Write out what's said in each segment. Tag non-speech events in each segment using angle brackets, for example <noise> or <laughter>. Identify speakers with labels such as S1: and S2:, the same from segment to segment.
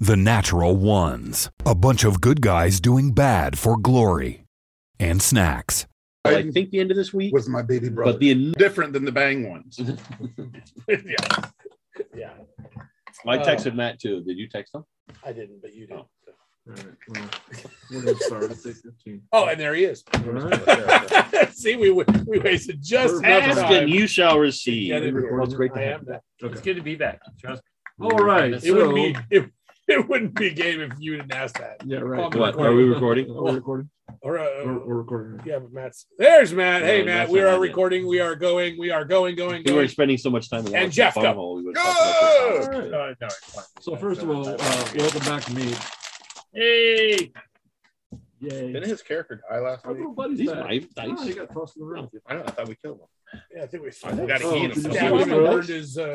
S1: The Natural Ones. A bunch of good guys doing bad for glory. And snacks.
S2: I think the end of this week,
S3: with my baby brother.
S2: but the in-
S3: Different than the bang ones. yeah,
S2: yeah. I
S3: Oh.
S2: texted Matt too. Did you text him?
S3: I didn't, but you did.
S4: All right, well, we're gonna start at six fifteen.
S3: Oh, and there he
S4: <laughs>
S3: is.
S4: All
S3: <laughs>
S4: right.
S3: See, we we wasted just
S4: We're
S3: half
S4: nothing.
S3: time.
S2: Asking, you shall
S3: Get
S2: receive.
S3: it.
S4: Recording?
S5: It's great to
S3: I
S5: have
S3: am that.
S5: It's good to be back. Trust me.
S4: All right,
S5: It
S3: It wouldn't
S4: so,
S3: be it, it wouldn't be game if you didn't ask that.
S4: yeah, right.
S3: What, are
S2: we recording?
S4: Oh, We're recording.
S3: Or uh,
S4: We're we're recording.
S3: yeah, but Matt's there's Matt. Hey
S2: Yeah,
S3: Matt,
S2: Matt's
S3: we
S2: not
S3: are
S2: on yet.
S3: recording. We are going. We are going. Going.
S2: We were
S3: Going.
S2: spending so much time. in
S3: And
S2: Lawrence
S3: Jeff, go.
S2: Bunhole, we would've talked about this.
S5: No, no, it's fine.
S4: So first of all, uh, welcome back to me.
S5: hey,
S4: Yay.
S6: his character die last
S4: Our little buddy's
S2: These
S4: back.
S2: my
S4: Ah, he
S2: dice.
S4: got tossed in the room.
S6: I don't. I thought we killed him.
S3: Yeah, I think we
S6: I think- gotta
S4: Oh,
S6: eat 'em.
S4: did you see
S3: stabbed
S4: what
S3: him and
S4: it
S3: burned
S4: was?
S3: his. <laughs>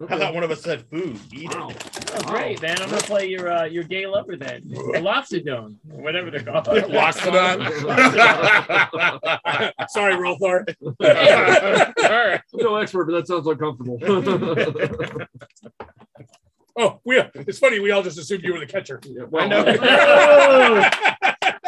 S3: Uh,
S6: I thought
S4: Okay.
S6: one of us said food. Eat
S4: Wow.
S5: oh,
S4: <laughs>
S5: great man! I'm gonna play your uh, your gay lover then, Loxodone, whatever they're called.
S6: it. Lost it on.
S3: <laughs> sorry,
S4: <laughs>
S3: Rolthar.
S4: I'm no expert, but that sounds uncomfortable.
S3: <laughs>
S4: <laughs>
S3: Oh, we. It's funny. We all just assumed you were the catcher.
S4: Yeah,
S3: <laughs>
S4: well,
S6: I know. <laughs>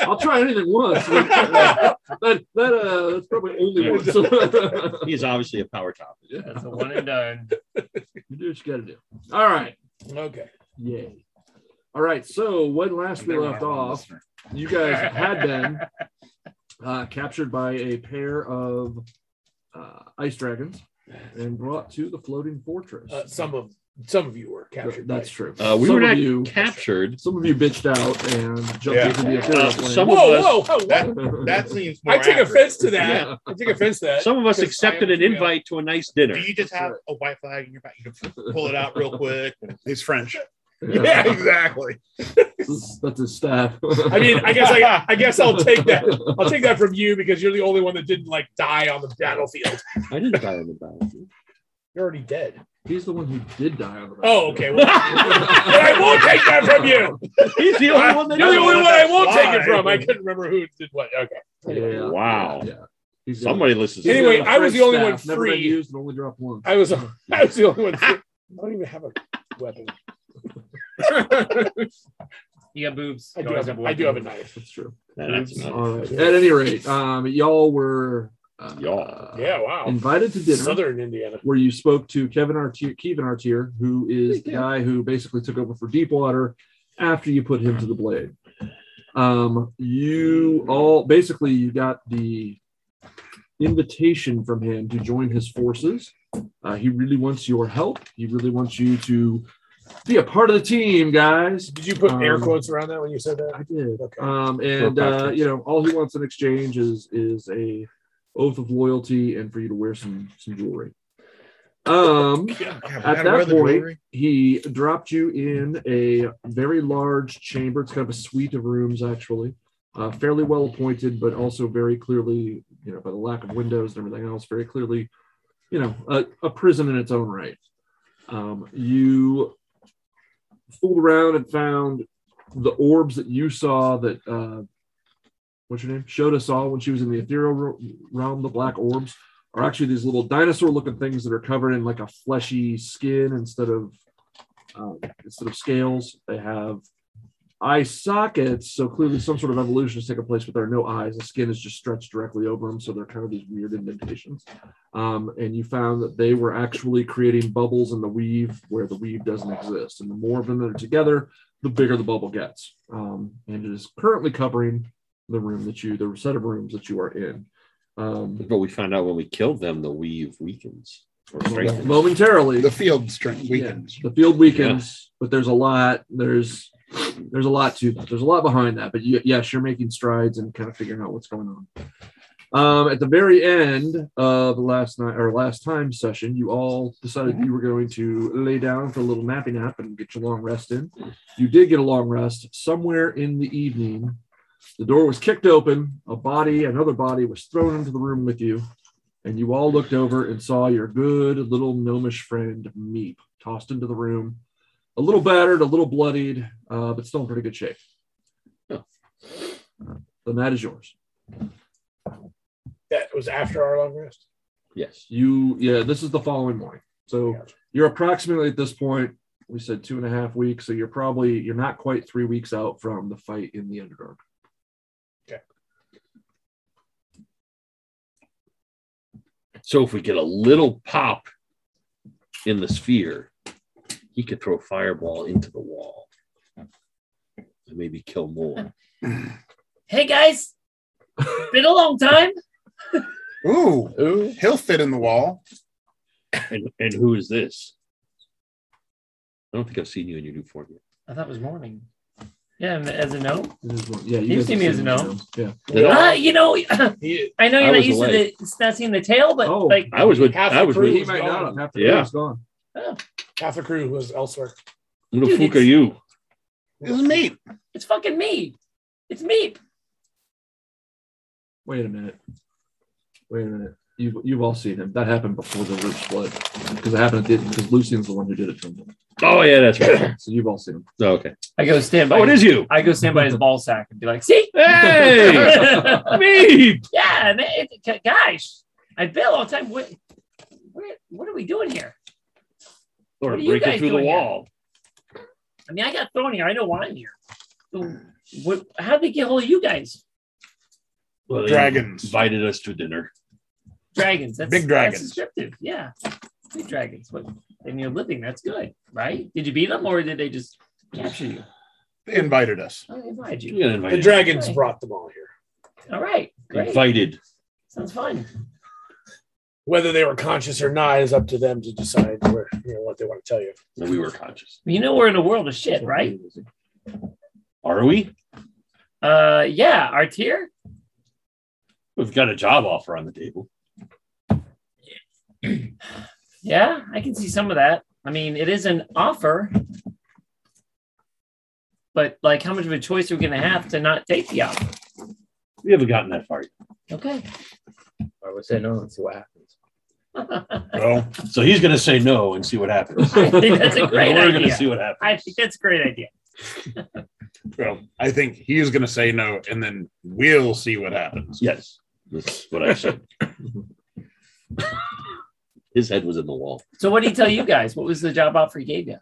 S5: Oh,
S4: I'll try anything once. but, uh, that that uh, that's probably only once. <laughs> you
S2: He's obviously a power top.
S5: that's a one and done.
S7: <laughs>
S4: do what you got to do. All right.
S3: Okay.
S4: Yay. All right. So when last we left off, you guys had been uh, captured by a pair of uh, ice dragons and brought to the floating fortress.
S3: Uh, some of some of you were captured. by-
S4: That's true.
S2: Uh, we
S4: some
S2: were
S4: of
S2: not
S4: you,
S2: captured.
S4: some of you bitched out and jumped
S6: Yeah.
S4: into the
S2: Uh,
S4: Achilles plane. <laughs>
S2: some of
S3: Whoa,
S2: us
S3: whoa, whoa, whoa.
S6: That seems. More
S3: I take
S6: accurate.
S3: offense to that.
S4: Yeah.
S3: I take offense to that.
S2: Some of us
S3: Because
S2: accepted
S3: I
S2: an
S3: am female.
S2: invite to a nice
S6: Do
S2: dinner.
S6: you just have a white flag in your back? You can pull it out real <laughs> quick.
S3: He's French.
S6: yeah, exactly.
S4: That's- that's his staff.
S3: I mean, I guess I, I guess I'll take that. I'll take that from you because you're the only one that didn't like die on the battlefield.
S2: I didn't buy on the battlefield.
S3: You're already dead.
S4: He's the one who did die on the
S3: Oh, okay. Well, <laughs> but I won't take that from you.
S2: He's the only one that
S3: You're the
S2: knows.
S3: only one I won't take it
S6: Why?
S3: from. I couldn't remember who did what. Okay.
S4: Yeah.
S2: Wow.
S4: Yeah. He's
S2: Somebody listens.
S4: he's
S2: to
S3: Anyway,
S4: got a
S3: I was
S4: French
S3: the only one
S4: staff, never
S3: free.
S4: been used and only dropped one.
S3: I was I was the only one. I don't even have a <laughs> weapon.
S5: You got boobs.
S3: I
S5: You
S3: do
S5: always
S3: have a, I do have a
S5: boobs.
S3: knife.
S4: That's true.
S2: That's not-
S4: All right. At any rate, um, y'all were uh,
S2: Y'all.
S3: Yeah. Wow.
S4: invited to dinner
S3: Southern Indiana.
S4: where you spoke to Kevin Artier, Kevin Artier, who is the
S2: Yeah.
S4: guy who basically took over for Deepwater after you put him to the blade. Um, you all basically you got the invitation from him to join his forces. Uh, he really wants your help. He really wants you to be a part of the team, guys.
S3: Did you put air
S4: Um,
S3: quotes around that when you said that?
S4: I did.
S3: Okay.
S4: Um, and uh, you know, all he wants in exchange is is a oath of loyalty and for you to wear some some jewelry. Um,
S6: God, we
S4: at
S6: gotta wear
S4: that
S6: the
S4: point,
S6: jewelry.
S4: he dropped you in a very large chamber. It's kind of a suite of rooms, actually, uh, fairly well appointed, but also very clearly, you know, by the lack of windows and everything else, very clearly, you know, a, a prison in its own right. Um, you fooled around and found the orbs that you saw that. Uh, What's your name? Shoda saw when she was in the ethereal ro- realm, the black orbs are actually these little dinosaur looking things that are covered in like a fleshy skin instead of um, instead of scales they have eye sockets so clearly some sort of evolution has taken place but there are no eyes the skin is just stretched directly over them so they're kind of these weird indentations um, and you found that they were actually creating bubbles in the weave where the weave doesn't exist and the more of them that are together the bigger the bubble gets um, and it is currently covering the room that you the set of rooms that you are in um,
S2: But we found out when we killed them, the weave weakens or strengthens.
S4: momentarily
S3: The
S4: the,
S3: field strength
S4: weakens. field weakens but there's a lot there's there's a lot to that there's a lot behind that but y- yes you're making strides and kind of figuring out what's going on um, at the very end of last night or last time session you all decided you were going to lay down for a little nappy nap and get your long rest in you did get a long rest somewhere in the evening the door was kicked open a body another body was thrown into the room with you and you all looked over and saw your good little gnomish friend Meep tossed into the room, a little battered, a little bloodied, uh, but still in pretty good shape.
S2: Yeah.
S4: The mat is yours.
S3: That was after our long rest.
S2: Yes.
S4: You, yeah, this is the following morning. So
S3: Gotcha.
S4: you're approximately at this point we said two and a half weeks, so you're probably you're not quite three weeks out from the fight in the Underdark.
S2: So if we get a little pop in the sphere, he could throw fireball into the wall. And maybe kill more.
S5: Hey <laughs> guys, been a long time.
S6: Ooh, he'll fit in the wall.
S2: And, and who is this? I don't think I've seen you in your new form yet.
S5: I thought it was morning. Yeah, as a no.
S4: This is what- Yeah, guys
S5: You've seen
S4: have
S5: me as
S4: seen
S5: an
S4: it,
S5: elf.
S4: Yeah.
S5: Uh, you know, <clears throat> I
S3: He,
S5: know
S2: I
S5: you're not
S2: was
S5: used
S2: awake.
S5: to the not seeing the tail, but
S4: Oh.
S5: like
S2: I was with
S3: Half
S2: I was
S3: the crew
S4: He
S2: with
S3: was-
S4: might not have. Half the
S2: Yeah.
S4: yeah. gone.
S3: half the crew was elsewhere.
S2: who the
S5: Dude,
S2: fuck
S5: it's-
S2: are you?
S6: This is me.
S5: it's fucking me. It's me.
S4: Wait a minute. Wait a minute. You've, you've all seen him. That happened before the roof split because it happened at the, because Lucian's the one who did it to him.
S7: <coughs>
S2: Oh yeah, that's
S5: <coughs>
S2: right.
S4: So you've all seen him.
S2: Oh, okay.
S5: I go stand by.
S2: Oh, it is you.
S5: I go stand by
S2: <laughs>
S5: his ball sack and be like, see?
S2: Hey,
S5: <laughs> yeah,
S2: me.
S5: man, it- g- guys, I've been a long time. What, where, what are we doing here?
S2: Or
S5: What are you
S2: break it
S5: guys
S2: through the
S5: doing here?
S2: wall.
S5: I mean, I got thrown here. I know why I'm here. So, what, how did they get hold of you guys?
S2: Well, they
S6: Dragons.
S2: invited us to dinner.
S5: Dragons. That's,
S6: Big dragons.
S5: That's descriptive. Yeah. Big dragons. What, and you're living. That's good, right? Did you beat them or did they just capture you?
S6: They invited us.
S5: Oh, they invited
S2: You
S5: you.
S2: got
S3: The
S2: invited.
S3: dragons brought them all here.
S5: All right. Great.
S2: invited.
S5: Sounds fun.
S3: Whether they were conscious or not is up to them to decide where, you know, what they want to tell you.
S2: No, we were conscious.
S5: You know we're in a world of shit, right?
S2: Are we?
S5: Uh, yeah. Our tier.
S2: We've got a job offer on the table.
S5: Yeah, I can see some of that. I mean, it is an offer, but like, how much of a choice are we going to have to not take the offer?
S2: We haven't gotten that far. yet.
S5: Okay. <laughs>
S7: I would say no and see what happens.
S5: I
S6: Well,
S2: So he's going to say no and see what
S5: <laughs>
S2: happens.
S5: think that's a
S2: And
S5: great
S2: <laughs> We're going to
S5: idea.
S2: see what happens.
S5: I think that's a great idea.
S6: well, I think he is going to say no, and then we'll see what happens.
S2: Yes, that's what I said. <laughs> His head was in the wall.
S5: So, what did he tell you guys? What was the job offer he gave you?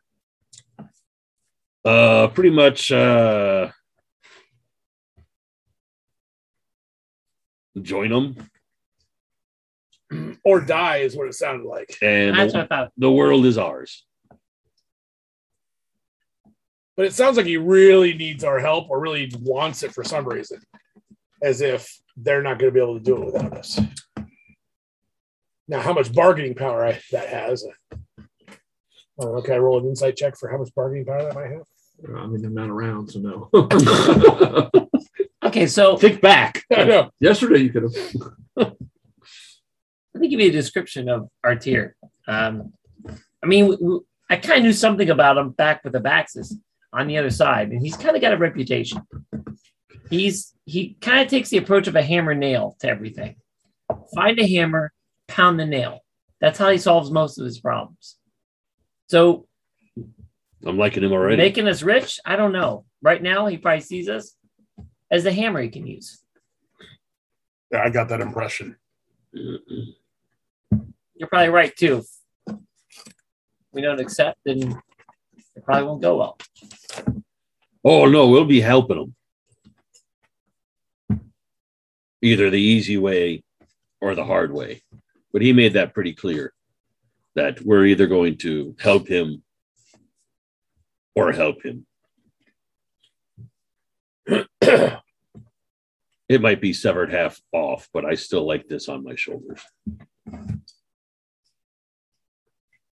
S2: Uh, pretty much. Uh, join them,
S3: Or die is what it sounded like.
S2: and
S5: That's what
S2: the,
S5: I thought.
S2: the world is ours.
S3: But it sounds like he really needs our help or really wants it for some reason, as if they're not going to be able to do it without us. Now, how much bargaining power I, that has? Oh, okay, I roll an insight check for how much bargaining power that might have. <laughs>
S4: I mean, I'm not around, so no.
S5: Okay, so
S2: Think back.
S3: I know.
S4: <laughs> Yesterday you could have.
S5: let me give you a description of our tier. Um, I mean, w- w- I kind of knew something about him back with the Baxes on the other side, and he's kind of got a reputation. He's he kind of takes the approach of a hammer nail to everything. Find a hammer, pound the nail. That's how he solves most of his problems. So
S2: I'm liking him already.
S5: making us rich, I don't know. Right now, he probably sees us as a hammer he can use.
S6: Yeah, I got that impression.
S5: You're probably right too. We don't accept, and it probably won't go well.
S2: oh no, we'll be helping them. Either the easy way or the hard way. But he made that pretty clear that we're either going to help him or help him. <clears throat> it might be severed half off, but I still like this on my shoulders.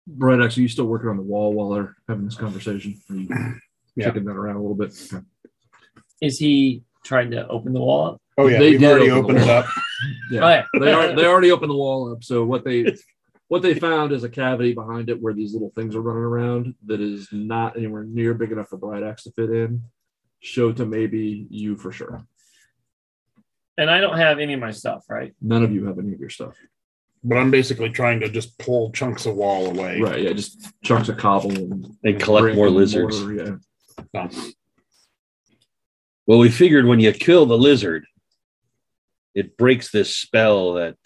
S4: Brett, actually, you still working on the wall while they're having this conversation? Are you
S6: Yeah.
S4: kicking that around a little bit?
S5: Is he trying to open the wall Oh, up?
S6: Oh yeah,
S4: They
S6: we've
S4: did
S6: already
S4: open
S6: opened
S4: the
S6: it up.
S4: Yeah.
S5: Right.
S4: They are. They already opened the wall up. So what they what they found is a cavity behind it where these little things are running around that is not anywhere near big enough for Bright Axe to fit in. Show to maybe you for sure.
S5: and I don't have any of my stuff, right?
S4: None of you have any of your stuff.
S6: But I'm basically trying to just pull chunks of wall away.
S4: Right. Yeah. Just chunks of cobble and,
S2: And collect
S4: brick
S2: more
S4: and
S2: lizards.
S4: mortar, yeah.
S2: Well, we figured when you kill the lizard, it breaks this spell that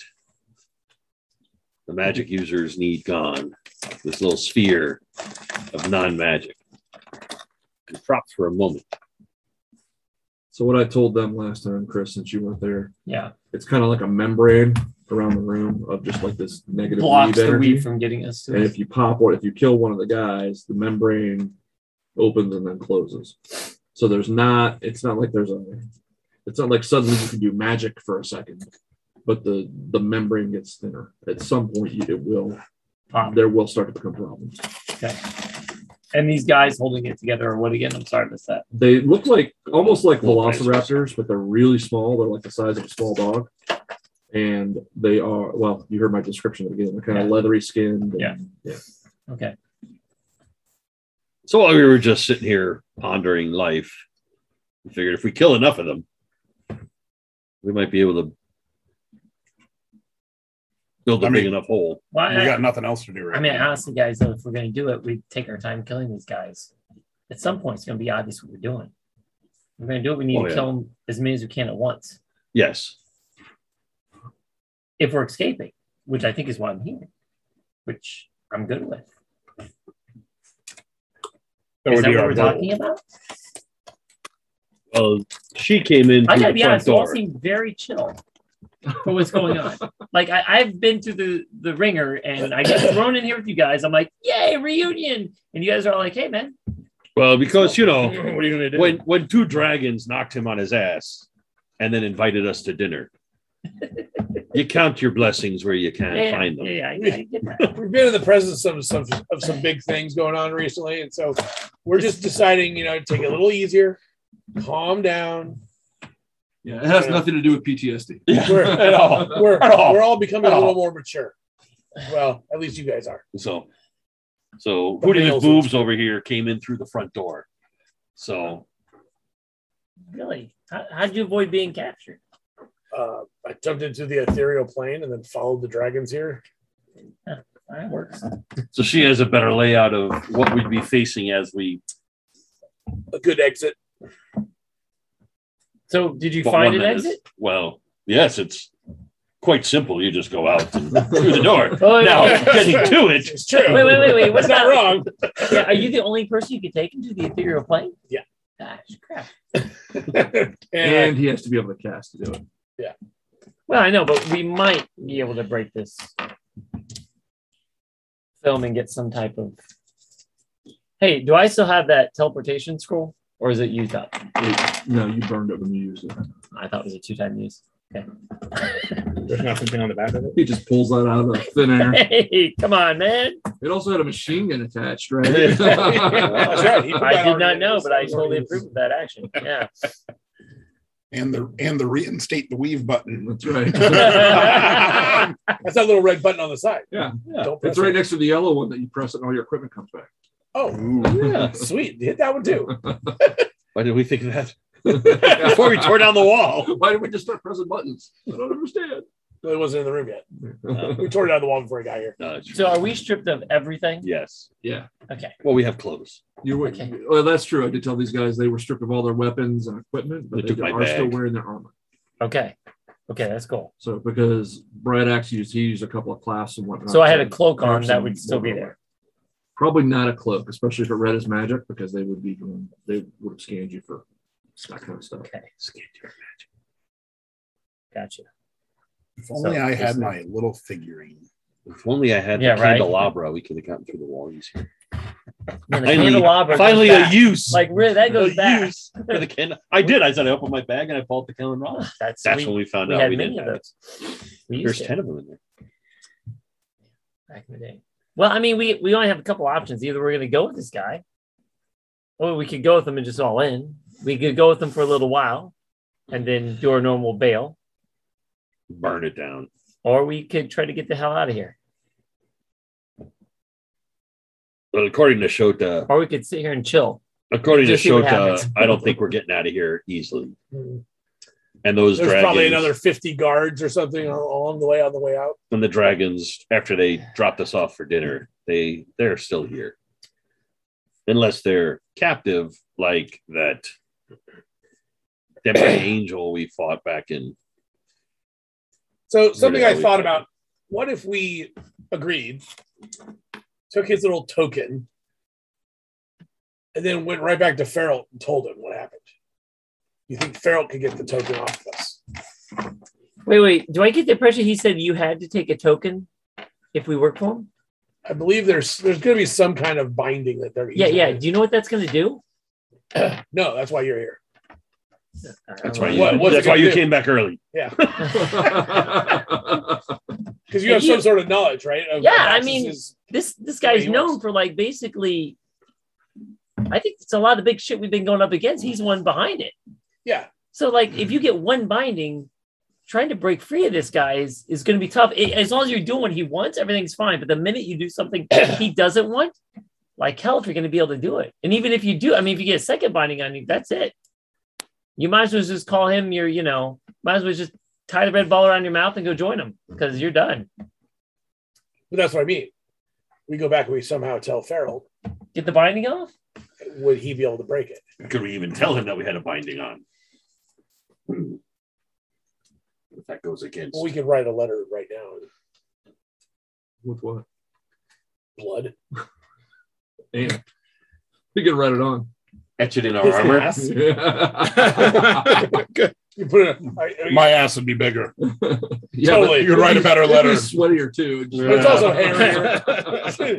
S2: the magic users need gone. this little sphere of non magic. And props for a moment.
S4: So what I told them last time, Chris, since you weren't there,
S5: Yeah,
S4: it's kind of like a membrane around the room of just like this negative
S5: blocks
S4: weed
S5: the
S4: energy.
S5: weed from getting us to
S4: and
S5: it.
S4: if you pop or if you kill one of the guys, the membrane opens and then closes. So there's not. It's not like there's a. It's not like suddenly you can do magic for a second, but the the membrane gets thinner. At some point, you, it will.
S5: Pop.
S4: There will start to become problems.
S5: And these guys holding it together or what again? I'm sorry, I missed that.
S4: They look like almost like
S2: Little
S4: velociraptors, but they're really small. They're like the size of a small dog. And they are well. You heard my description at the beginning. They're kind
S5: Yeah.
S4: of leathery skinned. and-
S5: Yeah.
S4: yeah.
S5: Okay.
S2: So while we were just sitting here pondering life, we figured if we kill enough of them, we might be able to build a
S6: I
S2: big
S6: mean-
S2: enough hole.
S5: Well,
S6: We
S5: I-
S6: got nothing else to do right
S5: I mean,
S6: now.
S5: honestly, guys, though, if we're going to do it, we take our time killing these guys. At some point, it's going to be obvious what we're doing. We're going to do it. We need
S2: Oh,
S5: to
S2: yeah.
S5: kill them as many as we can at once
S2: Yes.
S5: if we're escaping, which I think is why I'm here, which I'm good with.
S6: That
S5: is
S6: would
S5: that
S6: be
S5: what
S6: our
S5: we're
S6: goal.
S5: talking about?
S2: Well, she came in
S5: I
S2: through
S5: got to
S2: the
S5: be
S2: front
S5: honest, you all
S2: door.
S5: seem very chill for what's
S2: <laughs>
S5: going on. like, I, I've been to the, the ringer and I get thrown in here with you guys. I'm like, yay, reunion. And you guys are all like,
S2: <laughs>
S5: hey, man,
S2: Well, because you know,
S3: what are you gonna do?
S2: when when two dragons knocked him on his ass and then invited us to
S5: <laughs>
S2: dinner. you count your blessings where you can
S5: yeah,
S2: find them.
S5: yeah, yeah, I get
S2: <laughs>
S5: that.
S3: we've been in the presence of some of some big things going on recently, and so we're just deciding, you know, to take it a little easier, calm down.
S8: Yeah, it has
S3: Yeah.
S8: nothing to do with PTSD.
S3: We're at all we're
S2: <laughs> At all.
S3: we're all becoming
S2: At
S3: a
S2: all.
S3: little more mature. Well, at least you guys are.
S2: So, so
S3: The
S2: Hootie the
S3: males
S2: Boobs over here came in through the front door. So
S5: Really? How, how'd you avoid being captured?
S3: Uh, I jumped into the ethereal plane and then followed the dragons here.
S5: That works.
S2: so she has a better layout of what we'd be facing as we
S3: A good exit.
S5: So, did you
S2: but
S5: find
S2: one
S5: an
S2: that is-
S5: exit?
S2: Well, yes, it's quite simple. You just go out and
S5: <laughs>
S2: through the door.
S5: Oh, wait,
S2: Now
S5: wait,
S2: getting to it.
S3: It's true.
S5: wait, wait, wait, wait. What's
S3: That's
S5: that
S3: not wrong.
S5: <laughs> Yeah, are you the only person you could take into the ethereal plane?
S3: Yeah.
S5: Gosh, crap.
S3: And
S4: And he has to be able to cast to do it.
S5: Well, I know, but we might be able to break this film and get some type of. Hey, do I still have that teleportation scroll, or is it used up?
S4: It- no, you burned it when you used it.
S5: I thought it was a two-time use. <laughs>
S7: There's not something on the back of it.
S4: He just pulls that out of thin air.
S5: Hey, come on, man!
S4: It also had a machine gun
S2: <laughs>
S4: attached, right?
S3: That's right. uh, He put
S5: I
S3: that
S5: did
S3: already
S5: not
S3: in.
S5: know, but I
S3: It's already
S5: totally
S3: in.
S5: approve of that action. Yeah.
S6: And the and the reinstate the weave button.
S4: <laughs> That's right.
S2: <laughs>
S5: yeah,
S3: <laughs> That's that little red button on the side.
S4: Yeah.
S3: Don't press
S4: It's right next to the yellow one that you press it and all your equipment comes back.
S3: Oh, sweet. Hit that one too.
S5: <laughs>
S2: Why did we think of that? <laughs> Before we tore down the wall.
S4: Why did we just start pressing buttons? I don't understand.
S3: Well, It wasn't in the room yet.
S2: No,
S5: Hmm.
S3: We tore it down the wall before I got here.
S2: no, it's-
S5: So are we stripped of everything?
S2: yes.
S4: Yeah.
S5: Okay.
S2: Well, we have clothes.
S4: You were,
S5: Okay.
S4: Well, that's true. I did tell these guys they were stripped of all their weapons and equipment,
S2: They
S4: but they,
S2: took my
S4: are still
S2: bag.
S4: wearing their armor.
S5: Okay. Okay, that's cool.
S4: So because Brad actually used, he used a couple of class and whatnot.
S5: So I had
S4: to
S5: a cloak on
S4: grab
S5: that
S4: some
S5: would still be
S4: more
S5: there.
S4: Probably not a cloak, especially if it read as magic, because they would be doing, they would have scanned you for that kind of
S5: <laughs>
S4: stuff.
S5: Okay, gotcha.
S6: If only I had my little figurine.
S2: If only I had
S5: Yeah,
S2: the
S5: right.
S2: candelabra, we could have gotten through the wall easier.
S5: And the
S2: Finally-
S5: candelabra
S2: Finally,
S5: goes
S2: a
S5: back.
S2: use.
S5: Like really, that goes
S2: a
S5: back.
S2: use for the can. I did. I said I opened my bag and I pulled the
S5: <laughs>
S2: candelabra.
S5: <sighs> That's,
S2: That's
S5: we,
S2: when we found
S5: we
S2: out
S5: had
S2: uh, we
S5: many
S2: didn't.
S5: of
S2: Have it.
S5: those. We used
S2: There's
S5: it
S2: ten of them in there.
S5: back in the day. Well, I mean, we we only have a couple options. Either we're going to go with this guy, or we could go with him and just all in. We could go with him for a little while, and then do our normal bail,
S2: Burn it down.
S5: or we could try to get the hell out of here,
S2: But according to Shota,
S5: or we could sit here and chill.
S2: according to
S5: Just see what
S2: Shota,
S5: happens. Mm.
S2: I don't think we're getting out of here easily.
S3: There's
S2: And those dragons,
S3: probably another 50 guards or
S5: Hmm.
S3: something al- along the way on the way out.
S2: and the dragons, after they dropped us off for dinner, they they're still here, unless they're captive like that. <clears throat> Deputy Angel, we fought back in.
S3: So something
S2: the hell
S3: I
S2: we
S3: thought
S2: put it?
S3: about: what if we agreed took his little token, and then went right back to Farrell and told him what happened. You think Farrell could get the token off us?
S5: Wait, wait. Do I get the impression he said you had to take a token if we work for him?
S3: I believe there's there's going to be some kind of binding that they're
S5: Yeah, yeah. Do you know what that's going to do?
S3: yeah. No, that's why you're here.
S2: That's why you,
S3: What- what's
S2: that's
S3: it
S2: why
S3: gonna
S2: you
S3: do?
S2: came back early.
S3: Because you have
S5: And you-
S3: some sort of knowledge, right? of-
S5: Yeah,
S3: of
S5: I mean-
S3: Axis's-
S5: This this
S3: Yeah,
S5: guy's
S3: he
S5: known
S3: was.
S5: for like basically. I think it's a lot of the big shit we've been going up against. He's one behind it.
S3: yeah,
S5: So like, if you get one binding, trying to break free of this guy is is going to be tough. I- as long as you're doing what he wants, everything's fine. But the minute you do something he doesn't want, like hell, if you're going to be able to do it, and even if you do, I mean, if you get a second binding on you, that's it. You might as well just call him your, you know, might as well just tie the red ball around your mouth and go join him because you're done.
S3: but that's what I mean. We go back and we somehow tell Farrell,
S5: Get the binding
S3: <laughs>
S5: off.
S3: would he be able to break it?
S2: Could we even tell him that we had a binding on? If Hmm. that goes against,
S3: Well, we could write a letter right now.
S4: With what?
S3: Blood.
S4: Damn. You can write it on.
S2: etch it in our armor.
S4: <laughs> Yeah.
S3: You put it. I- I-
S6: My ass would be bigger.
S4: Yeah,
S3: Totally.
S6: You could write a better
S4: but it'd be
S6: letter.
S4: Sweatier too.
S3: It's also
S4: uh,
S3: hairier.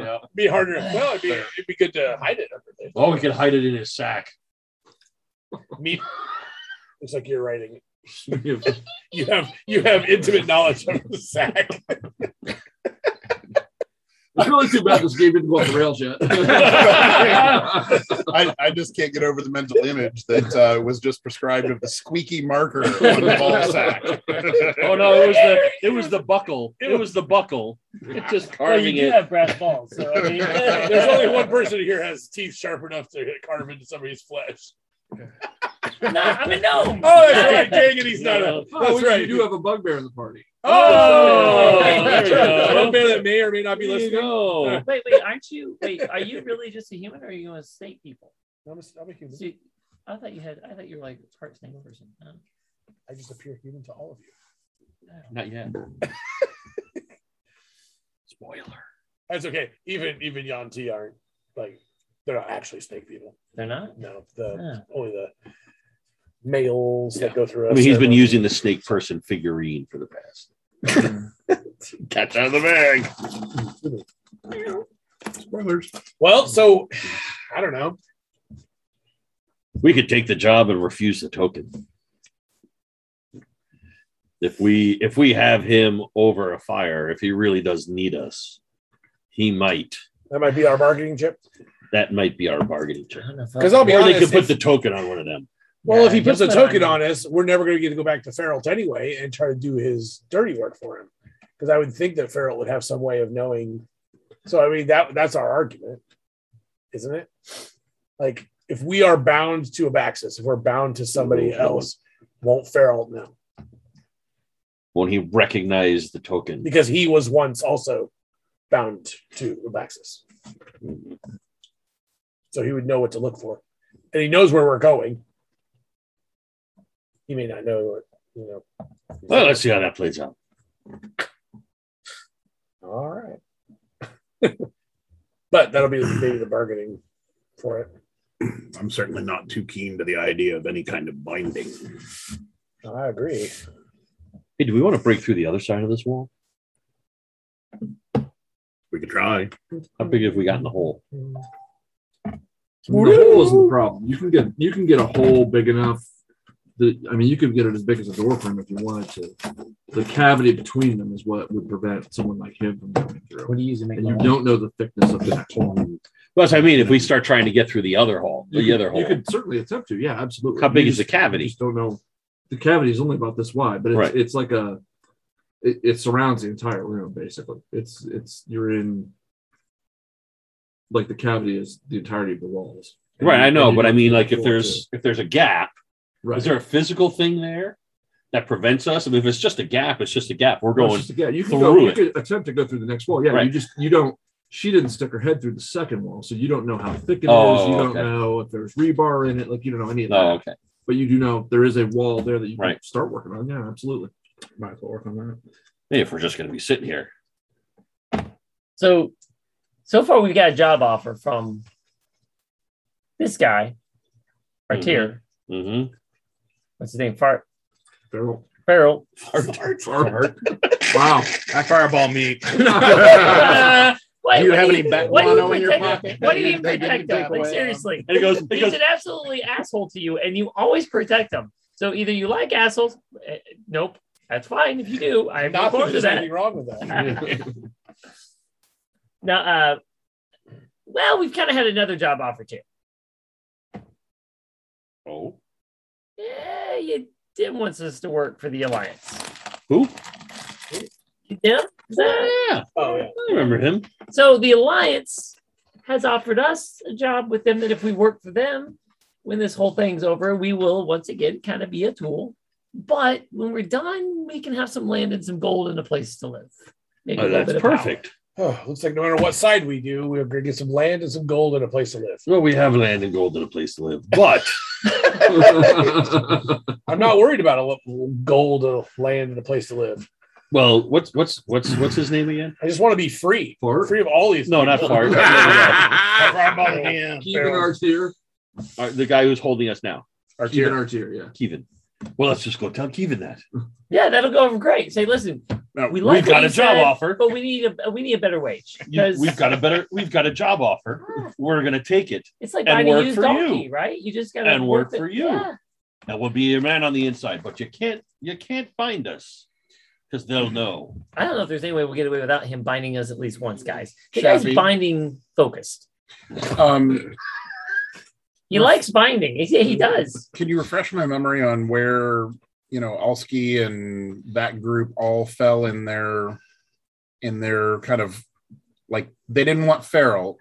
S4: Yeah.
S3: be harder. Well, it'd be, it'd be good to hide it under there.
S2: Oh, we could hide it in his sack.
S3: Me. It's like you're writing.
S4: You
S3: You have you have intimate knowledge of the sack.
S4: It's really too bad this game didn't go off the rails yet.
S9: I, I just can't get over the mental image that uh, was just prescribed of the squeaky marker on the ball
S4: <laughs>
S9: sack.
S2: Oh no, it was the it was the buckle. It was the buckle. It just
S5: Well, you
S2: carving
S5: do
S2: it.
S5: have brass balls. So, I mean, <laughs>
S3: There's only one person here has teeth sharp enough to carve into somebody's flesh.
S5: No, I'm a gnome.
S3: Oh, that's <laughs> right.
S5: <laughs>
S3: Dang it, he's not. A,
S4: Oh,
S3: that's
S4: we
S3: right.
S4: do have a bugbear in the party.
S3: Oh,
S5: there we
S2: go.
S3: One man that may or may not be
S2: There you
S3: listening.
S2: go.
S5: Wait, wait, aren't you? Wait, are you really just a human, or are you a snake people?
S3: I'm a- I'm a human.
S5: See, I thought you had. I thought you were like part snake person. No.
S3: I just appear human to all of you.
S2: Not yet. Spoiler.
S3: That's okay. Even even Yanti aren't like they're not actually snake people.
S5: They're not.
S3: No, the
S5: Yeah.
S3: only the males that go through.
S2: I mean, he's been using the snake person figurine for the past. Catch out of the bag.
S9: Spoilers.
S3: Well, so <sighs> I don't know.
S2: We could take the job and refuse the token. If we if we have him over a fire, if he really does need us, he might.
S3: That might be our marketing chip.
S2: That might be our bargaining
S5: I
S2: chip.
S5: don't know. if I-
S3: Because I'll be
S2: Or
S3: honest.
S2: they could put
S3: if-
S2: the token on one of them.
S3: well, if he
S5: Yeah,
S3: puts a
S5: he'll put
S3: token
S5: on-
S3: on us, we're never going to get to go back to Farrell anyway and try to do his dirty work for him. Because I would think that Farrell would have some way of knowing. So I mean that that's our argument, isn't it? Like if we are bound to a Baxis, if we're bound to somebody else, won't Farrell know?
S2: Won't he recognize the token?
S3: because he was once also bound to Abaxis. So he would know what to look for. And he knows where we're going. He may not know what, you know.
S2: Well, let's see how that plays out.
S3: All right. <laughs> but that'll be maybe the bargaining for it.
S6: I'm certainly not too keen to the idea of any kind of binding.
S3: I agree.
S2: Hey, do we want to break through the other side of this wall?
S6: We could try.
S2: How big have we got in the hole?
S4: The hole isn't the problem. You can get you can get a hole big enough that I mean you could get it as big as a door frame if you wanted to. The cavity between them is what would prevent someone like him from coming
S5: What
S4: through.
S5: do you use to make
S4: And you
S5: that?
S4: don't know the thickness of the actual hole.
S2: Well, that's what I mean. If we start trying to get through the other hole, the
S4: You could-
S2: other hole,
S4: You could certainly attempt to, yeah, absolutely.
S2: How big
S4: You
S2: is
S4: just-
S2: the cavity?
S4: You just don't know. The cavity is only about this wide, but it's,
S2: Right.
S4: it's like a it, it surrounds the entire room basically. It's it's you're in like the cavity is the entirety of the walls.
S2: right? I
S4: And-
S2: know,
S4: and you
S2: but I
S4: don't
S2: mean,
S4: see
S2: like
S4: the
S2: if
S4: floor,
S2: there's
S4: too.
S2: if there's a gap,
S4: right.
S2: is there a physical thing there that prevents us? I mean, if it's just a gap, it's just a gap. We're
S4: Well,
S2: going.
S4: it's just- yeah, you can
S2: through
S4: go, you
S2: it.
S4: could attempt to go through the next wall. Yeah, you
S2: Right.
S4: just you don't. She didn't stick her head through the second wall, so you don't know how thick it is.
S2: Oh,
S4: You don't
S2: okay.
S4: know if there's rebar in it. Like you don't know any of that.
S2: Oh, okay.
S4: But you do know there is a wall there that you can
S2: Right.
S4: start working on. Yeah, absolutely.
S7: Might as well work on that.
S2: Hey, if we're just going to be sitting here,
S5: So so far we've got a job offer from this guy,
S2: Mhm.
S5: Artier. <laughs>
S2: Mm-hmm.
S5: What's his name? Fart
S4: Feral.
S5: Farrell.
S4: Fart. Wow.
S7: That fireball me.
S5: Why- why
S7: Do you have any
S5: why do you
S7: Batmano in your
S5: <laughs> protect-
S7: pocket?
S5: Why do you even
S9: They didn't
S5: protect them?
S9: take
S5: Like
S9: away, um,
S5: seriously,
S2: And it goes, it
S5: he's
S7: <laughs>
S2: goes,
S5: an absolutely asshole to you, and you always protect them. So either you like assholes, eh, nope, that's fine if you do. I'm
S3: Not
S5: not
S3: that
S5: born to
S3: there's
S5: that.
S3: anything wrong with that.
S5: Now, uh, well, we've kind of had another job offer too.
S2: oh,
S5: Yeah, you did want us to work for the alliance.
S2: Who?
S5: You did?
S2: yeah.
S7: Oh, yeah.
S2: I remember him.
S5: So the alliance has offered us a job with them that if we work for them, when this whole thing's over, we will once again kind of be a tool. But when we're done, we can have some land and some gold and a place to live. Maybe a
S2: Oh,
S5: little
S2: that's
S5: bit of power.
S2: perfect.
S3: Oh, looks like no matter what side we do, we're going to get some land and some gold and a place to live.
S2: Well, we have land and gold and a place to live, but
S3: I'm not worried about a lo- gold, a land, and a place to live.
S2: well, what's what's what's what's his name again?
S3: I just want to be free,
S4: <laughs> Fart.
S3: free of all these.
S2: No, not far.
S3: <laughs>
S5: <laughs>
S4: Keegan Artier.
S2: Uh, the guy who's holding us now,
S4: Keegan Artier, yeah.
S2: Kevin. Well, let's just go tell Kevin that
S5: Yeah, that'll go over great. Say, listen,
S6: No,
S2: we
S5: we like
S2: have got a job
S5: offer,
S2: offer.
S5: but we need a we need a better
S2: <laughs>
S5: wage
S2: You-
S5: because
S2: we've got a better. We've got a job offer. We're gonna take it,
S5: it's like
S2: and
S5: buying a
S2: work
S5: used
S2: for you.
S5: donkey, right? You just gotta
S2: And work
S5: the-
S2: for you.
S5: Yeah.
S2: and we'll be your man on the inside. But you can't. You can't find us because they'll know.
S5: I don't know if there's any way we'll get away without him binding us at least once, guys. The
S9: Chappie.
S5: guy's binding focused.
S9: Um,
S5: He likes binding. He,
S2: Mm-hmm.
S5: he does.
S9: can you refresh my memory on where you know Alski and that group all fell in their in their kind of like they didn't want Feral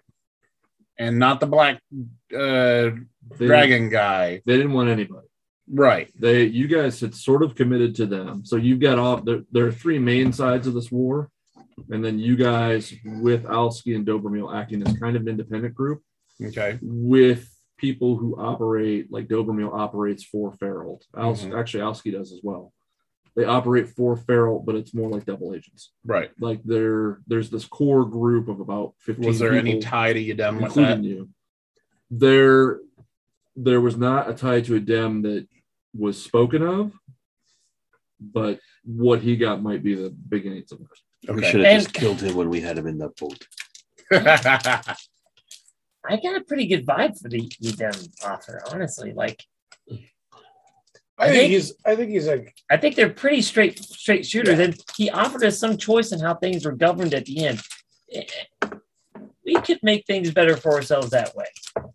S9: and not the black uh,
S4: They,
S9: dragon guy,
S4: They didn't want anybody.
S9: right?
S4: They, you guys had sort of committed to them. So you've got off. There, there are three main sides of this war, and then you guys with Alski and Dobermehl acting as kind of an independent group
S9: Okay,
S4: with people who operate like Dobermehl operates for Ferold. Als-
S9: Mhm.
S4: Actually, Alski does as well. They operate for Ferold, but it's more like double agents.
S9: right.
S4: Like there, there's this core group of about fifteen.
S9: Was there any
S4: people
S9: tie to you done with
S4: including
S9: that?
S4: you. There, there was not a tie to a dem that was spoken of, but what he got might be the beginnings of it.
S2: We
S9: Okay.
S2: should have just
S5: And-
S2: killed him when we had him in the boat.
S5: I got a pretty good vibe for the Edem author, honestly. Like,
S3: I
S5: I think-
S3: think he's. I think he's like.
S5: I think they're pretty straight straight shooters. And he offered us some choice in how things were governed at the end. Eh, We could make things better for ourselves that way.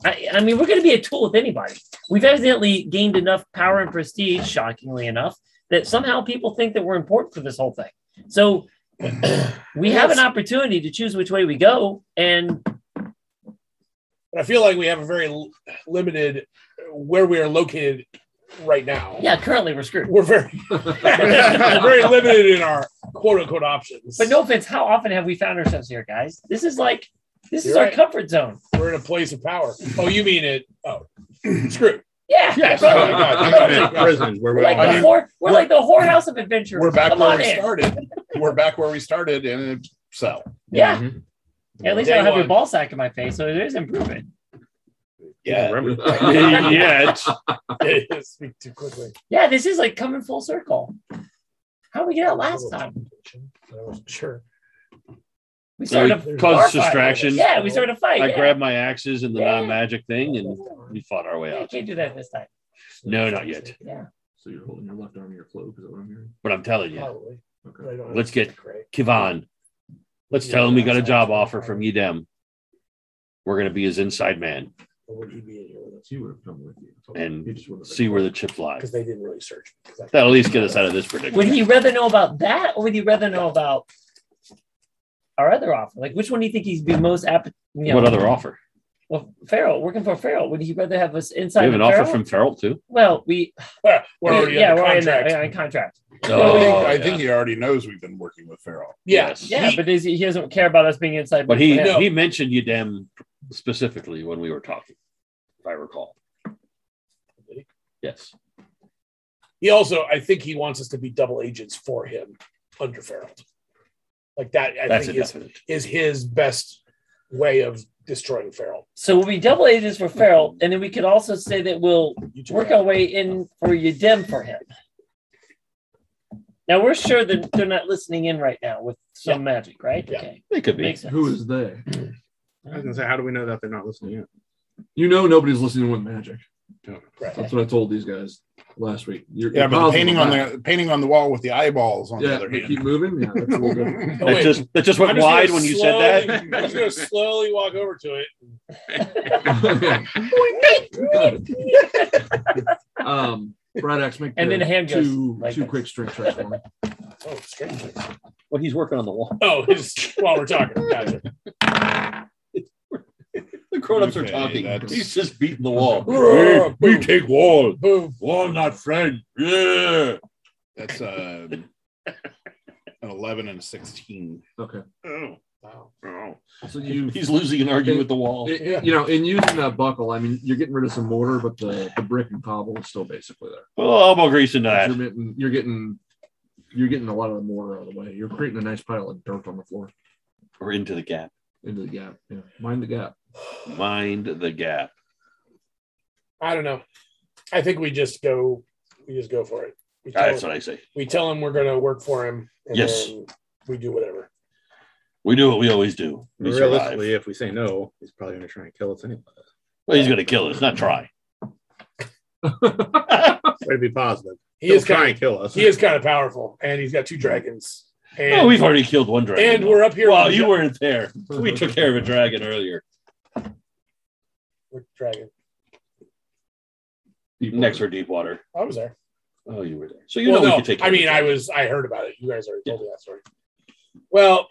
S5: I, I mean, we're going to be a tool with anybody. We've evidently gained enough power and prestige, shockingly enough, that somehow people think that we're important for this whole thing. So <clears throat> we have an opportunity to choose which way we go, and
S3: But I feel like we have a very l- limited where we are located right now.
S5: yeah, currently we're screwed.
S2: <laughs>
S3: we're very we're very limited in our quote unquote options.
S5: But no offense, how often have we found ourselves here, guys? This is like this is
S3: You're
S5: our
S3: right.
S5: comfort zone.
S3: we're in a place of power. Oh, you mean it? Oh, screw.
S5: Yeah,
S3: Yes.
S5: bro.
S9: Oh my God, I thought
S4: <laughs>
S9: it was prisons where
S5: we're
S9: we
S5: like
S9: all- I
S5: the
S9: mean,
S5: whore, we're, like the whorehouse of adventure.
S9: <laughs> we're back
S5: Come
S9: where
S5: on
S9: we
S5: in.
S9: started. We're back where we started in a cell.
S5: Yeah, at least I
S3: Day
S5: don't have your
S3: one.
S5: ball sack in my face, so there is improvement.
S2: Yeah.
S3: <laughs>
S4: <laughs> Mhm.
S2: Yet. <laughs>
S3: it. Speak too quickly.
S5: Yeah, this is like coming full circle. How we get out last time?
S3: I wasn't sure.
S5: We started
S2: So
S5: a
S2: we
S5: bar
S2: caused
S5: fight.
S2: distraction.
S5: Yeah, we started a fight.
S2: I
S5: yeah.
S2: grabbed my axes and the
S5: Yeah.
S2: non-magic thing, and we fought our way
S5: Yeah, I
S2: out.
S5: can't do that this time.
S2: No, not yet.
S5: Yeah.
S4: So you're holding your left arm in your cloak. Is that what I'm hearing?
S2: But I'm telling you,
S3: Probably. But
S4: Okay.
S3: I don't
S2: Let's
S3: know.
S2: get-
S3: Great.
S2: Kivan, let's
S3: Yeah,
S2: tell him we got a
S3: that's
S2: job
S3: actually
S2: offer
S3: fine.
S2: from Yidem. We're gonna be his inside man
S3: But would he be in here with us?
S4: She would have come with you. He
S2: and
S4: just wouldn't have
S2: see
S4: been-
S2: where the chip
S3: Because
S2: lies.
S3: they didn't really search. 'Cause I-
S2: That'll at least get us out of this
S5: Would
S2: predicament.
S5: he rather know about that, or would he rather know about our other offer? Like, which one do you think he'd be most apt? You know,
S2: What other offer?
S5: Well, Farrell, working for Farrell, would he rather have us
S2: We
S5: inside?
S2: have an
S5: of
S2: offer
S5: Farrell?
S2: from Farrell too.
S5: Well, we
S3: We're already
S5: yeah,
S3: in the
S5: we're in
S3: contract.
S5: the- in contract.
S9: I think,
S2: Oh,
S9: I
S2: yeah.
S9: think he already knows we've been working with Farrell.
S3: yes.
S5: Yeah, but is he, he doesn't care about us being inside.
S2: But he
S5: for him.
S3: No.
S2: he mentioned Yidem specifically when we were talking, if I recall. Yes.
S3: He also, I think he wants us to be double agents for him under Farrell. Like that, I
S2: That's a
S3: think is,
S2: definite.
S3: is his best way of destroying Farrell.
S5: So we'll be double agents for Farrell, and then we could also say that we'll
S3: You two
S5: work our way in for Udim for him. Now we're sure that they're not listening in right now with some magic, right?
S3: Yeah.
S5: Okay,
S2: They could be.
S5: makes sense.
S4: Who is they?
S7: I was gonna say, how do we know that they're not listening in?
S4: You know, nobody's listening with magic.
S5: Right.
S4: That's what I told these guys last week. You're,
S9: Yeah,
S4: you're
S9: but the
S4: positive
S9: painting on
S4: about it.
S9: the painting on the wall with the eyeballs on the
S4: Yeah,
S9: other
S4: they
S9: hand.
S4: keep moving. Yeah, that's all
S9: <laughs>
S4: good.
S3: Oh,
S2: That
S3: wait.
S2: just that just
S3: I'm
S2: went
S3: just gonna
S2: wide when you said that.
S3: slowly- I'm just going to slowly walk over to it.
S4: <laughs> um, Brad X, make
S5: And
S4: the
S5: then hand goes
S4: two
S5: like
S4: two
S5: this.
S4: quick strength checks for me.
S3: Oh, strange.
S2: Well, he's working on the wall.
S3: Oh, <laughs> just while we're talking. Gotcha.
S2: The grown-ups
S9: Okay,
S2: are talking.
S9: that's-
S2: He's just beating the wall.
S3: Roar,
S2: we
S3: boom.
S2: take wall.
S3: Boom.
S2: Wall, not friend. Yeah.
S9: That's uh, an eleven and a sixteen.
S4: Okay,
S6: Oh,
S3: Wow.
S6: oh.
S4: so you
S2: He's losing an argument with the wall.
S4: it-
S3: Yeah.
S4: you know in using that buckle, I mean you're getting rid of some mortar, but the, the brick and cobble is still basically there.
S2: Oh, elbow grease into
S4: You're
S2: that.
S4: getting you're getting you're getting a lot of the mortar out of the way. You're creating a nice pile of dirt on the floor
S2: Or into the gap.
S4: into the gap. Yeah, mind the gap.
S2: Mind the gap.
S3: I don't know. I think we just go. We just go for it. We tell,
S2: That's
S3: him,
S2: what I say.
S3: we tell him we're going to work for him. And
S2: Yes.
S3: Then we do whatever.
S2: We do what we always do. We survive.
S7: Realistically, if we say no, he's probably gonna try and kill us anyway.
S2: Well, he's going to kill us, not try.
S7: Way to be positive.
S3: He
S7: He'll
S3: is
S7: try
S3: kind.
S7: and kill us.
S3: He is kind of powerful, and he's got two dragons. And
S2: Oh, we've already killed one dragon.
S3: and we're up here.
S2: Well,
S3: with
S2: you
S3: the-
S2: weren't
S3: <laughs>
S2: there. We took care of a dragon earlier.
S3: with the dragon.
S2: Next for deep water.
S3: I was there.
S2: Oh, you were there. So you
S3: well,
S2: know
S3: no,
S2: we could take. Care
S3: I mean,
S2: of
S3: I was. I heard about it. You guys already told me that story. Well,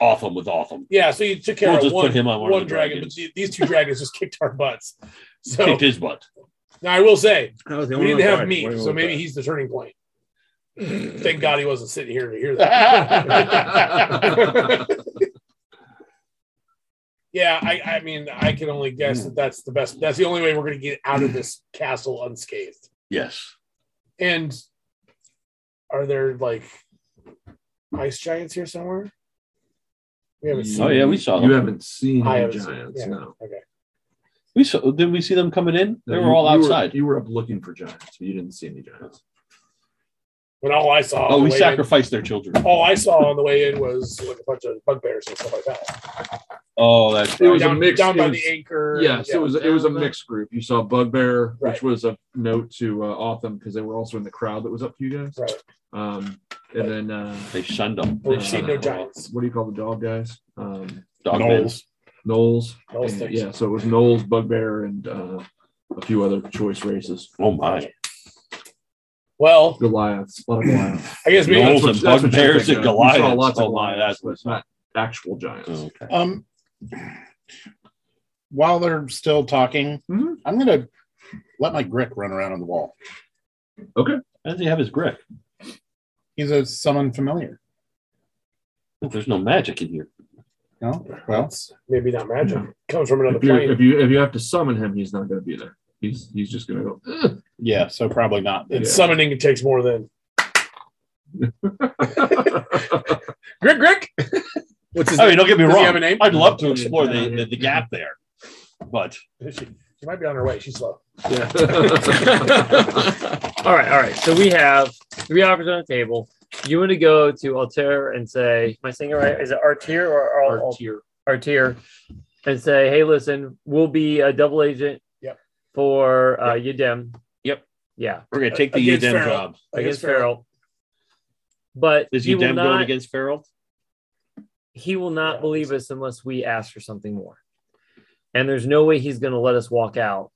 S2: Otham with Otham.
S3: <laughs> yeah. So you took care
S2: We'll
S3: of
S2: just
S3: one,
S2: put him on one
S3: one,
S2: of the
S3: dragon,
S2: dragons.
S3: but the- these two dragons just kicked our butts.
S2: <laughs>
S3: So
S2: Kicked his butt.
S3: now I will say
S7: That was the
S3: we
S7: only
S3: didn't
S7: one
S3: have
S7: who died.
S3: meat,
S7: Only
S3: so
S7: one who
S3: maybe
S7: died.
S3: he's the turning
S2: <laughs>
S3: point. Thank God he wasn't sitting here to hear that.
S4: <laughs>
S2: <laughs>
S3: <laughs>
S4: That's
S3: Yeah, I, I mean, I can only guess that that's the best. That's the only way we're going to get out of this castle unscathed.
S2: Yes.
S3: And are there like ice giants here somewhere? We haven't seen.
S2: Oh yeah, we saw
S4: You
S2: them.
S4: haven't seen
S3: I
S4: any
S3: haven't seen-
S4: giants,
S3: yeah.
S4: no.
S3: Okay.
S2: We saw. Did we see them coming in? They
S4: No,
S2: were
S4: you-
S2: all
S4: you
S2: outside.
S4: you were up looking for giants, but you didn't see any giants.
S3: But all I saw.
S2: Oh,
S3: on the
S2: we
S3: way Oh,
S2: sacrificed their children.
S3: In, all I saw on the way in was like a bunch of bugbears and stuff like that.
S2: Oh, that's
S4: It
S2: right.
S4: was a
S3: down,
S4: mix-
S3: down
S4: it
S3: by
S4: was-
S3: the anchor.
S4: Yes, it was it was a mixed group. You saw Bugbear, which
S3: Right.
S4: was a note to uh, Autumn because they were also in the crowd that was up to you guys.
S3: Right.
S4: Um, and then uh,
S2: They shunned them.
S3: We've
S4: uh,
S3: seen no giants.
S4: What do you call the dog guys? Um,
S2: Dog
S9: Knowles.
S4: Knowles.
S3: Knowles
S4: And,
S3: things.
S4: yeah, so it was Knowles, Bugbear, and uh, a few other choice races.
S2: men. Oh my.
S3: Well,
S4: Goliaths, a lot of Goliaths.
S3: I guess maybe
S2: Knowles
S4: what-
S2: and
S4: that's what you
S2: bugbears
S4: think
S2: and
S4: of. You saw
S2: Goliaths.
S4: lots of
S2: Oh my,
S4: Goliaths,
S2: that's what-
S4: but not actual giants.
S2: Oh, okay.
S9: Um, while they're still talking,
S4: Mhm.
S9: I'm gonna let my Grick run around on the wall.
S2: How does he have his brick?
S9: He's a summon familiar.
S2: Oh, There's no magic in here.
S9: No, well,
S3: maybe not magic. Comes from
S4: <laughs>
S3: another
S4: If, you're,
S3: plane.
S4: if you if you have to summon him, he's not going to be there. He's he's just going
S3: <laughs>
S4: to go. "Ugh."
S9: yeah, so probably not. Then.
S3: And summoning it takes more than Grick Grick. What's his
S2: I mean, don't get me
S3: Does he
S2: wrong.
S3: have a name?
S2: I'd love to explore the, the, the gap there, but
S3: She, she might be on her way. She's slow.
S5: all right, all right. So we have three offers on the table. You want to go to Altair and say, "Am I saying it right? Is it Artier or Al- Al-
S4: Artier.
S5: Artier?" And say, "Hey, listen, we'll be a double agent
S3: Yep.
S5: for uh, Yedem. Yep. Yeah,
S2: we're gonna take the
S3: Against
S2: Edem
S3: Feral.
S2: job.
S5: against Farrell. But
S2: Is
S5: he will
S2: Edem going
S5: not.
S2: against Feral?
S5: he will not
S3: Yeah.
S5: believe us unless we ask for something more. And there's no way he's going to let us walk out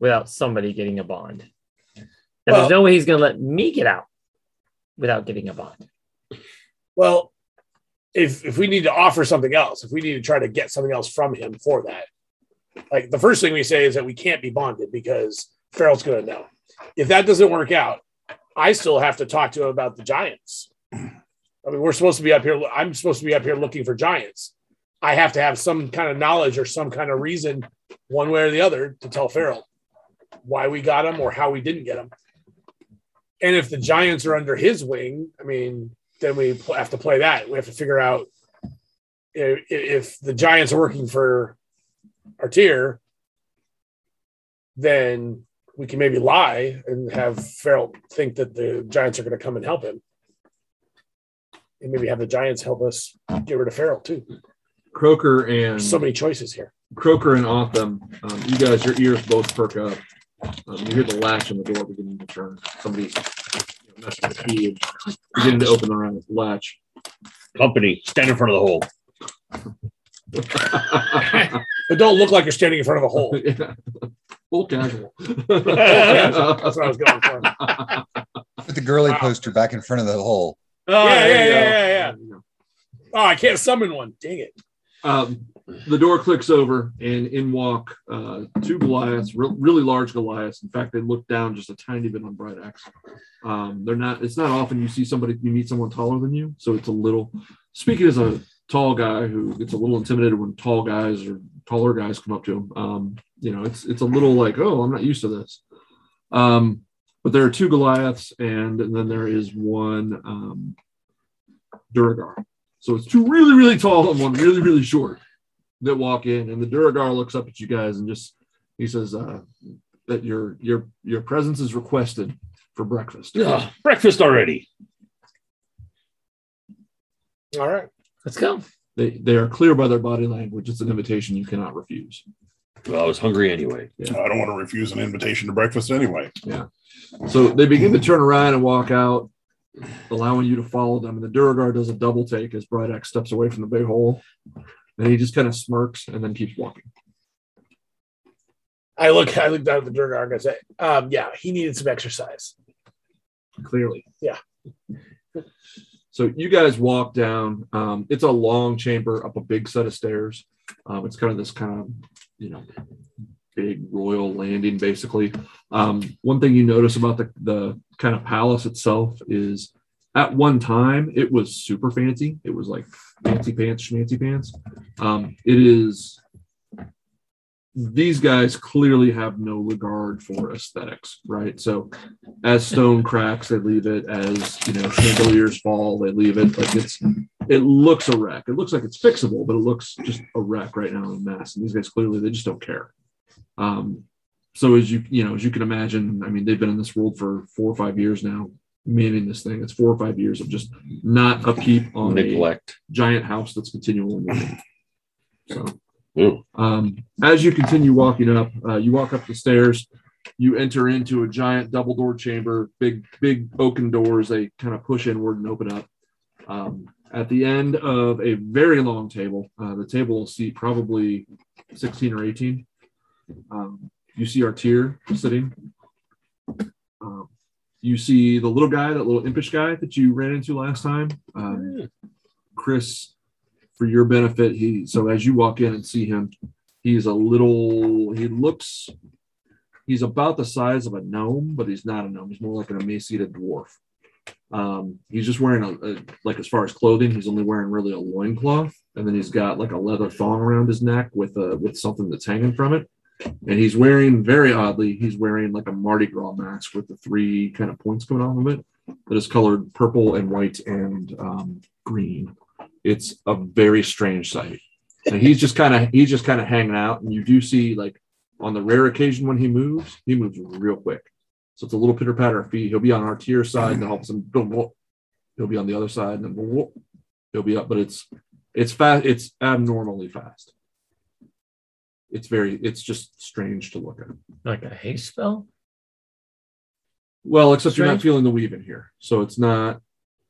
S5: without somebody getting a bond. And
S3: Well-
S5: there's no way he's going to let me get out without getting a bond.
S3: Well, if if we need to offer something else, if we need to try to get something else from him for that, like the first thing we say is that we can't be bonded because Farrell's going to know. If that doesn't work out, I still have to talk to him about the Giants. I mean, we're supposed to be up here. I'm supposed to be up here looking for Giants. I have to have some kind of knowledge or some kind of reason, one way or the other, to tell Farrell why we got him or how we didn't get him. And if the Giants are under his wing, I mean, then we pl- have to play that. We have to figure out if, if the Giants are working for Artier, then we can maybe lie and have Farrell think that the Giants are going to come and help him, and maybe have the Giants help us get rid of Farrell too.
S4: <laughs> Croker and
S3: There's so many choices here.
S4: Croker and Otham, um, you guys, your ears both perk up. Um, you hear the latch on the door beginning to turn. Somebody's you know, messing with the key and beginning to open around the latch. <laughs>
S2: Company, stand in front of the hole.
S3: But don't look like you're standing in front of a hole.
S4: Yeah.
S3: <laughs>
S4: Full casual.
S3: That's what I was going for.
S10: <laughs> Put the girly poster back in front of the hole.
S3: Yeah, yeah, yeah,
S4: Oh, you go.
S3: yeah,
S4: <laughs>
S3: yeah. Oh, I can't summon one. Dang it.
S4: Um, the door clicks over, and in walk uh, two Goliaths, re- really large Goliaths. In fact, they look down just a tiny bit on Bright Axe. Um, they're not. It's not often you see somebody you meet someone taller than you, so it's a little. Speaking as a tall guy who gets a little intimidated when tall guys or taller guys come up to him, um, you know, it's it's a little like, oh, I'm not used to this. Um, but there are two Goliaths, and, and then there is one um, Duragar. So it's two really, really tall and one really, really short that walk in, and the Duragar looks up at you guys and just he says uh, that your your your presence is requested for breakfast.
S2: Ugh, breakfast already.
S3: All right.
S5: Let's go.
S4: They they are clear by their body language. It's an invitation you cannot refuse.
S2: Well, I was hungry anyway.
S6: I don't want to refuse an invitation to breakfast anyway.
S4: So they begin to turn around and walk out, allowing you to follow them. And the Duragar does a double take as Bright Axe steps away from the big hole, and he just kind of smirks and then keeps walking.
S3: I look I look down at the Durgar and I say, um, yeah, he needed some exercise.
S4: Clearly,
S3: Yeah.
S4: So you guys walk down. Um, it's a long chamber up a big set of stairs. Um, it's kind of this kind of you know big royal landing basically. Um, one thing you notice about the the kind of palace itself is at one time it was super fancy. It was like fancy pants, schmancy pants. Um, it is. These guys clearly have no regard for aesthetics, right? So as stone cracks, they leave it. As you know, chandeliers fall, they leave it. Like it's, it looks a wreck. It looks like it's fixable, but it looks just a wreck right now in mass. And these guys clearly they just don't care. Um, so as you you know as you can imagine, I mean they've been in this world for four or five years now, manning this thing. It's four or five years of just not a peep on a
S2: Neglect.
S4: giant house that's continually moving. So,
S2: Ooh.
S4: um, as you continue walking up, uh, you walk up the stairs. You enter into a giant double door chamber, big, big oaken doors. They kind of push inward and open up. Um, at the end of a very long table, uh, the table will seat probably 16 or 18. Um, you see our tier sitting. Um, you see the little guy, that little impish guy that you ran into last time. Um, Chris, for your benefit, he so as you walk in and see him, he's a little. He looks. He's about the size of a gnome, but he's not a gnome. He's more like an emaciated dwarf. Um, he's just wearing a, a like as far as clothing, he's only wearing really a loincloth, and then he's got like a leather thong around his neck with a with something that's hanging from it. And he's wearing very oddly, he's wearing like a Mardi Gras mask with the three kind of points coming off of it that is colored purple and white and um, green it's a very strange sight. And he's just kind of he's just kind of hanging out, and you do see like on the rare occasion when he moves, he moves real quick. So it's a little pitter patter of feet. He'll be on our tier side, and then all of a sudden, boom, whoop. he'll be on the other side, and then boom, whoop. he'll be up. But it's it's fast. It's abnormally fast. It's very. It's just strange to look at.
S5: Like a haste spell?
S4: Well, except you're not
S5: Strange.
S4: feeling the weave in here, so it's not.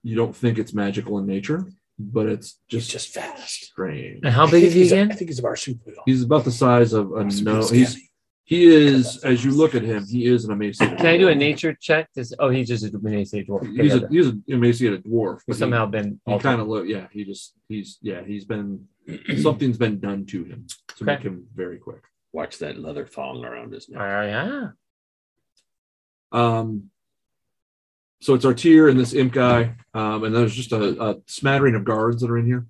S4: You don't think it's magical in nature, but it's
S3: He's
S4: just,
S3: just fast.
S4: strange.
S5: And how
S3: I
S5: <laughs> big
S3: think
S5: is he
S3: he's a- I
S5: again?
S3: think he's a marsupial.
S4: He's about the size of a no.
S3: Marsupial's <laughs>
S4: He's he is as you look at him, he is an emaciated.
S5: Can I do a
S4: dwarf.
S5: nature check? This, oh, he's just a emaciated dwarf.
S4: He's
S5: Okay,
S4: a he's an emaciated dwarf. but
S5: He's
S4: he-
S5: somehow been
S4: he,
S5: altered.
S4: kind of look. Yeah, he just he's yeah he's been something's been done to him to
S5: Okay.
S4: make him very quick.
S2: Watch that leather thong around his neck.
S5: Ah, yeah.
S4: Um, so it's Artier and this imp guy, um, and there's just a, a smattering of guards that are in here,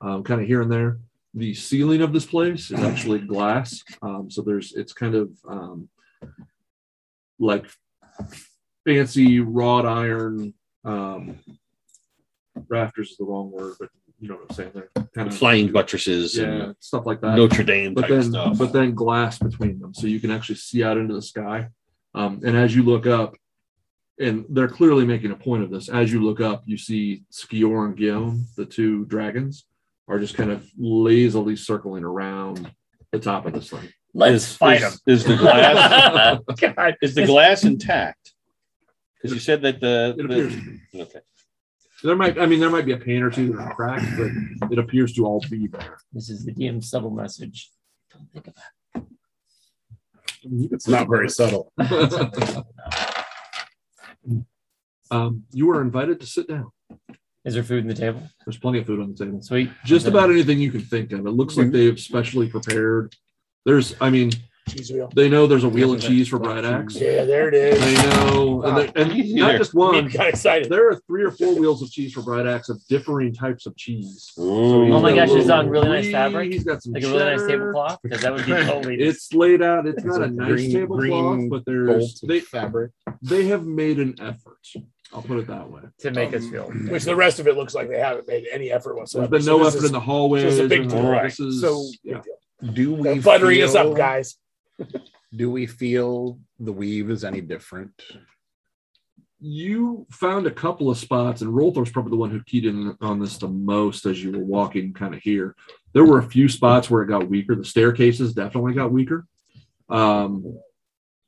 S4: um, kind of here and there. The ceiling of this place is actually glass, um, so there's it's kind of um, like fancy wrought iron um, rafters is the wrong word, but you know what I'm saying? They're
S2: And
S4: kinda-
S2: flying buttresses
S4: yeah,
S2: and
S4: stuff like that.
S2: Notre Dame
S4: but
S2: type
S4: then
S2: stuff.
S4: but then glass between them, so you can actually see out into the sky. Um, and as you look up, and they're clearly making a point of this. As you look up, you see Skior and Guillaume, the two dragons, are just kind of lazily circling around the top of
S2: <laughs>
S4: this thing.
S5: Let's
S2: is,
S5: fight
S2: is,
S5: him.
S2: is the glass
S5: God.
S2: is the glass <laughs> intact? Because you said that the,
S4: It appears to be.
S2: the okay.
S4: There might, I mean, there might be a pane or two that are cracked, but it appears to all
S2: <laughs>
S4: be there.
S5: This is the DM subtle message. Don't think about
S6: It's not very subtle.
S4: um, you are invited to sit down.
S5: it. Is there food in the table?
S4: There's plenty of food on the table.
S5: Sweet.
S4: Just about anything you can think of. It looks
S3: Mm-hmm.
S4: like they've specially prepared. There's, I mean,
S3: Cheese wheel.
S4: they know there's a wheel of cheese for Bright Axe.
S3: Yeah, there it is.
S4: They know,
S3: Ah,
S4: and, they- and not just one.
S3: got excited.
S4: There are three or four wheels of cheese for Bright Axe of different types of cheese.
S5: Oh my
S4: He's got
S5: gosh,
S4: a
S5: it's
S4: little
S5: on really nice
S4: brie,
S5: fabric.
S4: He's got some
S5: Like a really nice
S4: cheddar.
S5: tablecloth? Because that would be totally
S4: It's laid out. It's, not a,
S6: a
S4: nice
S6: green-
S4: tablecloth,
S6: green Bolts
S4: but there's
S6: of
S4: they
S6: fabric.
S4: they have made an effort. I'll put it that way.
S5: to make us feel.
S3: Which the rest of it looks like they haven't made any effort
S4: There's
S3: whatsoever.
S4: been
S3: So
S4: no
S3: this
S4: effort
S3: is-
S4: in the hallways.
S3: so it's a big
S4: and
S3: deal.
S4: all This is,
S3: So-
S4: yeah.
S6: Do we
S3: They're buttering us
S6: feel-
S3: up, guys.
S6: Do we feel the weave is any different?
S4: you found a couple of spots, and Rolthor's probably the one who keyed in on this the most as you were walking kind of here. There were a few spots where it got weaker. The staircases definitely got weaker. Um,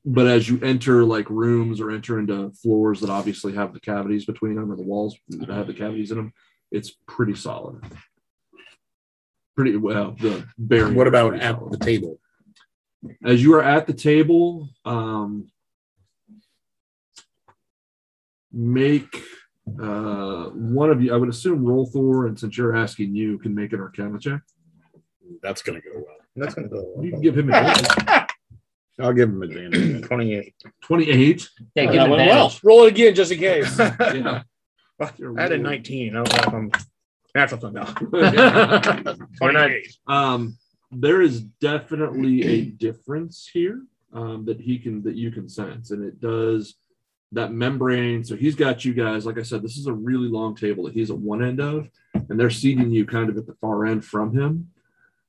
S4: but as you enter like rooms or enter into floors that obviously have the cavities between them or the walls that have the cavities in them, it's pretty solid. Pretty well, the barrier.
S6: What
S4: is
S6: about
S4: pretty
S6: at
S4: solid
S6: the table?
S4: as you are at the table, um, make uh, one of you. I would assume Rolthor, and since you're asking, you can make an Arcana check.
S6: That's gonna go well.
S7: That's gonna go.
S4: You can give him a
S6: I'll give him
S9: <clears throat>
S6: advantage.
S7: Twenty-eight. <laughs>
S4: twenty-eight.
S3: Oh,
S5: Yeah,
S2: That
S5: give him
S2: went well.
S5: advantage.
S3: Roll it again
S4: <laughs>
S3: just in case.
S4: Yeah.
S7: I had
S4: <laughs>
S7: a nineteen. I don't know if I'm natural to now.
S5: We're not-
S4: um, there is definitely a difference here um, that he can that you can sense, and it does that membrane. So he's got you guys. Like I said, this is a really long table that he's at one end of, and they're seating you kind of at the far end from him.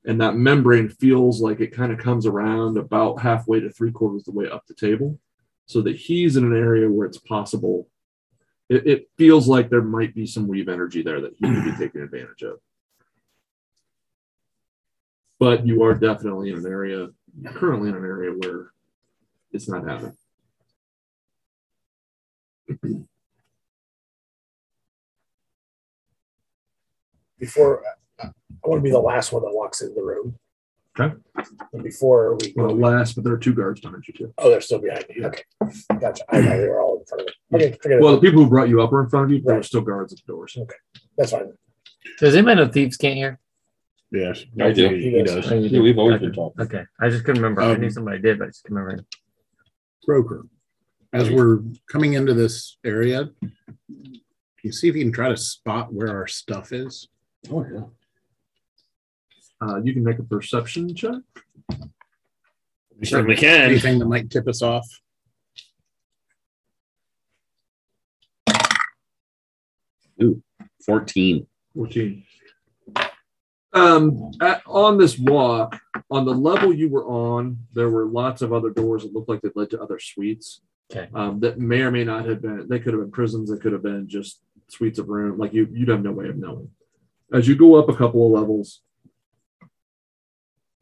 S4: And that membrane feels like it kind of comes around about halfway to three quarters of the way up the table, so that he's in an area where it's possible. It, it feels like there might be some weave energy there that he could be taking advantage of but you are definitely in an area currently in an area where it's not happening.
S3: Before uh, I want to be the last one that walks into the room.
S4: Okay.
S3: And before we
S4: Well, last, but there are two guards behind you too.
S3: Oh, they're still behind me. Okay. Gotcha. I thought they were all in front of me. Okay, forget it.
S4: Well, the people who brought you up are in front of you, but there are still guards at the doors.
S3: That's fine.
S5: Does anybody know thieves can't hear?
S6: Yes.
S2: I do.
S6: He,
S3: He does.
S6: does.
S5: Oh, you
S2: Yeah,
S5: do?
S2: we've always
S5: Okay.
S2: been talking.
S5: Okay, I just couldn't remember. I
S6: Um,
S5: knew somebody did, but I just couldn't remember.
S6: Broker, as we're coming into this area, can you see if you can try to spot where our stuff is?
S4: Oh yeah. Uh, you can make a perception check.
S2: We certainly can.
S6: Anything that might tip us off?
S2: Fourteen.
S4: 14. Um, at- on this walk, on the level you were on, there were lots of other doors that looked like they led to other suites.
S5: Okay.
S4: Um, that may or may not have been. They could have been prisons. They could have been just suites of room. Like you, you'd have no way of knowing. As you go up a couple of levels,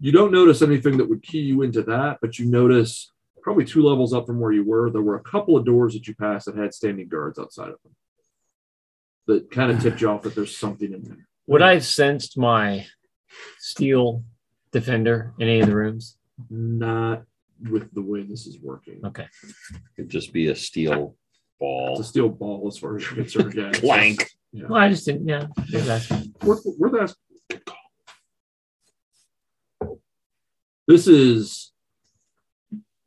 S4: you don't notice anything that would key you into that, but you notice probably two levels up from where you were, there were a couple of doors that you passed that had standing guards outside of them. That kind of tipped you off that there's something in there.
S5: Would I have sensed my steel defender in any of the rooms?
S4: not with the way this is working.
S5: Okay.
S2: It'd just be a steel
S4: It's a
S2: ball.
S4: steel ball as far as you're
S3: <laughs>
S4: concerned. Yeah. it's
S2: Blank.
S4: just-
S5: Well, I just didn't. Yeah. just asking.
S4: yeah. We're, we're the- This is,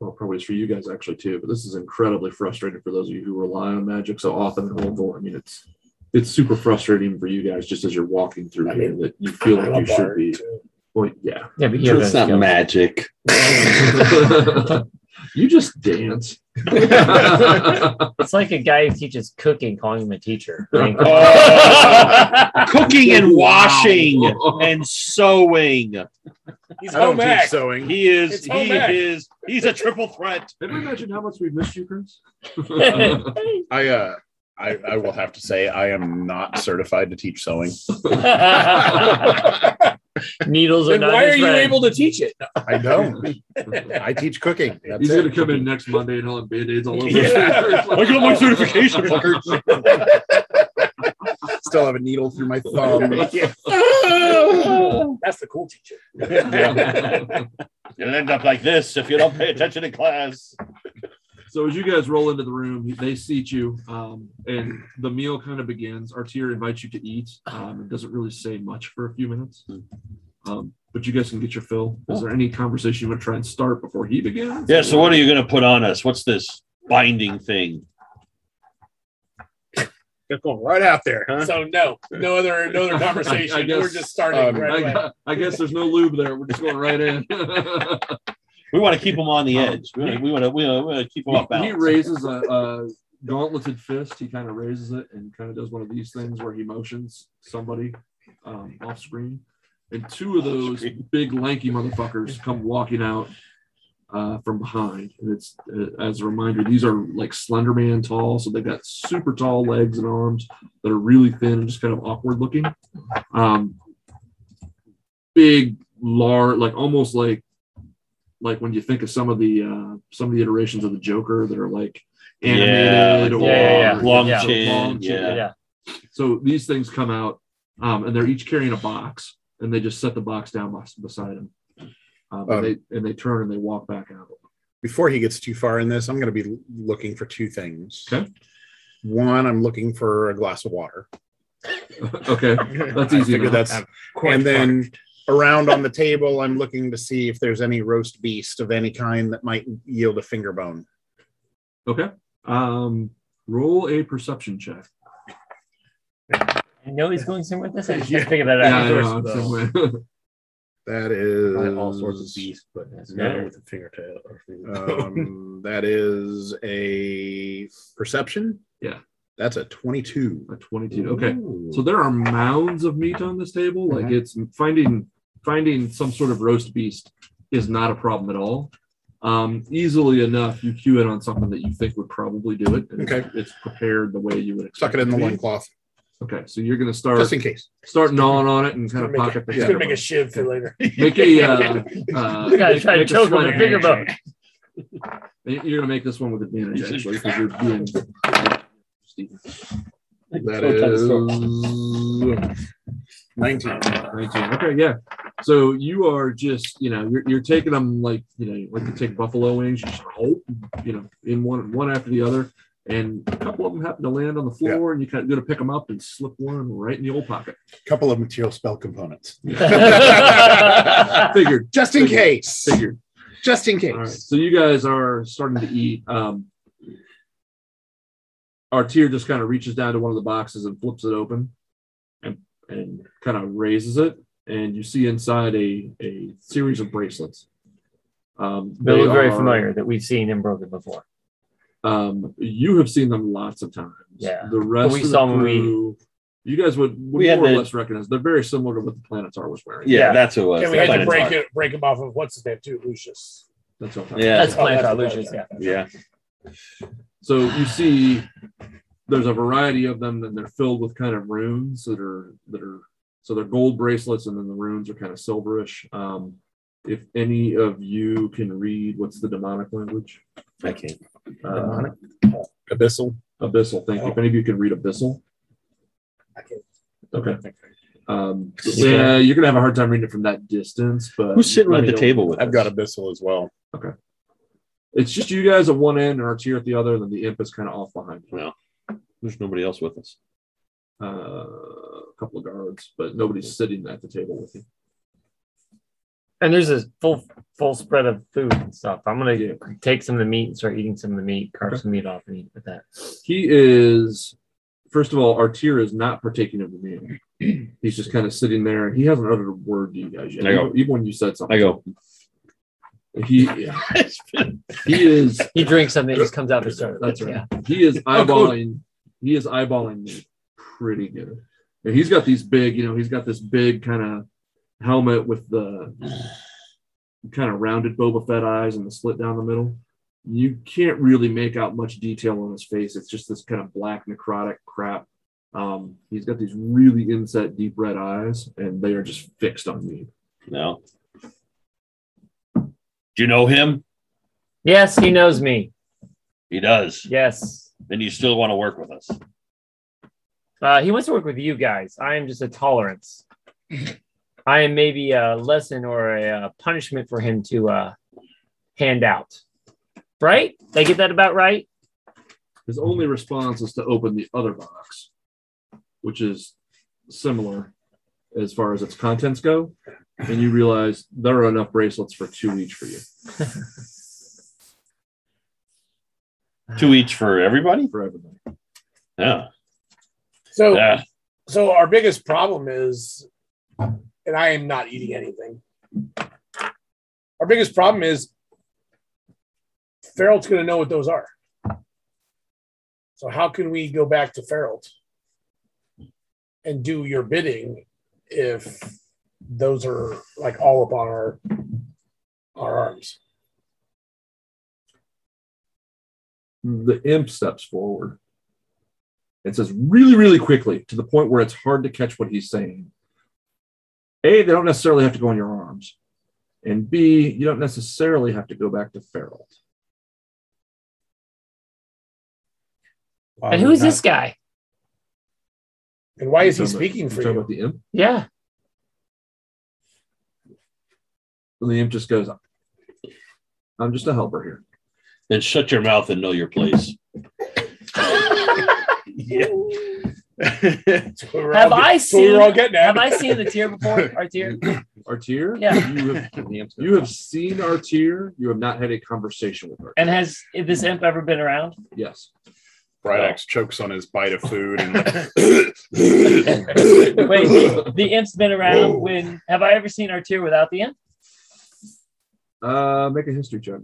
S4: well, probably it's for you guys actually too, but this is incredibly frustrating for those of you who rely on magic so often and hold I mean, it's it's super frustrating for you guys just as you're walking through
S3: I
S4: here
S3: mean,
S4: that you feel like
S3: I'm
S4: you
S3: a
S4: should
S3: bard,
S4: be.
S3: too.
S4: Well, yeah.
S5: Yeah, but
S2: <laughs>
S5: you
S2: Sure
S5: have
S2: it's
S5: that
S2: not
S5: skill.
S3: <laughs>
S2: magic.
S4: You just dance.
S5: it's like a guy who teaches cooking calling him a teacher. I mean,
S2: Oh. Cooking
S4: <laughs>
S2: and washing and sewing.
S3: He's
S7: I
S2: Oh,
S7: don't
S3: home
S7: teach
S3: ec.
S7: sewing.
S2: He is.
S3: It's home
S2: He
S3: ec.
S2: is. He's a triple threat.
S4: Have we mentioned how much we've missed
S2: <laughs>
S4: you, Chris?
S9: I uh I, I will have to say I am not certified to teach sewing.
S5: <laughs> Needles are
S3: Then
S5: not.
S3: why
S5: his
S3: are you
S5: friend.
S3: able to teach it?
S9: I don't. I teach
S4: <laughs>
S9: cooking. That's
S4: He's
S9: it.
S4: going to
S9: <laughs>
S4: come in next Monday and he'll have band aids all over his
S3: Yeah.
S4: face.
S2: <laughs> I got my certification. <laughs> fuckers.
S9: Still have a needle through
S4: <laughs>
S9: my thumb.
S3: That's the cool teacher.
S2: You'll end up like this if you don't pay attention in class.
S4: <laughs> So as you guys roll into the room, they seat you, um, and the meal kind of begins. Artier invites you to eat. Um, it doesn't really say much for a few minutes,
S2: Hmm.
S4: um, but you guys can get your fill. Is there any conversation you want to try and start before he begins?
S2: Yeah. So what are you going to put on us? What's this binding thing?
S7: Just going right out there, huh?
S3: So no, no other,
S6: <laughs>
S3: no other conversation.
S4: I guess,
S3: We're just starting
S9: um,
S3: right away.
S4: I, I guess there's no lube there. We're just going right in. <laughs>
S2: We want to keep them on the edge. We want to. We want to. We want to keep them off
S4: he
S2: balance.
S4: raises a, a gauntleted fist. He kind of raises it and kind of does one of these things where he motions somebody um, off screen. And two of those
S2: Off-screen.
S4: big lanky motherfuckers come walking out uh, from behind. And it's, uh, as a reminder, these are like Slender Man tall. So they've got super tall legs and arms that are really thin and just kind of awkward looking. Um, big, large, like almost like like when you think of some of the uh, some of the iterations of the Joker that are like animated
S2: Yeah,
S4: or
S5: yeah, yeah.
S2: Long
S5: Yeah.
S2: chin.
S4: Long chin.
S2: Yeah.
S5: Yeah.
S4: So these things come out, um, and they're each carrying a box, and they just set the box down bes- beside them. Um,
S9: Um,
S4: and, they, and they turn and they walk back out. <laughs>
S9: Before he gets too far in this, I'm gonna be looking for two things.
S4: Okay.
S9: One, I'm looking for a glass of water.
S4: okay,
S7: <laughs>
S4: that's
S9: I
S4: easy.
S9: figure
S4: enough.
S9: that's and then around on the table, I'm looking to see if there's any roast beast of any kind that might yield a finger bone.
S4: okay. Um, roll a perception check.
S5: I know he's going somewhere with this. I just
S7: Yeah.
S5: figured that
S4: Yeah,
S5: out.
S4: I know,
S7: resources,
S4: <laughs> same way.
S9: That is
S7: but
S5: not with
S7: a fingertail.
S9: Um, that is a perception.
S4: Yeah.
S9: That's a 22.
S4: a twenty-two. Okay. So there are mounds of meat on this table. Like
S9: Uh-huh.
S4: it's finding finding some sort of roast beast is not a problem at all. Um, easily enough, you cue it on something that you think would probably do it. and it's-
S9: Okay.
S4: It's prepared the way you would expect.
S9: Suck it in the
S4: to be.
S9: loincloth
S4: Okay, so you're gonna start
S9: just in case.
S4: start gnawing on it and kind of
S3: Make it-
S4: pocket the
S3: He's
S4: finger
S3: gonna make a shiv for
S4: <laughs>
S3: later.
S4: bone. make
S9: <laughs>
S4: a uh, uh,
S5: You gotta
S4: make-
S5: try to
S4: make a
S5: choke him
S4: sleight
S5: with a
S4: of
S5: finger
S4: hand check.
S5: bone.
S4: You're gonna make this one with advantage actually because you're
S9: <laughs>
S4: being.
S9: That is 19.
S4: 19. Okay, yeah. So you are just, you know, you're, you're taking them like, you know, like you take buffalo wings, you just hold, you know, in one one after the other, and a couple of them happen to land on the floor, and you kind of go to pick them up and slip one right in the old pocket.
S9: couple of material spell components.
S5: <laughs>
S4: <laughs> Figured,
S9: Just in case.
S4: figured.
S9: Just in case.
S4: All right. So you guys are starting to eat. Um, Artier just kind of reaches down to one of the boxes and flips it open, and and kind of raises it, and you see inside a a series of bracelets. Um,
S5: They look very
S4: are-
S5: familiar that we've seen him broken before.
S4: Um, you have seen them lots of times.
S5: Yeah.
S4: The rest
S5: we
S4: of the
S5: saw when we-
S4: crew, you guys would, would
S2: We had
S4: more or
S2: the-
S4: less recognize. They're very similar to what the Planetar was wearing.
S2: Yeah,
S5: Yeah.
S2: that's what it was.
S3: And we had to
S2: Planet
S3: break
S2: Arc.
S3: it, break him off of what's his name too, Lucius.
S4: That's what I'm talking about.
S2: Yeah,
S5: That's
S3: Oh,
S5: Planet
S3: that's
S5: Lucius, yeah.
S3: Planet
S2: yeah.
S4: So you see, there's a variety of them, and they're filled with kind of runes that are that are so they're gold bracelets, and then the runes are kind of silverish. Um, if any of you can read, what's the demonic language?
S2: I can't.
S4: Uh,
S9: Demonic? Abyssal.
S4: Abyssal. Thank you. If any of you can read abyssal. Okay. Um,
S5: You
S4: yeah, you're gonna have a hard time reading it from that distance, but
S2: Who's sitting
S4: let
S2: at
S4: me
S2: the
S4: know.
S2: table with?
S9: I've
S2: us?
S9: got abyssal as well.
S4: It's just you guys at one end and Artier at the other, and then the imp is kind of off behind. you.
S2: Well, there's nobody else with us.
S4: uh, a couple of guards, but nobody's sitting at the table with you.
S5: And there's a full full spread of food and stuff. I'm gonna
S4: Yeah.
S5: take some of the meat and start eating some of the meat, carve some meat off and eat with that.
S4: He is, first of all, Artir is not partaking of the
S2: <clears throat>
S4: meal. He's just kind of sitting there. He hasn't uttered a word to you guys yet.
S2: I go-
S4: Even when you said something.
S2: I go.
S4: He
S2: <laughs>
S4: he is
S5: He drinks something, it just comes out the service.
S4: That's right.
S5: Yeah.
S4: He is
S6: Oh, cool.
S4: eyeballing. He is eyeballing me pretty good. And he's got these big, you know, he's got this big kind of helmet with the kind of rounded Boba Fett eyes and the slit down the middle. You can't really make out much detail on his face. It's just this kind of black necrotic crap. Um, he's got these really inset deep red eyes, and they are just fixed on me.
S2: No. Do you know him?
S5: Yes, he knows me.
S2: He does.
S5: Yes.
S2: And you still want to work with us.
S5: Uh, he wants to work with you guys. I am just a tolerance. I am maybe a lesson or a, uh punishment for him to uh, hand out. Right? Did I get that about right?
S4: His only response is to open the other box, which is similar as far as its contents go. And you realize there are enough bracelets for two each for you,
S2: Two each for everybody?
S4: for everybody.
S2: Yeah.
S3: So
S2: Yeah.
S3: so our biggest problem is, and I am not eating anything. Our biggest problem is Farrell's going to know what those are. So how can we go back to Farrell and do your bidding if those are like all upon our our arms?
S4: The imp steps forward and says really, really quickly to the point where it's hard to catch what he's saying. A, they don't necessarily have to go in your arms. And B, you don't necessarily have to go back to Feral.
S5: and who is this guy?
S3: And why is he
S4: You're talking about-
S3: speaking
S4: you're
S3: for
S4: talking
S3: you?
S4: about the imp?
S5: Yeah.
S4: And the imp just goes, I'm just a helper here.
S2: Then shut your mouth and know your place. yeah.
S3: That's what we're
S5: Have
S3: all get-
S5: I
S3: that's what we're
S5: seen-
S3: all getting at.
S5: Have I seen the tear before? Our tear?
S4: Artier,
S5: Yeah.
S4: you have you have seen Artier. You have not had a conversation with her.
S5: And has this imp ever been
S6: <laughs>
S5: around?
S4: yes,
S6: Bridex chokes on his bite of food
S9: <laughs>
S6: and
S5: Wait, the imp's been around when have I ever seen our tear without the imp?
S4: uh, make a history check.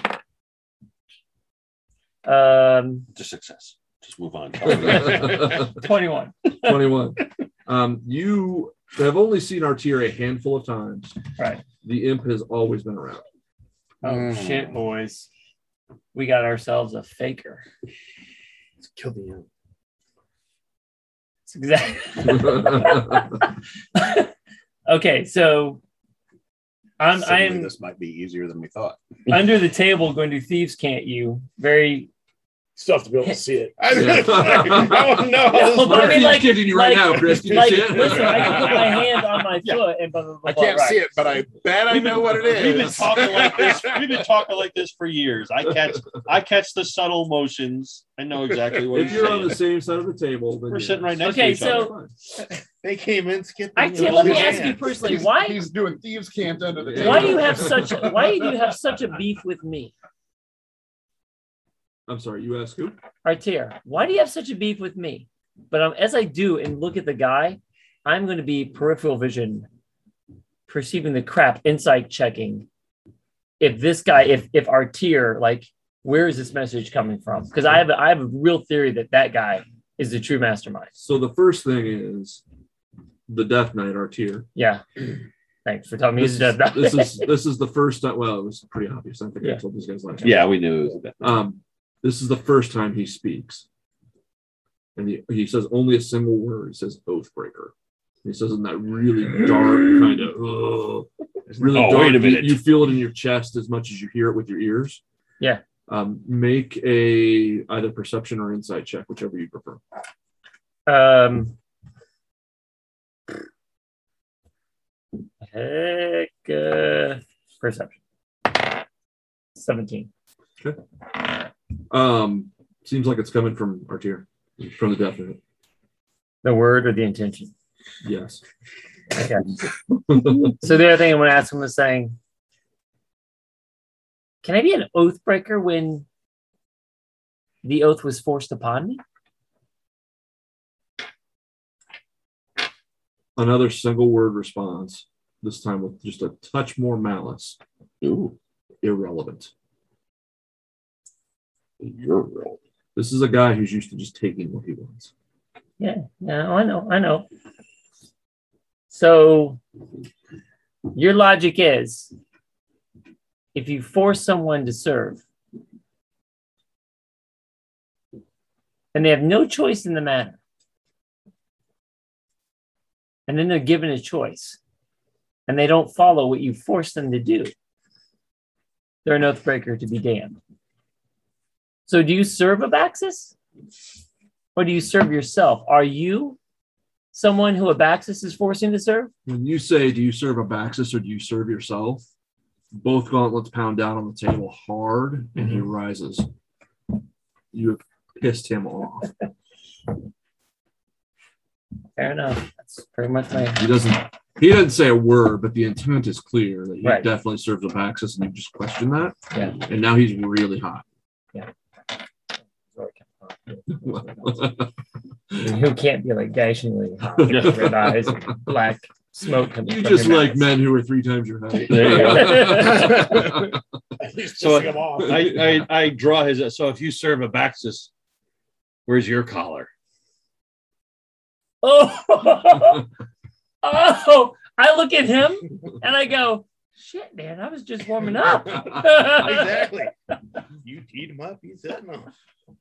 S4: <laughs>
S5: Um
S2: <laughs> Just success. Just move on.
S5: twenty-one.
S4: 21. Um, you have only seen Artier a handful of times.
S5: Right.
S4: The imp has always been
S5: <laughs>
S4: around.
S5: Oh
S6: Mm.
S5: shit, boys. We got ourselves a faker. Let's kill the imp.
S6: <laughs>
S5: Exactly. okay, so I'm I
S6: suddenly
S5: am
S6: this might be easier than we
S9: <laughs>
S6: thought.
S5: under the table going to thieves can't you? Very
S3: Still have to <laughs> be able to see it.
S6: I
S4: Yeah.
S6: don't
S4: <laughs>
S6: know.
S5: oh, No, but I mean,
S4: Artier's
S5: like-
S4: kidding you
S5: like-
S4: right now, Chris. You
S5: like,
S4: see it?
S5: listen, I
S6: <laughs>
S5: can put my hand on my
S6: Yeah.
S5: foot and blah, blah, blah,
S6: I can't
S5: blah,
S6: see it, but I bet I
S2: We've
S6: know what it is.
S2: We've been talking like this. We've been talking like this for years. I catch I catch the subtle motions. I know exactly what
S4: <laughs> If
S2: you're
S4: you're on
S2: saying.
S4: the same side of the table, then
S2: We're
S4: yes.
S2: sitting right next
S5: Okay,
S2: to each other.
S5: so-
S4: Fine.
S9: They came in, skipped.
S5: I
S9: the
S5: can't-
S9: yellow
S5: let me
S9: hand.
S5: ask you
S9: <laughs>
S5: personally,
S9: He's-
S5: why-
S9: he's doing thieves' cant under the
S4: Why
S9: table?
S5: Why do you have such a why do you have such a beef with me?
S4: I'm sorry. You asked who?
S5: Artier, why do you have such a beef with me? But um, as I do and look at the guy, I'm going to be peripheral vision, perceiving the crap, insight checking. If this guy, if if Artier, like, where is this message coming from? Because I have a, I have a real theory that that guy is the true mastermind.
S4: So the first thing is the Death Knight Artier.
S5: Yeah. Thanks for telling me.
S4: this,
S5: he's
S4: is,
S5: dead.
S4: this is this is the first time. Well, it was pretty obvious. I think I
S5: Yeah.
S4: told these guys last. time.
S2: Yeah, we knew it was that.
S4: Um, this is the first time he speaks, and he, he says only a single word. He says "oathbreaker." He says it in that really dark kind of. "Ugh," really
S2: Oh,
S4: dark.
S2: wait a
S4: You-
S2: minute.
S4: You, feel it in your chest as much as you hear it with your ears.
S5: Yeah.
S4: Um, make a either perception or insight check, whichever you prefer.
S5: <laughs> Um, heck, uh, perception. 17.
S4: Um, seems like it's coming from Artier, from the Death Knight.
S5: The word or the intention?
S4: Yes. <laughs>
S5: Okay. so the other thing I want to ask him was saying, can I be an oath breaker when the oath was forced upon me?
S4: Another single word response, this time with just a touch more malice.
S2: Ooh,
S4: Irrelevant.
S2: you're real.
S4: This is a guy who's used to just taking what he wants.
S5: Yeah, yeah, I know, I know. So your logic is if you force someone to serve and they have no choice in the matter, and then they're given a choice and they don't follow what you force them to do, they're an oath breaker to be damned. So do you serve Abaxis? Or do you serve yourself? Are you someone who Abaxis is forcing to serve?
S4: When you say, do you serve Abaxis or do you serve yourself? Both gauntlets pound down on the table hard and
S5: Mm-hmm.
S4: he rises. You have pissed him off.
S5: Fair enough. That's pretty much <laughs> my
S4: He doesn't he doesn't say a word, but the intent is clear that he
S5: Right.
S4: definitely serves Abaxis and you just question that.
S5: Yeah.
S4: And now he's really hot.
S5: who can't be like gashingly hot, red eyes, black smoke. coming
S4: you
S5: from
S4: just
S5: your
S4: like
S5: mouth.
S4: men who are three times your height.
S2: There
S4: you go.
S3: At least
S2: So
S3: pissing him off.
S2: I, I I draw his. So if you serve a Baxis, where's your collar?
S5: Oh, <laughs> oh! I look at him and I go, "Shit, man! I was just warming
S7: <laughs>
S5: up."
S7: exactly. You teed him up. He's setting him.
S4: <laughs>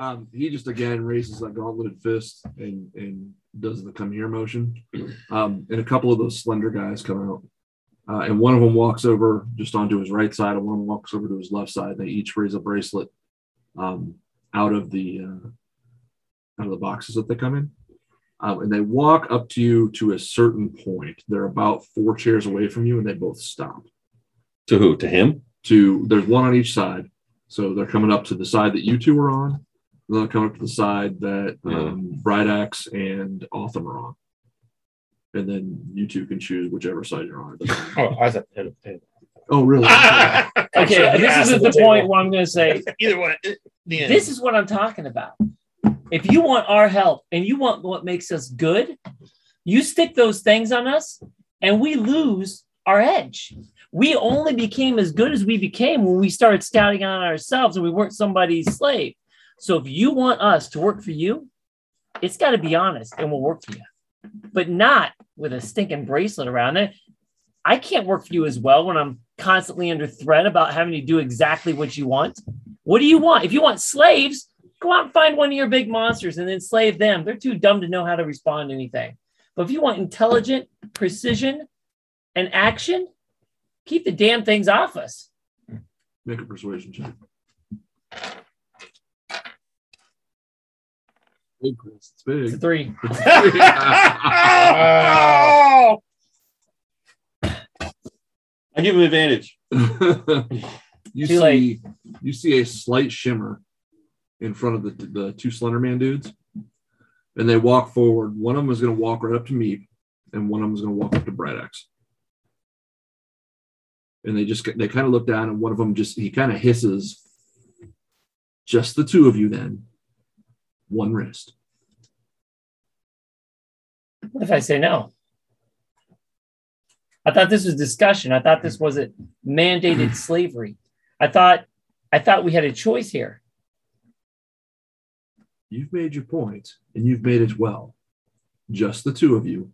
S4: Um, he just again raises that gauntleted fist and and does the come here motion. Um, and a couple of those slender guys come out, uh, and one of them walks over just onto his right side, and one of them walks over to his left side. They each raise a bracelet um, out of the uh, out of the boxes that they come in, um, and they walk up to you to a certain point. They're about four chairs away from you, and they both stop
S2: To who? To him?
S4: to there's one on each side. So they're coming up to the side that you two are on. and Then they're coming up to the side that um, Bright Axe and Otham are on. And then you two can choose whichever side you're on.
S7: Oh, I said head of the <laughs> table.
S4: oh, really?
S5: <laughs> okay, this
S7: Ass
S5: isn't
S7: of the
S5: the
S7: table.
S5: point where I'm going to say
S7: Either way, it- the end. <laughs>
S5: this is what I'm talking about. If you want our help and you want what makes us good, you stick those things on us and we lose our edge. We only became as good as we became when we started scouting on ourselves and we weren't somebody's slave. So if you want us to work for you, it's got to be honest and we'll work for you, but not with a stinking bracelet around it. I can't work for you as well when I'm constantly under threat about having to do exactly what you want. What do you want? If you want slaves, go out and find one of your big monsters and enslave them. They're too dumb to know how to respond to anything. But if you want intelligent precision and action, keep the damn things off us.
S4: Make a persuasion check. Big, Chris. It's
S5: It's a
S4: big.
S5: three.
S4: <laughs>
S7: <laughs>
S5: Ah!
S2: I give him advantage.
S4: <laughs> you
S5: Too
S4: see,
S5: late.
S4: you see a slight shimmer in front of the the two Slenderman dudes, and they walk forward. One of them is going to walk right up to me, and one of them is going to walk up to Bright Axe. And they just they kind of look down, and one of them just he kind of hisses. Just the two of you, then. One wrist.
S5: What if I say no? I thought this was discussion. I thought this wasn't
S4: <clears throat>
S5: mandated slavery. I thought I thought we had a choice here.
S4: You've made your point, and you've made it well. Just the two of you.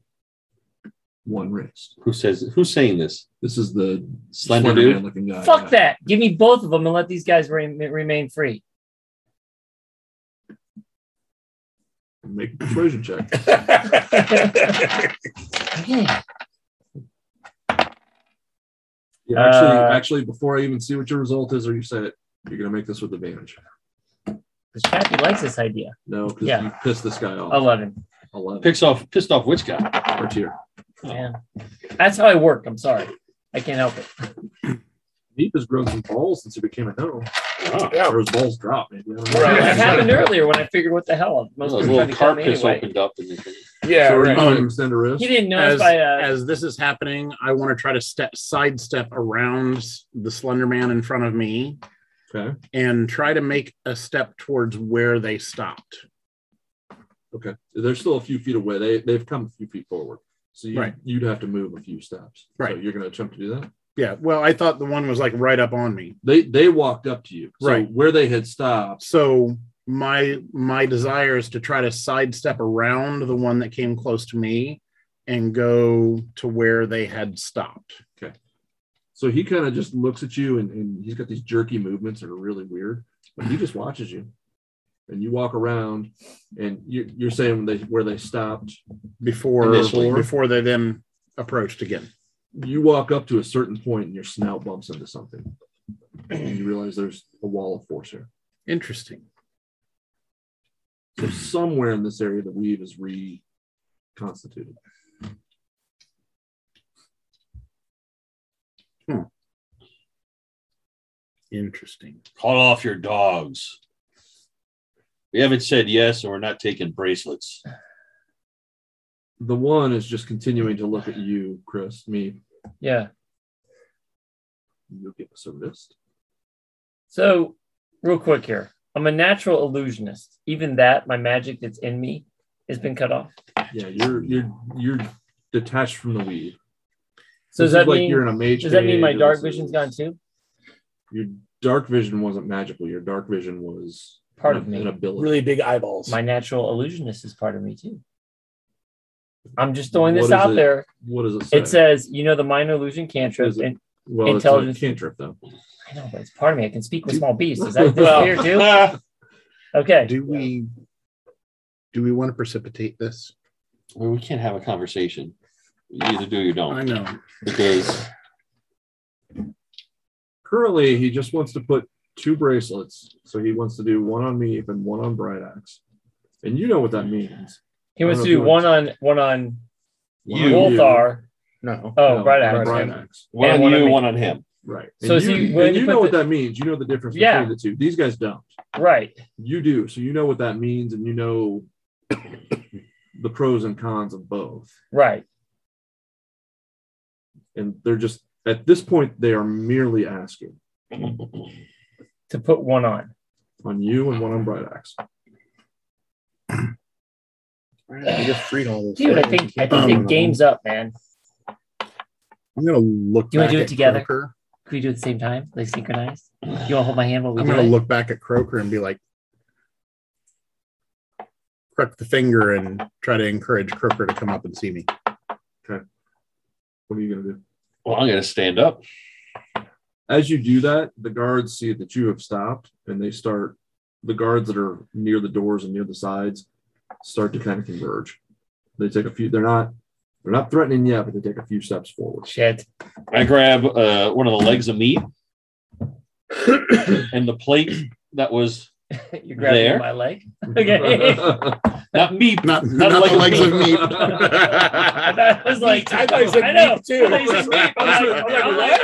S4: One wrist.
S2: Who says? Who's saying this?
S4: This is the
S2: Slender dude?
S4: looking guy.
S5: Fuck
S4: yeah.
S5: that. Give me both of them and let these guys re- remain free. <clears throat>
S4: Make a persuasion check.
S5: Okay.
S4: Yeah, actually,
S5: Uh,
S4: actually, before I even see what your result is, or you say it, you're gonna make this with advantage.
S5: Because Kathy likes this idea.
S4: No, because
S5: Yeah.
S4: you pissed this guy off.
S5: Eleven.
S4: Eleven.
S2: Picks off, pissed off which guy?
S4: Or tier.
S5: Yeah. That's how I work. I'm sorry. I can't help it.
S4: Deep has grown some balls since he became a gnome.
S3: yeah.
S4: Or his balls dropped, maybe. I don't know.
S5: It happened earlier when I figured what the hell. Most
S2: Those
S5: people
S2: little
S5: trying to kill
S2: car
S5: me
S2: piss
S5: anyway.
S2: opened up. And they-
S7: yeah,
S4: So are you
S7: right.
S4: gonna extend a wrist?
S5: He didn't know
S6: As,
S5: if I. Uh,
S6: as this is happening, I want to try to step sidestep around the Slender Man in front of me
S4: Okay.
S6: and try to make a step towards where they stopped.
S4: Okay. They're still a few feet away. They they've come a few feet forward. So you,
S6: Right.
S4: you'd have to move a few steps.
S6: Right.
S4: So you're gonna attempt to do that.
S6: Yeah. Well, I thought the one was like right up on me.
S4: They they walked up to you. So
S6: Right.
S4: where they had stopped.
S6: So my my desire is to try to sidestep around the one that came close to me and go to where they had stopped.
S4: So he kind of just looks at you and, and he's got these jerky movements that are really weird. But he just watches you. And you walk around and you, you're saying they, where they stopped.
S6: before
S4: Initially.
S6: before they then approached again.
S4: You walk up to a certain point and your snout bumps into something. And you realize there's a wall of force here.
S6: Interesting.
S4: So somewhere in this area, the weave is reconstituted.
S6: Interesting.
S2: Call off your dogs. We haven't said yes, and we're not taking bracelets.
S6: <laughs>
S4: The one is just continuing to look at you, Chris, me.
S5: Yeah.
S4: You'll give us a wrist.
S5: So, real quick here, I'm a natural illusionist. Even that, my magic that's in me, has been cut off.
S4: Yeah, you're you're you're detached from the weave.
S5: So
S4: This is
S5: does that
S4: like
S5: mean
S4: you're in a mage
S5: Does that mean my
S4: phase.
S5: dark vision's gone too?
S4: Your dark vision wasn't magical. Your dark vision was
S5: Part
S4: an,
S5: of me.
S4: an ability.
S3: Really big eyeballs.
S5: My natural illusionist is part of me too. I'm just throwing this
S4: What is
S5: out
S4: it?
S5: there.
S4: What does it say?
S5: It says, you know, the minor illusion cantrip.
S4: Is it-
S5: And
S4: well, it's a
S5: intelligence-
S4: cantrip though.
S5: I know, but it's part of me. I can speak with small beasts.
S4: <laughs>
S5: Is that disappear too?
S3: Ah,
S5: Okay.
S6: Do we do we want to precipitate this?
S2: Well, we can't have a conversation. You either do or you
S6: I
S2: don't.
S6: know.
S5: <laughs>
S2: Because
S4: Currently, he just wants to put two bracelets. So he wants to do one on me and one on Bright Axe. And you know what that means.
S5: He wants
S4: I
S5: to
S4: don't know if
S5: do
S4: you
S5: one on one on
S2: you,
S4: Wolf-
S5: Wolthar.
S7: No.
S5: Oh,
S4: No,
S5: right
S4: Bright
S5: axe.
S4: Axe.
S2: one
S5: And
S2: on
S5: one on
S2: you,
S5: me.
S2: one on him.
S4: Right.
S5: So
S4: and
S5: is he
S4: you,
S5: willing
S4: and
S5: to
S4: you know
S5: put
S4: what
S5: the-
S4: that means. You know the difference
S5: Yeah.
S4: between the two. These guys don't.
S5: Right.
S4: You do. So you know what that means and you know <coughs> the pros and cons of both.
S5: Right.
S4: And they're just, at this point, they are merely asking
S5: To put one on.
S4: on you and one on Bright Axe.
S6: I just freed all those
S5: Dude, I
S6: things.
S5: think I think the
S6: Um,
S5: game's up, man.
S6: I'm gonna look
S5: You wanna
S6: back
S5: do it
S6: at
S5: together?
S6: Croker.
S5: Can we do it at the same time? Like synchronized? You want to hold my hand while we
S6: I'm
S5: do
S6: gonna
S5: it?
S6: look back at Croker and be like crook the finger and try to encourage Croker to come up and see me.
S4: What are you going to do?
S2: Well, I'm going to stand up.
S4: As you do that, the guards see that you have stopped and they start, the guards that are near the doors and near the sides start to kind of converge. They take a few, they're not, they're not threatening yet, but they take a few steps forward.
S5: Shit. <laughs>
S2: I grab uh, one of the legs of
S5: <coughs>
S2: meat and the plate that was
S5: You're grabbing
S2: There.
S5: my leg. <laughs>
S4: <laughs>
S5: Okay.
S2: not meat,
S6: Not
S2: Not
S6: not,
S2: like
S6: the legs
S2: me.
S6: of
S9: <laughs>
S6: meat.
S4: <laughs>
S5: I was like,
S3: I thought he said
S5: I know.
S3: meat, too.
S5: <laughs> I thought he said meat. I'm like, I'm like,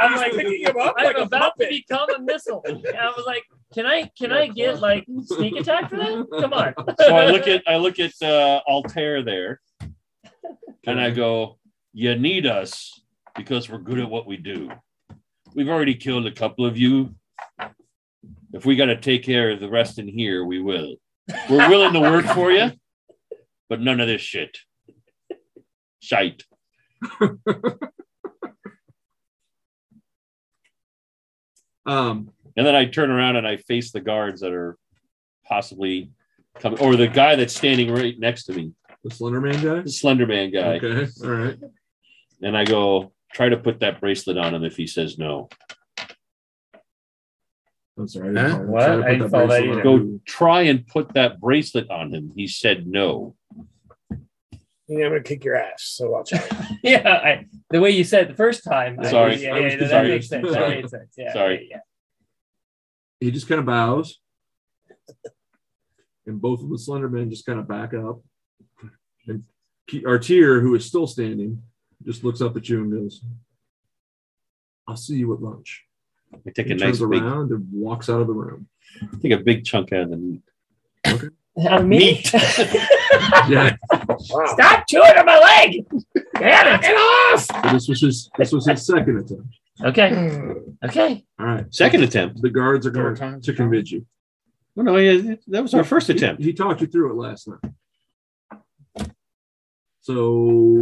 S5: I'm
S3: He's
S5: like, <laughs>
S3: picking him up
S5: I'm
S3: like a
S5: about to
S3: puppet.
S5: become a missile. And I was like, can I can I get like sneak attack for that? Come on.
S2: so I
S5: <laughs>
S2: look at I look at uh, Altair there, and I go, "You need us because we're good at what we do. We've already killed a couple of you. If we got to take care of the rest in here, we will. We're willing to work for you, but none of this shit. Shite.
S4: um,
S2: And then I turn around and I face the guards that are possibly coming, or the guy that's standing right next to me,
S4: the Slender Man guy?
S2: the Slender Man guy.
S4: Okay. All right.
S2: And I go, try to put that bracelet on him if he says no.
S4: I'm sorry. I didn't
S6: Huh?
S4: follow that.
S5: What?
S4: Try to
S5: I
S4: put
S5: didn't follow that
S4: bracelet
S5: either.
S4: on.
S2: Go try and put that bracelet on him. He said no.
S3: Yeah, I'm gonna kick your ass. So watch out.
S5: <laughs> yeah, I, the way you said it the first time. I-
S2: Sorry.
S5: yeah, yeah, that
S2: Sorry.
S5: makes sense. That
S2: Sorry.
S5: makes sense. Yeah,
S2: Sorry.
S5: yeah,
S4: he just kind of bows, and both of the slender men just kind of back up. And Ke- Artier, who is still standing, just looks up at you and goes, "I'll see you at lunch."
S2: I take a
S4: He
S2: nice
S4: turns
S2: big,
S4: around and walks out of the room.
S2: take a big chunk out of the meat.
S5: yeah. Out of me?
S2: Meat.
S4: Yeah,
S3: Wow.
S5: <laughs> Stop chewing on my leg! Damn it! Get off!
S4: so this was his. This was his second attempt.
S5: Okay.
S4: Hmm.
S5: Okay.
S4: All right,
S2: Second attempt.
S4: the guards are going
S6: Third time.
S4: to convince you.
S2: No, no, yeah, that was our first
S4: He-
S2: attempt.
S4: He, talked you through it last night. So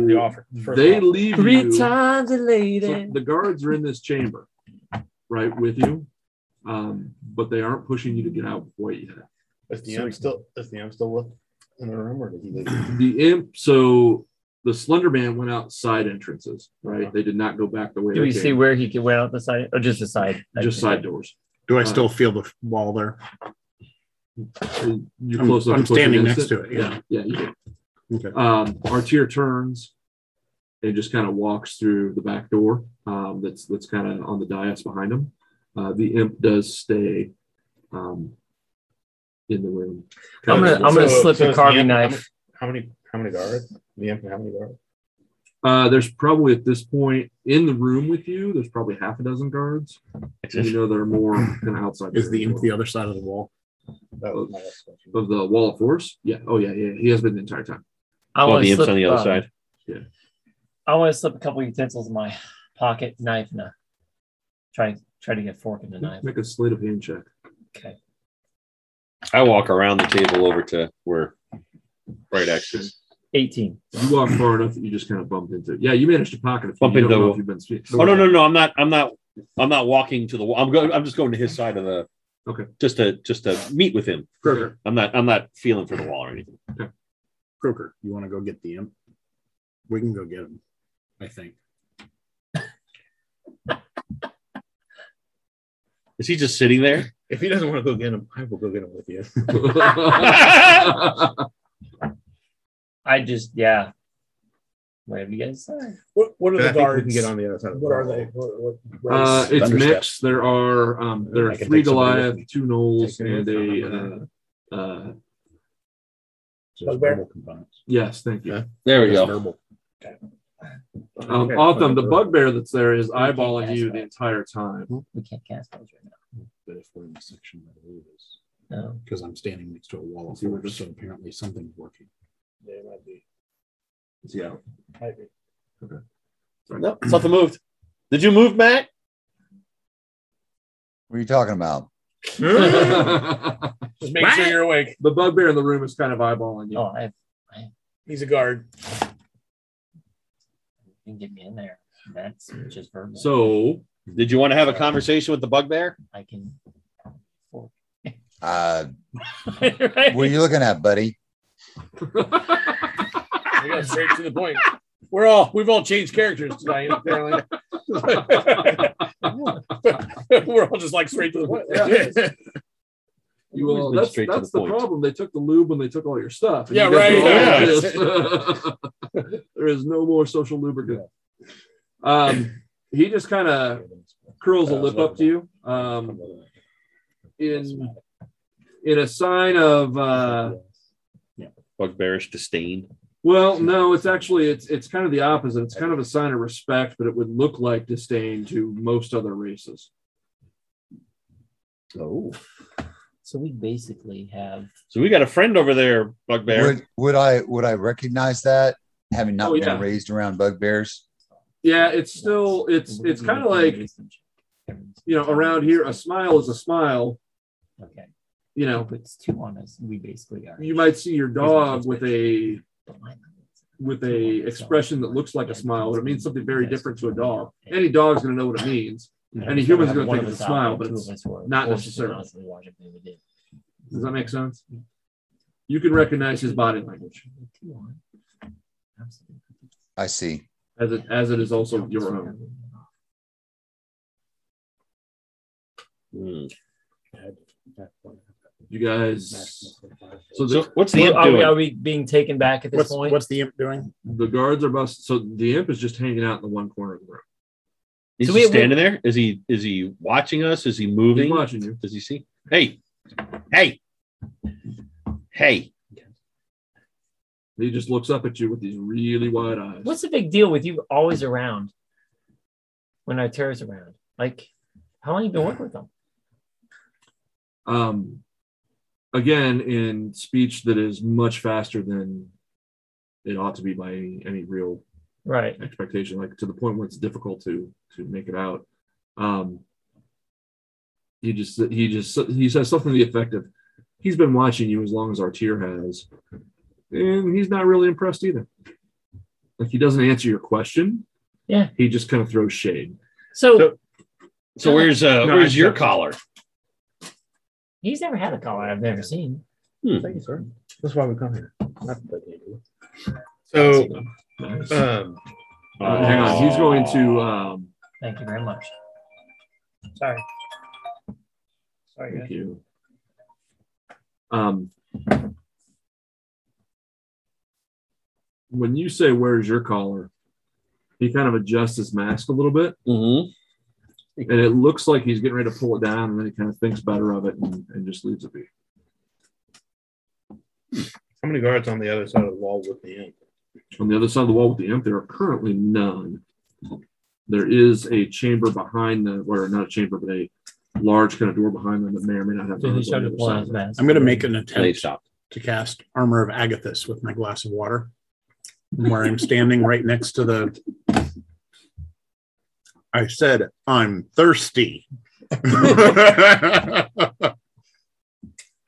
S7: The offer. First
S4: they
S7: offer.
S4: leave
S5: Three
S4: you.
S5: times a lady.
S4: So the guards are in this chamber, right, with you, um, but they aren't pushing you to get out quite yet.
S7: Is the imp still is the imp still with in the room or did he leave?
S4: The imp, so the Slender Man went out side entrances, right? They did not go back the way.
S5: Do
S4: they
S5: we
S4: came,
S5: see where he can went out the side or just the side?
S4: just side doors?
S6: Do I still feel the wall there?
S4: You're
S6: I'm-
S4: close enough
S6: I'm
S4: to push
S6: standing
S4: against
S6: next to it, yeah.
S4: yeah, yeah you do.
S6: Okay.
S4: Um, Artier turns and just kind of walks through the back door um, that's that's kind of on the dais behind him. Uh, the imp does stay um, in the room.
S5: I'm gonna- I'm gonna slip the
S7: is the
S5: carving
S7: imp- how
S5: knife.
S7: many- How many how many guards? The imp how many guards?
S4: Uh, there's probably at this point in the room with you. There's probably half a dozen guards. You know, they're more kind of outside.
S6: Is the
S4: area.
S6: imp the other side of the wall?
S7: That was my next question.
S4: of the wall of force? Yeah. Oh yeah, yeah. He has been the entire time.
S5: I
S2: Oh,
S5: want
S2: the
S5: to
S2: imp's
S5: slip,
S2: on the other
S5: uh,
S2: side.
S5: I want to slip a couple utensils in my pocket, knife, and a try try to get fork in the knife.
S4: Make a slate of hand check.
S5: Okay.
S2: I walk around the table over to where right axis.
S5: 18.
S4: You walk far enough that you just kind of bump into. it. Yeah, you managed to pocket it.
S2: Bump
S4: you
S2: into-
S4: Know if you've been spe-
S2: Oh no, no, no! I'm not. I'm not. I'm not walking to the wall. I'm going. I'm just going to his side of the.
S4: Okay.
S2: Just to just to meet with him. <laughs>
S4: Kroger.
S2: I'm not. I'm not feeling for the wall or anything.
S6: Croker, you want to go get the imp? We can go get him, I think.
S2: Is he just sitting there?
S7: If he doesn't want to go get him, I will go get him with you.
S4: Uh,
S5: I just, yeah. Whatever you guys say.
S3: What, what are
S7: But I
S3: the
S7: think we
S3: guards?
S7: can get on the other side. Of the
S3: What are
S7: wall.
S3: they? What, what race?
S4: Uh, it's
S6: Thunderstep.
S4: mixed. There are um, there are
S7: I can
S4: three
S7: take somebody with
S4: Goliath,
S7: me.
S4: two Knolls,
S7: Take it
S4: and
S7: in.
S4: a uh, uh,
S6: Just
S3: Bugbear?
S6: verbal components.
S4: yes. Thank you.
S7: Okay.
S2: There we
S6: Just
S2: go.
S6: verbal.
S4: Um,
S7: Okay,
S4: Autumn, the
S7: fine.
S4: bugbear that's there is
S5: We can't
S4: eyeballing
S5: cast
S4: you
S5: that.
S4: the entire time.
S5: We can't cast those right
S6: But if we're in the section that it is,
S5: now. No.
S6: because I'm standing next to a wall of
S4: See what
S6: force, so apparently something's working.
S7: They might be.
S4: Yeah.
S7: Might be.
S2: Nope. Something moved. Did you move, Matt?
S10: What are you talking about?
S4: the
S3: Just make sure you're awake.
S4: bugbear in the room is kind of eyeballing you.
S5: Oh, I
S3: He's a guard.
S5: can get me in there. That's just verbal.
S3: <laughs>
S4: So
S2: Did you want to have a conversation with the bugbear?
S5: I can.
S3: <laughs>
S10: Uh,
S5: Right?
S10: what are you looking at, buddy?
S3: We got straight to the point. We're all we've all changed characters tonight, apparently. <laughs> We're all just like straight to the point. Yeah,
S4: you
S2: Always
S4: all,
S2: been
S4: that's
S2: straight to
S4: that's
S2: the
S4: the,
S2: point.
S4: problem. They took the lube when they took all your stuff. and
S3: Yeah,
S4: you
S3: right.
S4: guys are all
S3: <laughs>
S4: pissed. <laughs> there is no more social lubricant. Um, he just kind of curls a lip up to you. Um, in in a sign of uh,
S2: Bugbearish disdain.
S4: well, no, it's actually it's it's kind of the opposite. It's kind of a sign of respect, but it would look like disdain to most other races.
S2: Oh.
S5: So we basically have.
S2: So we got a friend over there, bugbear.
S10: Would, would I would I recognize that having not
S4: Oh,
S10: been
S4: yeah.
S10: raised around bugbears?
S4: Yeah, it's still it's it's kind of like you know around here a smile is a smile.
S5: Okay.
S4: You
S5: No,
S4: know,
S5: but it's two on us. We basically are.
S4: you might see your dog with a
S5: But mine-
S4: with a expression that looks like a smile, but it means something very different to a dog. Any dog's gonna know what it means. Any human's gonna
S5: One
S4: think
S5: of
S4: it's a
S5: us out,
S4: smile,
S5: and
S4: but
S5: two
S4: it's
S5: of us were
S4: not
S5: forced to
S4: necessarily.
S5: constantly watch it, and we did.
S4: Does that make sense? You can recognize his body language
S5: Two on. Absolutely.
S10: I see.
S4: as it as it is also your own.
S2: Hmm.
S4: You guys, so
S2: So
S4: the,
S2: what's the
S5: Well,
S2: imp
S5: Are we, are
S2: doing?
S5: we being taken back at this
S6: What's,
S5: point?
S6: what's the imp doing?
S4: the guards are bust. So the imp is just hanging out in the one corner of the room.
S2: Is
S5: So
S2: he
S5: we-
S2: standing there? Is he is he watching us? Is he
S4: He's
S2: moving?
S4: watching you.
S2: Does he see? Hey, hey, hey!
S4: He just looks up at you with these really wide eyes.
S5: What's the big deal with you always around when Artura's around? Like, how long you been working with them?
S4: Um, again, in speech that is much faster than it ought to be by any, any real
S5: Right.
S4: expectation, like to the point where it's difficult to to make it out. Um, he just he just he says something to the effect of, "He's been watching you as long as Artier has, and he's not really impressed either." Like he doesn't answer your question.
S5: Yeah.
S4: He just kind of throws shade.
S5: So,
S2: So- So where's uh
S4: No,
S2: where's
S4: I-
S2: your collar?
S5: he's never had a collar I've never seen.
S11: Thank you, sir. That's why we come here. Not to play games.
S7: So,
S4: Nice.
S7: um,
S4: Uh, hang on. He's going to. Um,
S5: Thank you very much. Sorry. Sorry, guys.
S4: thank you. Um, when you say "Where's your collar," he kind of adjusts his mask a little bit,
S2: Mm-hmm.
S4: and it looks like he's getting ready to pull it down, and then he kind of thinks better of it and, and just leaves it be.
S7: how many guards on the other side of the wall with me in?
S4: On the other side of the wall with the imp, there are currently none. There is a chamber behind the, or not a chamber, but a large kind of door behind them that may or may not have.
S5: So he
S4: doors on
S5: started
S4: the
S5: to pull out
S4: other
S5: his
S4: side.
S5: mask.
S9: I'm going to make an
S2: And they
S9: attempt
S2: stopped.
S9: to cast Armor of Agathis with my glass of water, where I'm standing right next to the. I said, I'm thirsty. <laughs>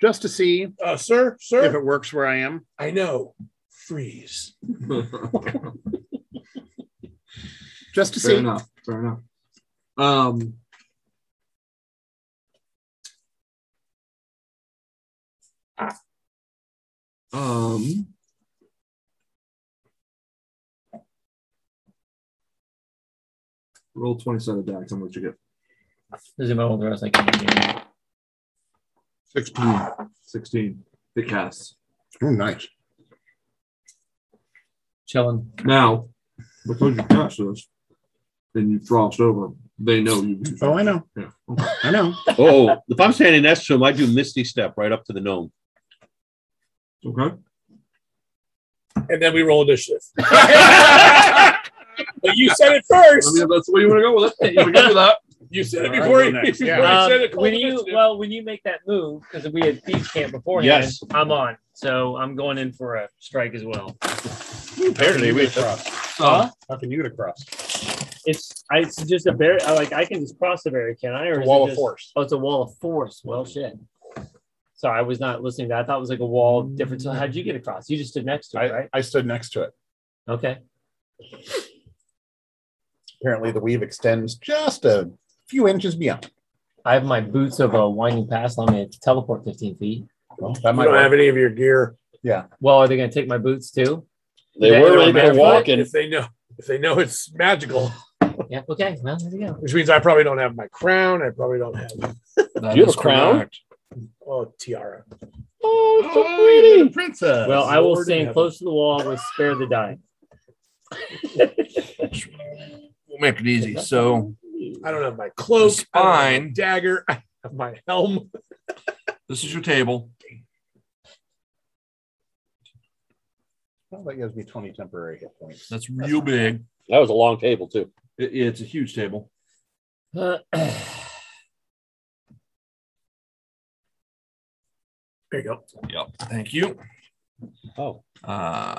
S9: Just to see
S3: Uh, sir,
S9: if
S3: sir,
S9: it works where I am.
S3: I know. Freeze.
S4: <laughs>
S9: Just to
S4: Fair
S9: see.
S4: enough. Fair enough. Um, um, roll 20 sided die. Tell me what you get.
S5: This is my older. I was like, "Yeah."
S9: 16. Oh,
S4: 16. It casts.
S9: nice.
S5: chilling.
S4: Now, because you cast this, then you frost over. They know you.
S9: Oh, I know.
S4: Yeah.
S9: I
S4: <laughs>
S9: know.
S2: Oh, if I'm standing next to him, I do Misty Step right up to the gnome.
S4: Okay.
S3: And then we roll initiative. But you said it first.
S4: I mean, that's where you want to go with it. You wanna go with that.
S3: You said it
S9: All right,
S3: before,
S9: go
S3: he,
S9: next.
S3: before
S9: Yeah.
S3: he
S5: Um,
S3: said it.
S5: when you well, when you make that move, because we had thief camp beforehand,
S2: Yes.
S5: I'm on. So I'm going in for a strike as well.
S7: Apparently, we
S5: Huh?
S9: How can you get across?
S5: It's I, it's just a barrier. Like I can just cross the barrier, can I? Or is it
S9: Wall of
S5: just-
S9: force.
S5: Oh, it's a wall of force. Well, shit. Sorry, I was not listening. To that. I thought it was like a wall different. So how'd you get across? You just stood next to it,
S9: I,
S5: right?
S9: I stood next to it.
S5: Okay.
S9: Apparently, the weave extends just a few inches beyond.
S5: I have my boots of a winding pass. Allow me to teleport 15 feet.
S9: Well, that
S3: you
S9: might
S3: don't
S9: work.
S3: have any of your gear.
S5: Well, are they going to take my boots too?
S2: They
S5: Yeah,
S2: were
S5: it don't
S2: right there
S5: matter.
S2: walking.
S3: If they know, if they know it's magical,
S5: Yeah. Okay. Well, there you go.
S3: which means I probably don't have my crown. I probably don't have
S2: Do you have a crown?
S3: oh tiara.
S2: Oh,
S7: princess.
S5: Well, I will
S3: Lord in
S5: stand
S3: heaven.
S5: close to the wall with spare the dying.
S7: we'll make it easy. So
S3: I don't have my cloak.
S7: The
S3: I don't have my
S7: spine.
S3: dagger. I have my helm.
S7: this is your table.
S9: Well, that gives me 20 temporary hit points.
S7: That's real big.
S2: that was a long table too.
S7: It- it's a huge table.
S5: Uh,
S3: There you go.
S7: Yep. Thank you.
S2: Oh.
S7: Uh,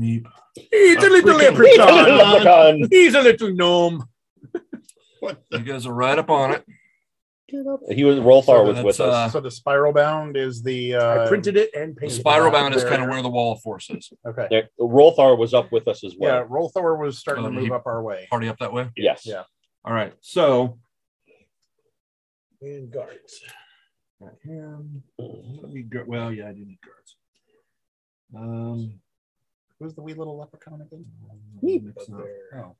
S7: meep.
S3: He's
S9: <laughs>
S3: a little
S7: freaking
S2: <laughs>
S3: leprechaun. <laughs> He's a little gnome.
S7: You guys are right up on it.
S2: He was Rolthar
S7: So
S2: was
S7: that's,
S2: with
S7: uh,
S2: us.
S9: so the spiral bound is the. Uh,
S3: I printed it and
S7: The
S3: painted. it.
S7: spiral bound is kind of where the wall of force is.
S9: Okay.
S2: There, Rolthar was up with us as
S9: Yeah,
S2: well.
S9: Roll Thor was starting
S7: Oh,
S9: to
S7: he-
S9: move up our way.
S7: Party up that way.
S2: Yes.
S9: Yeah.
S7: All right. So
S3: And guards.
S7: Got him. Let me go- Well, yeah, I do need guards. Um,
S9: Who's the wee little leprechaun again?
S7: Meep.
S9: Oh.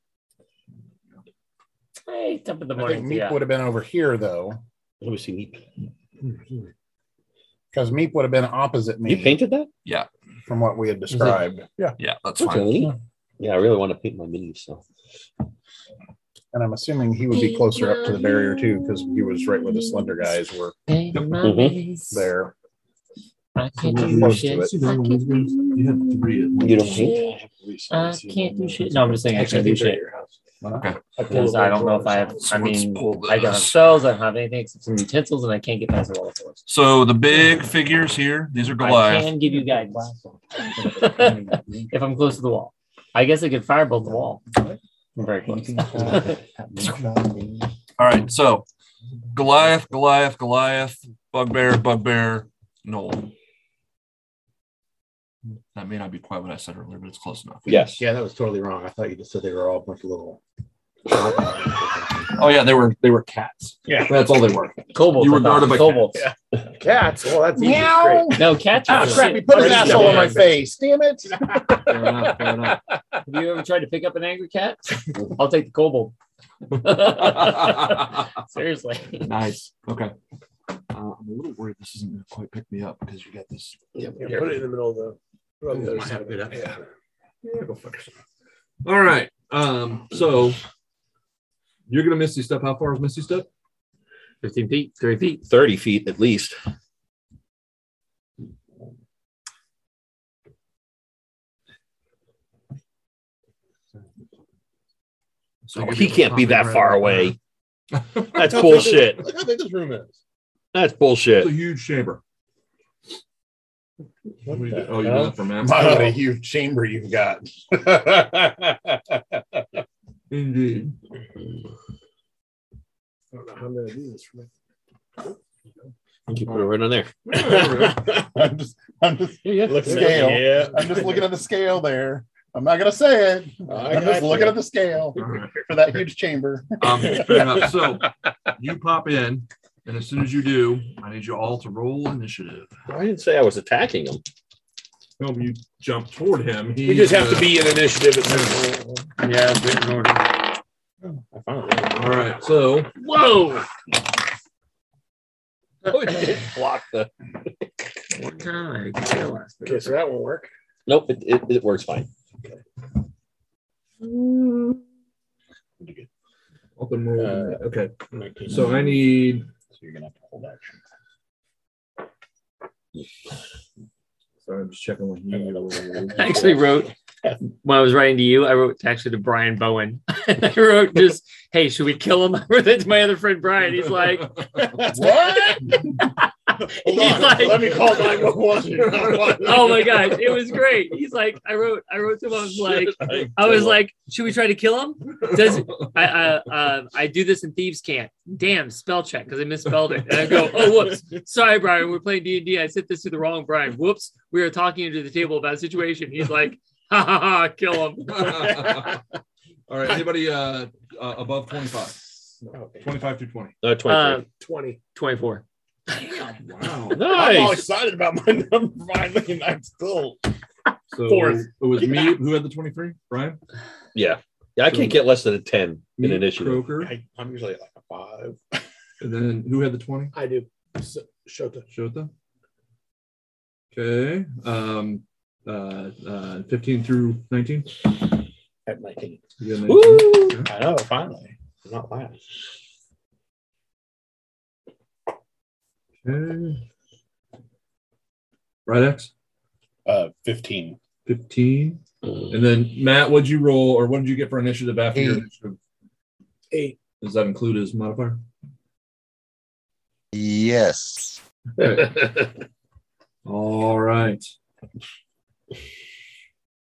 S5: hey, it's up in the
S9: I think
S5: morning.
S9: Meep
S5: Yeah.
S9: would have been over here though,
S2: Let me see. Meep.
S9: because Meep would have been opposite me
S2: You painted that?
S9: from what we had described.
S7: Yeah, that's
S2: That's
S7: fine.
S2: really neat. Yeah, I really want to paint my minis. So
S9: And I'm assuming he would be closer up to the barrier too, because he was right where the slender guys were
S5: Hey, my
S2: Mhm.
S5: miss.
S7: <laughs>
S9: there.
S5: I can't do
S9: Close to
S5: shit.
S9: it.
S5: I can't do
S4: You have three. at
S2: you don't
S4: once.
S2: paint?
S5: I can't do shit. No, I'm just saying I can't do shit.
S7: Okay.
S5: Because I don't know if I have,
S7: So
S5: I
S7: let's
S5: mean,
S7: pull
S5: I don't have
S7: this.
S5: spells, I don't have anything except some utensils, and I can't get past the wall of force.
S7: So the big figures here, these are
S5: I
S7: Goliath.
S5: can give you guidance <laughs> if I'm close to the wall. I guess I could firebolt the wall. I'm very close.
S7: All right. So Goliath, Goliath, Goliath, Bugbear, Bugbear, Noel.
S12: That may not be quite what I said earlier, but it's close enough.
S7: Yeah, that was totally wrong. I thought you just said they were all a bunch of little.
S12: Oh yeah, they were they were cats.
S7: Yeah.
S12: That's all they were.
S5: Kobolds.
S12: You were
S5: I thought.
S12: guarded by
S5: kobolds.
S7: Cats. Well, that's easy.
S5: Meow.
S7: Great.
S5: <laughs> No, cats.
S7: Ah,
S5: are
S7: crap! He put an
S5: shit.
S7: asshole in my face. Damn it!
S5: Fair enough, fair enough. Have you ever tried to pick up an angry <laughs> cat? I'll take the kobold. <laughs> Seriously.
S12: <laughs> Nice. Okay. Uh, I'm a little worried this isn't going to quite pick me up because you got this.
S3: Yeah, put it in the middle of the. put it on the other side of it. Yeah.
S4: Yeah, go fuck yourself. All right. Um, so you're gonna misty step. How far is misty step?
S5: 15 feet, 30 feet.
S2: 30 feet at least.
S12: So
S2: he can't be that far away. <laughs> That's
S7: Look how big
S2: bullshit.
S7: this- Look how big this room is.
S2: That's bullshit.
S4: It's a huge chamber.
S7: What
S4: What do you
S7: the
S4: do? Oh, you
S7: hell?
S4: did that for math.
S2: <laughs>
S9: Wow, what a huge chamber you've got. <laughs>
S4: Indeed.
S7: I don't know how I'm gonna do this. From
S2: You put it right on there.
S9: <laughs> I'm just, I'm just
S2: Yeah,
S9: look
S7: yeah.
S9: scale.
S7: Yeah.
S9: I'm just looking at the scale there. I'm not gonna say it.
S7: I
S9: I'm just
S7: got
S9: looking
S7: you.
S9: at the scale
S4: All right.
S9: for that huge chamber.
S5: <laughs>
S4: Um, fair enough. So you pop in, and as soon as you do, I need you all to roll initiative.
S2: I didn't say I was attacking him. <laughs>
S4: No, you jump toward him.
S3: We just have to be in initiative at some point. Oh,
S5: Yeah, big order.
S2: I found it.
S4: All right. So <laughs>
S3: Whoa!
S2: Oh, it did block the.
S5: One time. I did last bit.
S3: Okay, so that won't work.
S2: Nope, it, it, it works fine.
S4: open roll.
S3: Uh,
S4: okay. So I need
S2: So you're gonna have to hold action.
S4: Sorry, I'm just checking what you
S5: I <laughs> actually wrote when I was writing to you, I wrote actually to Brian Bowen. <laughs> I wrote just, hey, should we kill him? <laughs> I wrote that to my other friend Brian. He's <laughs> like,
S9: What?
S5: he's like
S7: Let me call 911.
S5: <laughs> oh my gosh, it was great. He's like, I wrote, I wrote to him. I was like, I was like, should we try to kill him? <laughs> Does I uh, uh, I do this in thieves can't. Damn, spell check because I misspelled it. And I go, oh whoops, sorry Brian, we're playing D and I sent this to the wrong Brian. Whoops, we were talking under the table about a situation. He's like, ha ha ha, kill him.
S4: <laughs> All right. Anybody uh, uh above 25? 25 through 20.
S2: No, 23.
S5: Uh,
S3: 20.
S5: 24.
S7: <laughs>
S4: Wow.
S7: I'm all
S2: nice.
S7: excited about my number finally, and I'm still.
S4: So
S7: Fourth.
S4: it was me who had the 23, Brian?
S2: Yeah. Yeah, I can't get less than a 10 in
S4: Me,
S2: initiative.
S4: Croker.
S7: I, I'm usually like a five. <laughs>
S4: And then who had the 20?
S3: I do. So, Shota.
S4: Shota. Okay. Um, uh, uh, 15 through 19.
S7: At 19.
S4: You got 19?
S2: Woo!
S7: I know, finally. I'm not last.
S4: Okay. Right X,
S9: Uh, 15.
S4: 15. And then Matt, what'd you roll or what did you get for initiative after your
S10: Eight.
S4: initiative?
S3: Eight.
S4: Does that include his modifier?
S10: Yes.
S4: All right.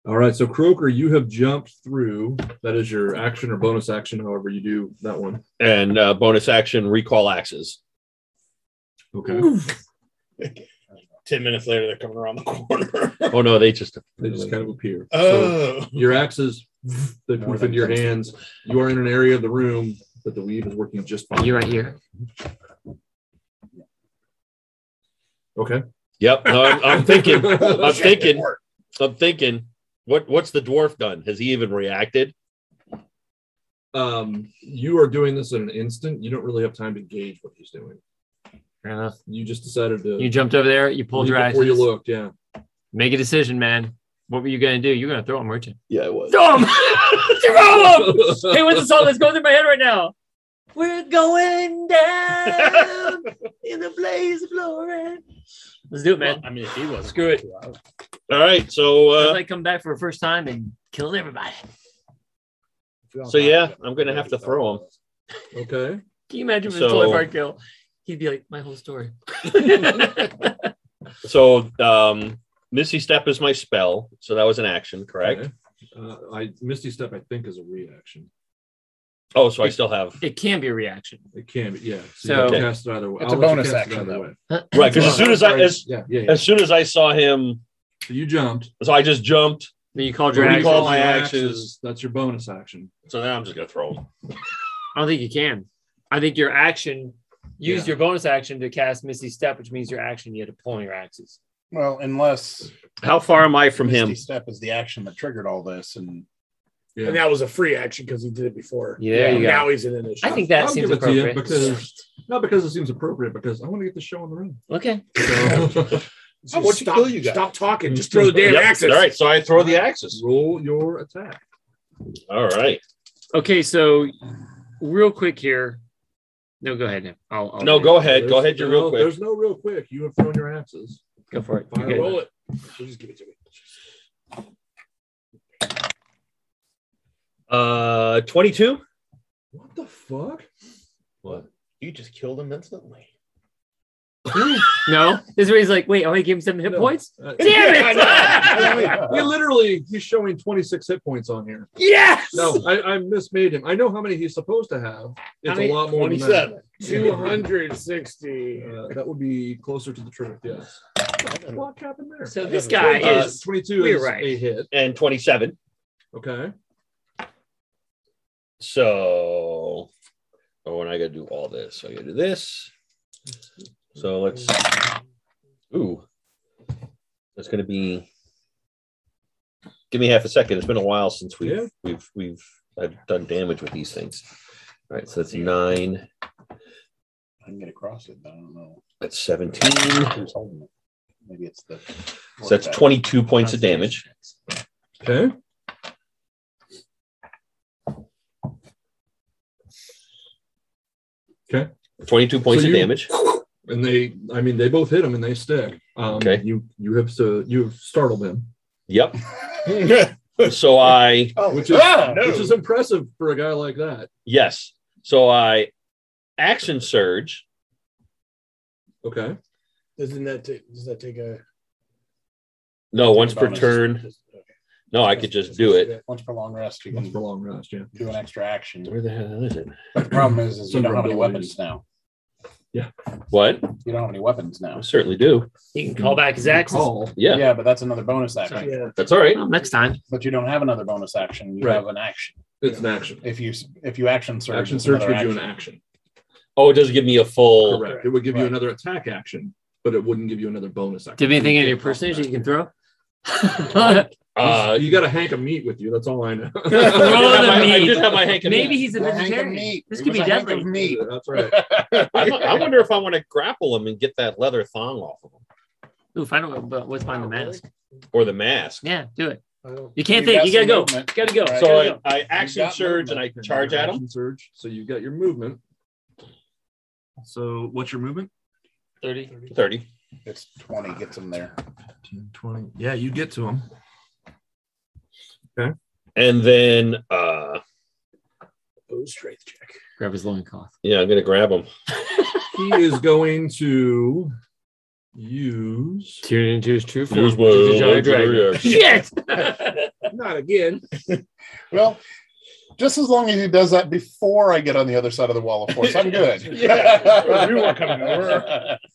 S4: All right. So Croker, you have jumped through. That is your action or bonus action, however you do that one.
S2: And uh, bonus action recall axes.
S4: Okay.
S7: 10 minutes later, they're coming around
S2: <laughs>
S7: the corner.
S2: Oh no, they just
S4: They just kind of appear. So
S7: Oh.
S4: your axes, they poof into your hands. You are in an area of the room that the weave is working just fine.
S5: You right here.
S4: Okay.
S2: Yep. No, I'm,
S4: <laughs>
S2: I'm thinking. I'm thinking. I'm thinking. What What's the dwarf done? Has he even reacted?
S4: Um, you are doing this in an instant. You don't really have time to gauge what he's doing.
S5: Fair enough.
S4: You just decided to
S5: You jumped over there, you pulled your eyes.
S4: before you looked. Yeah.
S5: Make a decision, man. What were you gonna do? You're gonna throw him, weren't you?
S2: Yeah, it was.
S5: Throw him! throw him! Hey, what's the song that's going through my head right now? We're going down in the blaze of glory. Let's do it, man.
S7: I mean, if he was
S5: Screw it.
S2: All right. So,
S5: Let's
S2: uh,
S5: like come back for the first time and killing everybody.
S2: so yeah, I'm gonna have to throw him.
S4: <laughs> Okay.
S5: Can you imagine with
S2: So-
S5: a toy bar kill? He'd be like, my whole story. Correct.
S2: So, um, Misty Step is my spell. So that was an action, correct?
S4: Okay. Uh, I Misty Step, I think, is a reaction.
S2: Oh, so I still have
S5: It can be a reaction.
S4: It can, be, yeah.
S5: So-
S4: you can cast it either way.
S9: It's a
S4: I'll let you
S9: bonus
S4: cast it
S9: action,
S4: either
S9: though.
S4: way.
S2: right because as soon as I as
S4: yeah, yeah, yeah.
S2: as soon as I saw him
S13: So you jumped.
S2: So I just jumped.
S14: Then you called your actions.
S13: Recall my
S14: Your
S13: actions.
S14: actions.
S13: That's your bonus action.
S2: So now I'm just gonna throw them.
S5: I don't think you can. I think your action use your bonus action to cast Misty Step, which means your action you had to pull on your axes.
S9: Well, unless
S2: How far am I from
S9: Misty
S2: him?
S9: Step is the action that triggered all this, and
S3: And that was a free action because he did it before.
S2: Yeah, you got
S3: now
S2: it.
S3: he's in an issue.
S5: I think that seems
S3: give it to you
S5: appropriate.
S3: because-
S4: not because it seems appropriate, because I want to get the show on the road.
S5: Okay.
S3: I want to kill you guys. Stop talking. Just throw the damn
S2: Yep.
S3: axes.
S2: All right, so I throw the axes.
S4: Roll your attack.
S2: All right.
S5: Okay, so real quick here. No, go ahead. Now. I'll, I'll
S2: No, go ahead. Go ahead. You're
S4: no,
S2: real quick.
S4: There's no real quick. You have thrown your axes.
S5: Go for it.
S4: Fire
S5: You're good.
S4: roll
S3: it. She'll just give it to me.
S2: Uh, 22.
S4: What the fuck?
S2: What? You just killed him instantly.
S5: No, this is where he's like, wait, I only gave him seven hit
S4: <laughs>
S5: points.
S4: Uh,
S5: Damn it!
S4: I mean, we literally he's showing 26 hit points on here.
S5: Yes.
S4: No, I, I mismade him. I know how many he's supposed to have. It's
S3: many-
S4: a lot more. than that.
S3: 27. 260.
S4: Uh, that would be closer to the truth. Yes. What the fuck happened there?
S5: So this guy
S4: Uh,
S5: is
S4: 22
S5: we're
S4: is
S5: right.
S4: a hit.
S2: And 27.
S4: Okay.
S2: So, oh, and I got to do all this. So I got to do this. So let's. Ooh, that's going to be. Give me half a second. It's been a while since we've
S4: Yeah.
S2: we've we've I've done damage with these things. All right, so that's nine.
S9: I can get across it. But I don't know.
S2: That's seventeen.
S9: Who's holding it? Maybe it's the.
S2: So that's twenty-two points of damage.
S4: Okay. Okay.
S2: Twenty-two points
S4: So
S2: of
S4: you-
S2: damage.
S4: And they, I mean, they both hit him and they stick. Um,
S2: Okay.
S4: You you have to you have
S2: <laughs>
S4: startled him,
S2: Yep. Oh. so I
S4: which is
S2: Oh.
S4: which is impressive for a guy like that.
S2: yes. So I action surge.
S4: Okay.
S3: Doesn't that take, does that take a
S2: No, once per
S9: Bonus.
S2: turn. No, I could just do it.
S9: Once per long rest, you
S4: Once
S9: can
S2: Mm-hmm.
S4: for long rest. Yeah.
S9: do an extra action.
S2: Where the hell is it?
S9: But the problem is, is you don't have any
S4: Vulnerabilities.
S9: weapons now.
S2: What?
S9: You don't have any weapons now.
S2: I certainly do.
S5: He can call back his axes.
S4: Call.
S2: Yeah,
S9: Yeah, but that's another bonus action.
S2: that's all right.
S5: Well, next time.
S9: But you don't have another bonus action. You
S4: Right.
S9: have an action.
S4: It's an action.
S9: If you if you action surge,
S4: action
S9: it's
S4: search
S9: another
S4: would do an
S9: action.
S4: action.
S2: Oh, it does give me a full.
S4: Correct. It would give you
S9: Right.
S4: another attack action, but it wouldn't give you another bonus action.
S5: Do you have anything in your
S4: personage
S5: personage that you can throw?
S2: Uh,
S4: you got a hank of meat with you. That's all I
S5: <laughs>
S4: know.
S5: Throw the
S2: I
S5: meat.
S2: did have my hank of
S5: Maybe
S2: meat.
S5: he's a
S9: A hank of
S5: vegetarian.
S9: meat.
S5: This
S9: It
S5: could
S9: was
S5: be
S9: a hank
S5: deadly.
S9: of meat.
S4: That's
S5: <laughs>
S4: right.
S2: I, I wonder if I want to grapple him and get that leather thong off of him
S5: <laughs> Ooh, find out but what's behind the mask.
S2: or the mask.
S5: Yeah, do it.
S3: I don't,
S5: You can't
S9: You
S5: think.
S9: got
S5: You gotta
S9: some
S5: go.
S9: movement.
S5: You gotta go.
S2: So
S5: Gotta
S2: I,
S5: go.
S2: I action
S9: got
S2: surge and I charge at him.
S4: Action Surge. So you've got your movement.
S14: So what's your movement?
S5: 30.
S2: 30.
S9: It's twenty gets them there.
S14: 15, 20. Yeah, you get to him.
S2: And then, uh,
S3: oh, strength check.
S5: Grab his loincloth.
S2: yeah, I'm going to grab him.
S4: He is going to use.
S5: Turn into his true
S2: Here's my
S5: which is a giant
S2: legendary
S7: <laughs>
S5: dragon. <laughs> Shit!
S3: Not again.
S9: Well, just as long as he does that before I get on the other side of the wall of force, I'm good.
S3: Yeah. We weren't coming over.
S9: <laughs>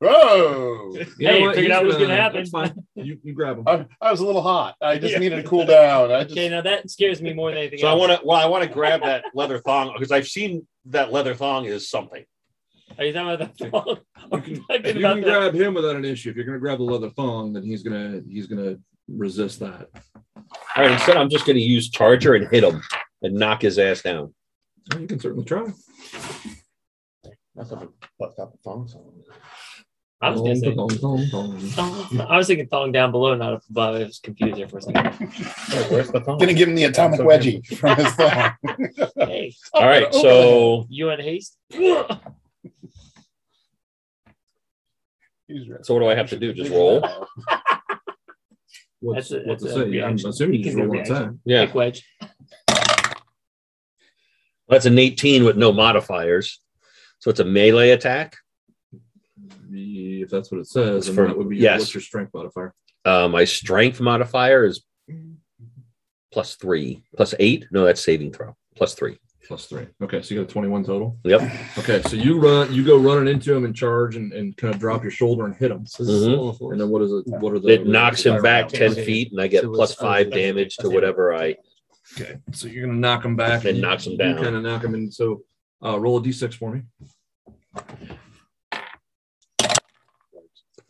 S9: Whoa!
S4: You know
S5: Hey,
S4: what?
S5: figured
S4: He's
S5: out what was gonna happen.
S4: That's fine. You, you grab him.
S5: <laughs>
S9: I, I was a little hot. I just needed to cool down. I just
S5: Okay, now that scares me more than anything
S2: So I
S5: else.
S2: want to, well, I want to grab that leather thong because I've seen that leather thong is something.
S5: Are you talking about the phone? <laughs> Are you
S4: If
S5: talking
S4: you
S5: about
S4: can
S5: the-
S4: grab him without an issue. If you're going to grab the leather thong, then he's going to he's going to resist that.
S2: All right, instead, I'm just going to use charger and hit him and knock his ass down.
S4: Well, You can certainly try.
S2: That's not the thongs on.
S5: I was gonna say.
S4: Thong, thong, thong, thong.
S5: thong. <laughs> I was thinking thong down below, not up above. I was confused there for a second.
S2: Where's the thong?
S9: gonna give him the atomic wedgie from his thong.
S5: Hey,
S2: All right, so
S5: you in haste?
S9: He's right.
S2: so what do I have to do? Just
S7: <laughs>
S2: roll?
S4: What's,
S5: That's a-
S4: what's to
S5: that's a
S4: say? I'm
S5: reaction.
S4: assuming
S5: You
S4: you just
S5: can
S4: roll
S5: do
S4: one
S5: reaction.
S4: time.
S2: Yeah,
S5: Big wedge.
S2: that's an 18 with no modifiers, so it's a melee attack.
S4: If that's what it says,
S2: It's
S4: then
S2: for-
S4: that would be
S2: yes.
S4: what's your strength modifier?
S2: Uh, my strength modifier is plus three, plus eight. No, that's saving throw. Plus three.
S4: plus three. Okay, so you got a 21 total.
S2: Yep.
S4: Okay, so you run, you go running into him and charge and, and kind of drop your shoulder and hit him.
S2: Mhm.
S4: And then what is it? What are the?
S2: It knocks him back ten
S4: Okay.
S2: feet, and I get
S4: So
S2: plus
S4: it's-
S2: five damage to whatever I.
S4: Okay, so you're gonna knock him back.
S2: Then knocks him down.
S4: Kind of knock him in. So uh, roll a d6 for me.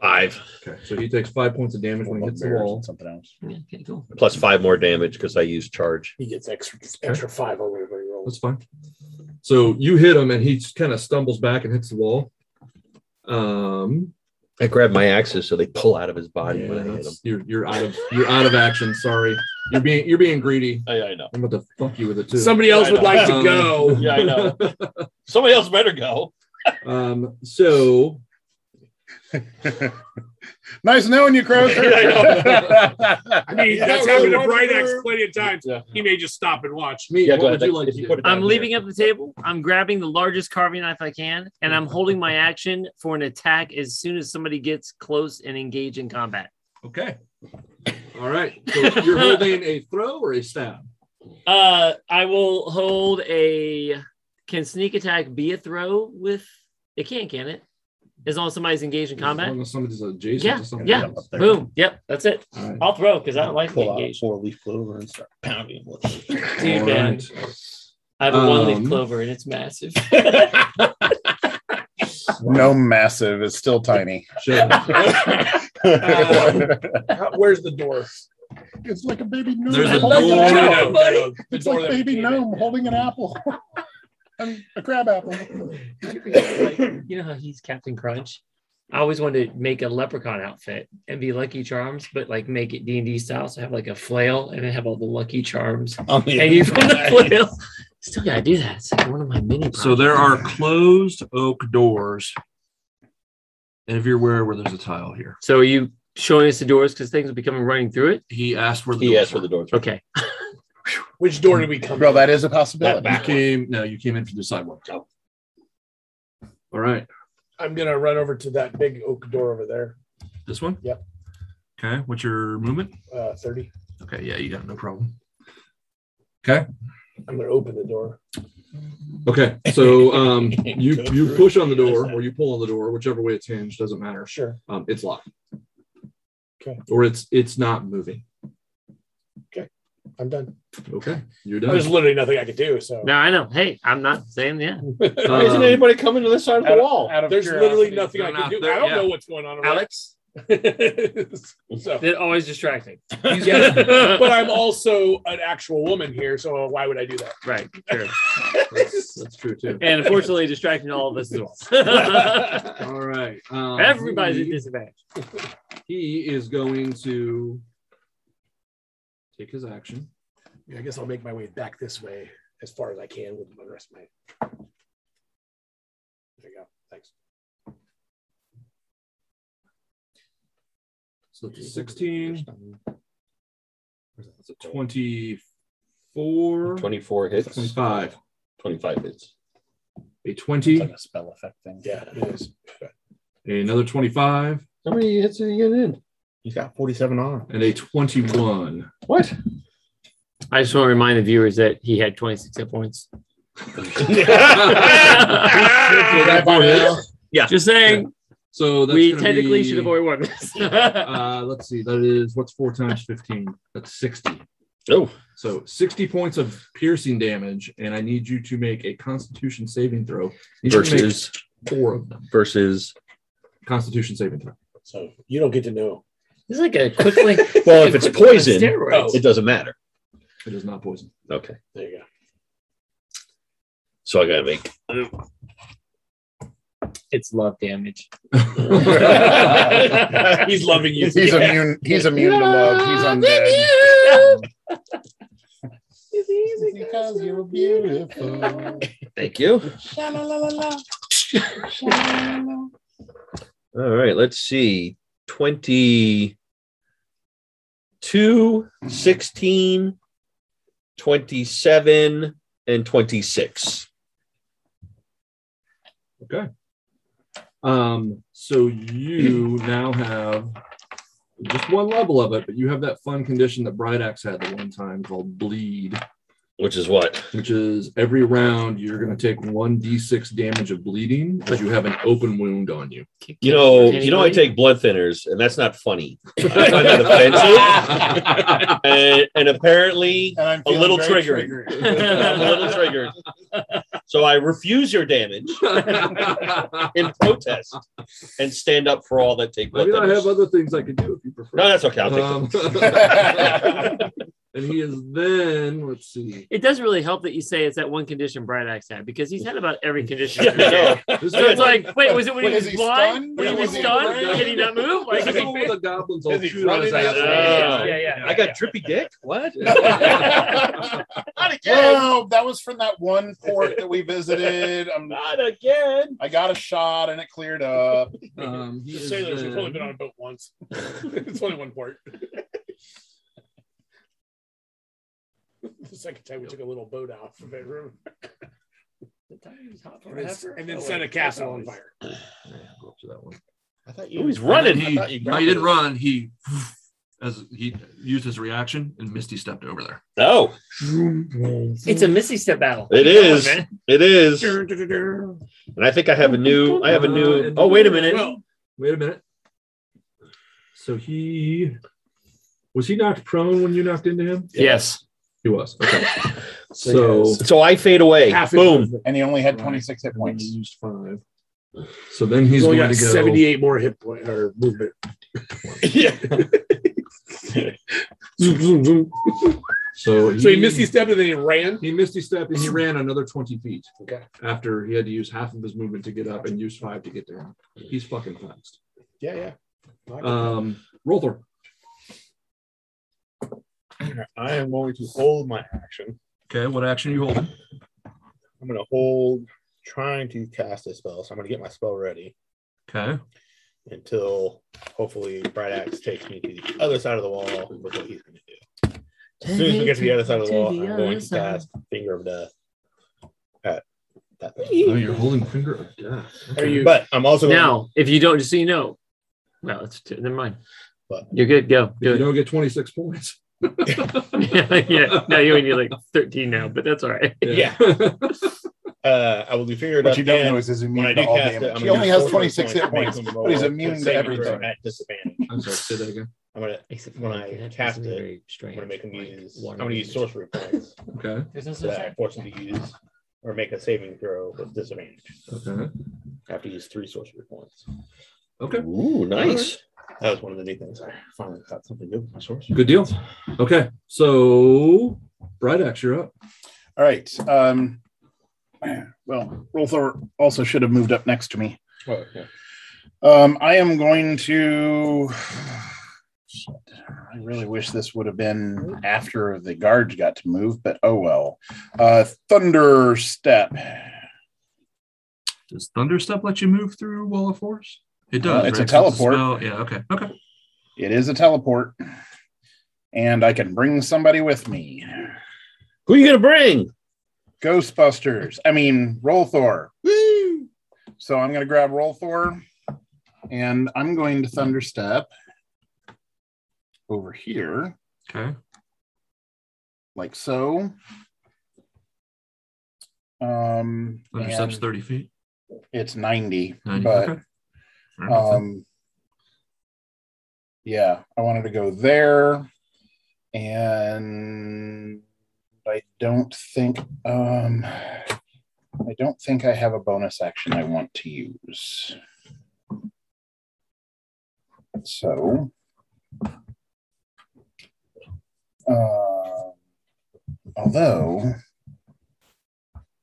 S2: Five.
S4: Okay, so he takes five points of damage when he hits the wall.
S9: Something else.
S5: Okay, cool.
S2: Plus five more damage because I use charge.
S3: He gets extra extra five over everybody rolls.
S4: That's fine. So you hit him and he kind of stumbles back and hits the wall. Um,
S2: I grab my axes so they pull out of his body when I hit him.
S4: that's- you're you're out of you're out of action. Sorry, you're being you're being greedy.
S7: I, I know.
S4: I'm about to fuck you with it too.
S3: Somebody else
S7: I
S3: would
S7: know.
S3: like to
S4: Um,
S3: go.
S7: <laughs> yeah, I know. Somebody else better go.
S4: Um, so
S9: Nice knowing you, Crozer. <laughs>
S7: <laughs>
S3: I mean, that's happened to Bright Axe plenty of times. He may just stop and watch.
S4: me,
S2: Yeah,
S4: what
S2: go
S4: would
S2: ahead.
S4: you like to
S2: If you
S4: do?
S2: put it
S5: I'm
S2: down
S5: leaving at the table. I'm grabbing the largest carving knife I can, and I'm holding <laughs> my action for an attack as soon as somebody gets close and engage in combat.
S4: Okay. All right. So you're holding a throw or a stab?
S5: Uh, I will hold a. Can sneak attack be a throw with? It can, can it? As long as somebody's engaged in
S4: As
S5: combat.
S4: long as somebody's adjacent
S5: Yeah,
S4: to something.
S5: yeah. Boom. Yep, that's it.
S4: All right.
S5: I'll throw because I don't like to
S2: Pull out
S5: engage.
S2: four leaf clover and start pounding with
S7: <laughs>
S2: it.
S5: Dude,
S4: All
S5: man,
S4: right.
S5: I have a one leaf
S4: Um,
S5: clover and it's massive.
S9: No massive. It's still
S4: <laughs>
S9: tiny.
S4: Shut up.
S3: How- where's the door?
S9: it's like a baby gnome.
S4: There's a
S9: holding an
S4: door.
S9: apple.
S3: No, no, no, the
S9: It's
S3: door
S9: like
S3: that we
S9: baby
S3: came in.
S9: gnome holding an apple. <laughs> I mean, a crab
S5: <laughs>
S9: apple.
S5: you know how he's Captain Crunch. I always wanted to make a leprechaun outfit and be Lucky Charms, but like make it D and D style. So have like a flail and then have all the Lucky Charms
S7: Oh,
S2: I mean,
S5: hanging from the
S2: <laughs>
S5: flail. Still gotta do that. It's like one of my mini.
S4: So there are closed oak doors everywhere where there's a tile here.
S5: So are you showing us the doors because things will be coming running through it?
S4: He asked where the
S2: he
S4: doors
S2: asked for
S4: were.
S2: the doors.
S5: Okay.
S3: Which door did we come?
S9: Bro, that is a
S4: That
S9: possibility.
S4: back came. No, you came in from the sidewalk. All right.
S3: I'm gonna run over to that big oak door over there.
S4: This one?
S3: Yep.
S4: Okay. What's your movement?
S3: Uh, Thirty.
S4: Okay. Yeah, you got no problem.
S3: I'm gonna open the door.
S4: Okay, so um, you you push on the door or you pull on the door, whichever way it's hinged doesn't matter.
S3: Sure.
S4: Um, it's locked.
S3: Okay.
S4: Or it's it's not moving.
S3: I'm done.
S4: Okay, you're
S3: There's
S4: done.
S3: literally nothing I could do. So <laughs>
S5: Now I know. Hey, I'm not saying yeah.
S7: Why isn't
S4: Um,
S7: anybody coming to this side of the
S15: Out of-
S7: wall?
S15: out of
S3: there's
S15: curiosity.
S3: literally nothing I
S4: They're
S3: can
S4: not
S3: do.
S4: there,
S3: I don't
S4: yeah.
S3: know what's going on. around.
S5: Alex,
S3: so,
S5: that always <laughs> distracting.
S3: yeah,
S15: <laughs>
S3: but I'm also an actual woman here, so why would I do that?
S5: right. Sure.
S4: That's, that's true
S5: <laughs>
S4: too.
S5: And unfortunately, distracting all of us as well.
S4: All <laughs> right. Um,
S5: <laughs> Everybody's at
S4: he-
S5: disadvantage.
S4: He is going to take his action.
S3: Yeah, I guess I'll make my way back this way as far as I can with the rest of my. There you go. Thanks.
S4: So it's a 16. That's a 24.
S2: 24 hits,
S4: 25.
S2: 25 hits.
S4: A 20.
S9: a spell effect thing.
S3: Yeah, it is.
S4: Another 25.
S2: How many hits did he get in?
S15: He's got 47 on.
S4: And a 21.
S2: What?
S5: I just want to remind the viewers that he had 26
S4: <laughs>
S5: hit points.
S2: Yeah.
S5: Just saying,
S4: So that's
S5: we
S4: gonna
S5: technically
S4: be-
S5: should have already won
S4: <laughs>
S5: this. <laughs>
S4: Uh, let's see. That is what's four times fifteen. That's sixty.
S2: Oh,
S4: So sixty points of piercing damage, and I need you to make a Constitution saving throw. You should make
S2: versus
S4: four of them.
S2: versus.
S4: Constitution saving throw.
S3: So you don't get to know.
S5: it's like a quickly.
S4: <laughs>
S2: Well, if it's poison,
S5: steroids.
S2: it doesn't matter.
S4: It is not
S2: <laughs>
S4: poison.
S2: Okay,
S3: There you go.
S2: so I gotta make.
S5: It's love damage.
S3: He's loving you.
S9: He's immune. He's immune to love. He's undead. Because you're beautiful.
S2: Thank you. <laughs> All right, let's see. 22, 16, 27, and 26.
S4: Okay. Um. So you now have just one level of it, but you have that fun condition that Bright Axe had the one time called bleed,
S16: Which is what?
S12: Which is every round you're going to take one d6 damage of bleeding if you have an open wound on
S5: <laughs>
S12: you.
S2: You know, you know, I take blood thinners, and that's not funny. I find that offensive,
S4: <laughs>
S2: and, and apparently
S16: And I'm
S2: a
S16: feeling
S2: little
S16: very
S2: triggered.
S16: triggered.
S2: <laughs> I'm a little triggered. So I refuse your damage
S4: <laughs>
S2: in protest and stand up for all that take
S4: I
S2: blood
S4: mean, I
S2: thinners.
S4: have other things I could do if you prefer.
S2: No, that's okay. I'll take
S4: Um, <laughs> and he is then, let's see.
S5: It does really help that you say it's that one condition Bright Axe had because he's had about every condition.
S4: <laughs> Yeah,
S7: <laughs>
S4: I know.
S5: so it's like, wait, was it when
S4: Wait,
S5: he
S4: is
S5: was
S4: he stunned?
S5: blind? When he
S4: Yeah,
S5: was
S4: was he
S5: stunned?
S4: blind?
S5: Can he not move? Like,
S4: This is all the goblins all
S5: Is he
S4: chewed on his
S5: running
S4: ass.
S5: out of- Yeah, yeah, yeah,
S2: I got drippy dick.
S3: <laughs>
S2: What?
S9: Not again. Well, that was from that one port that we visited. I'm,
S2: Not again.
S9: I got a shot and it cleared up.
S12: Um, he
S3: The
S12: is
S3: sailors have only been on a
S12: then,
S3: boat once. it's only one port. <laughs> the second time we took a little boat out from bedroom. and, then- and then set a castle on fire.
S12: go up to that one.
S2: I
S3: thought
S2: you- Oh, he's running.
S12: And then He,
S2: I thought you
S12: no,
S2: grabbed
S12: he didn't
S2: it.
S12: run. He as he used his reaction, and Misty stepped over there.
S2: No.
S5: It's a Missy step battle.
S2: It is.
S5: Come on, man.
S2: It is. And I think I have a new. I have a new. Oh wait a minute.
S4: Wait a minute. So he was he knocked prone when you knocked into him?
S12: Yes.
S4: He was.
S3: <laughs>
S4: Okay.
S12: So-
S2: So I fade away. Boom.
S9: And he only had 26 hit points.
S12: five. So then he's
S3: only
S12: going
S3: got
S12: to go.
S3: 78 more hit point or movement.
S12: Zoom, zoom, zoom. So
S3: So he misty stepped and then he ran.
S4: He misty stepped and he ran another 20 feet
S3: Okay.
S4: after he had to use half of his movement to get up and use five to get down. He's fucking fast.
S3: Yeah, yeah.
S4: Um, Rolthor.
S7: I am going to hold my action.
S12: Okay, what action are you holding?
S7: I'm going to hold trying to cast a spell. So I'm going to get my spell ready
S12: Okay.
S7: until hopefully Bright Axe takes me to the other side of the wall with what he's going to do. As soon as we get to the other side of the wall, I'm going to cast Finger of Death. At that
S12: Oh, you're holding finger of death.
S7: Are you- But I'm also-
S5: now. If you don't, just so you know, well, it's t- never mind.
S7: But-
S5: You're good. Go.
S4: You
S5: <laughs> Good.
S4: don't get 26 points.
S5: yeah, yeah. No, you only need like 13 now, but that's all right.
S7: Yeah. uh, I will do figure it
S9: What
S7: out.
S9: you don't
S7: and
S9: know is he's
S7: when
S9: immune to
S7: I do
S9: all
S7: cast it,
S9: damage.
S7: I'm
S9: He
S7: gonna
S9: only has
S7: use
S9: 26
S7: force
S9: hit
S7: points
S9: points,
S7: to make him
S9: but he's
S7: roll
S9: immune
S7: with
S9: to
S7: saving throw
S9: everything.
S7: At disadvantage.
S4: <laughs> I'm sorry, say that again.
S7: I'm gonna when I cast it, I'm gonna make him use. I'm gonna use sorcery points.
S4: Okay.
S7: So that I force him to use or make a saving throw with disadvantage.
S4: Okay.
S7: I have to use three sorcery points.
S4: Okay.
S2: Ooh, nice.
S7: That was one of the neat things. I finally got something good with my sorcery.
S4: Good deal. Okay. So, Bright Axe, you're up.
S9: All right. Um, well, Rolthor also should have moved up next to me.
S7: Oh,
S9: Um, I am going to. <sighs> Shit, I really wish this would have been after the guards got to move, but oh well. Uh, thunder step.
S12: Does Thunderstep let you move through Wall of Force? It
S9: Uh,
S12: does.
S9: it's a
S12: right? So
S9: teleport.
S12: spell- yeah. Okay. Okay.
S9: It is a teleport, and I can bring somebody with me.
S2: Who you gonna bring?
S9: Ghostbusters. I mean, Rolthor. Woo! So I'm gonna grab Rolthor, and I'm going to thunder step over here.
S12: Okay.
S9: like so. Um,
S12: Thunderstep's
S9: and
S12: thirty feet.
S9: It's ninety,
S12: 90,
S9: but
S12: okay. Fair enough, then.
S9: um, yeah, I wanted to go there, and I don't think um, I don't think I have a bonus action I want to use. So. Uh, although,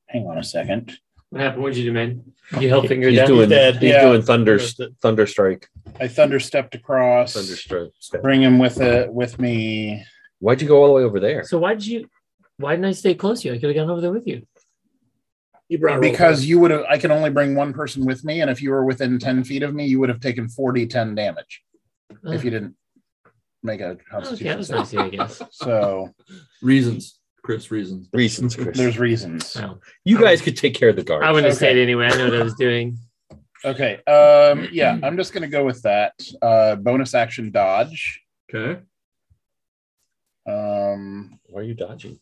S9: hang on a second.
S5: What happened? What did you do, man?
S7: <laughs>
S5: You held finger
S2: He's
S5: down.
S2: doing. He's
S9: Yeah.
S2: doing thunder.
S7: uh,
S2: Thunder strike.
S9: I thunder stepped across.
S2: Thunder strike.
S9: Bring him with it with me.
S2: Why'd you go all the way over there?
S5: So why did you? Why didn't I stay close to you? I could have gone over there with you.
S3: You brought
S9: Because you would have, I can only bring one person with me, and if you were within 10 feet of me, you would have taken 40 10 damage if you didn't make a
S5: Oh,
S9: constitution.
S5: Mm. that's
S9: save.
S5: nice of you,
S9: <laughs>
S5: I guess.
S9: So
S12: Reasons, Chris. Reasons.
S2: Reasons, Chris.
S9: there's reasons.
S2: You guys could take care of the guards.
S5: I wouldn't have
S9: Okay.
S5: stayed anyway. I know what I was doing.
S9: Okay. Um, yeah, I'm just going to go with that. Uh, bonus action dodge.
S4: Okay.
S9: Um,
S2: Why are you dodging?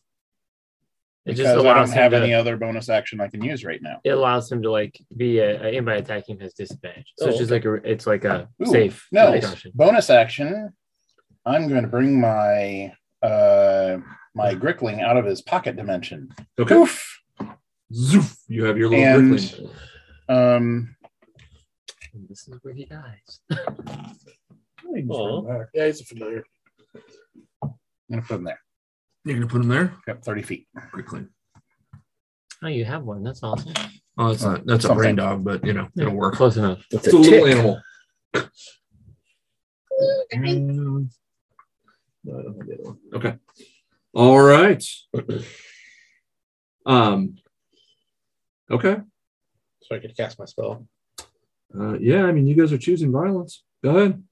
S9: because
S5: It just
S9: I don't
S5: allows him
S9: have
S5: to-
S9: any other bonus action I can use right now.
S5: It allows him to like be a, in by attacking has disadvantage. So
S9: Oh,
S5: it's just like a it's like a
S9: Ooh,
S5: safe
S9: No
S5: precaution.
S9: bonus action. I'm going to bring my uh my Grickling out of his pocket dimension.
S4: Okay. Zoof. You have your little
S9: And-
S4: Grickling.
S9: Um,
S5: This is where he dies.
S9: I'm
S3: Yeah, he's a familiar.
S9: gonna put him there.
S4: You're gonna put him there.
S9: Yep, thirty feet.
S4: Grickling.
S5: Oh, you have one. That's awesome.
S4: Oh, that's not that's a brain
S5: Something.
S4: dog, but you know
S5: Yeah,
S4: it'll work.
S5: Close enough.
S4: It's, a, little animal.
S5: Um,
S4: No, I don't have the other one. Okay. All right. Um. Okay.
S7: So I could cast my spell.
S4: Uh, yeah, I mean, you guys are choosing violence. Go ahead.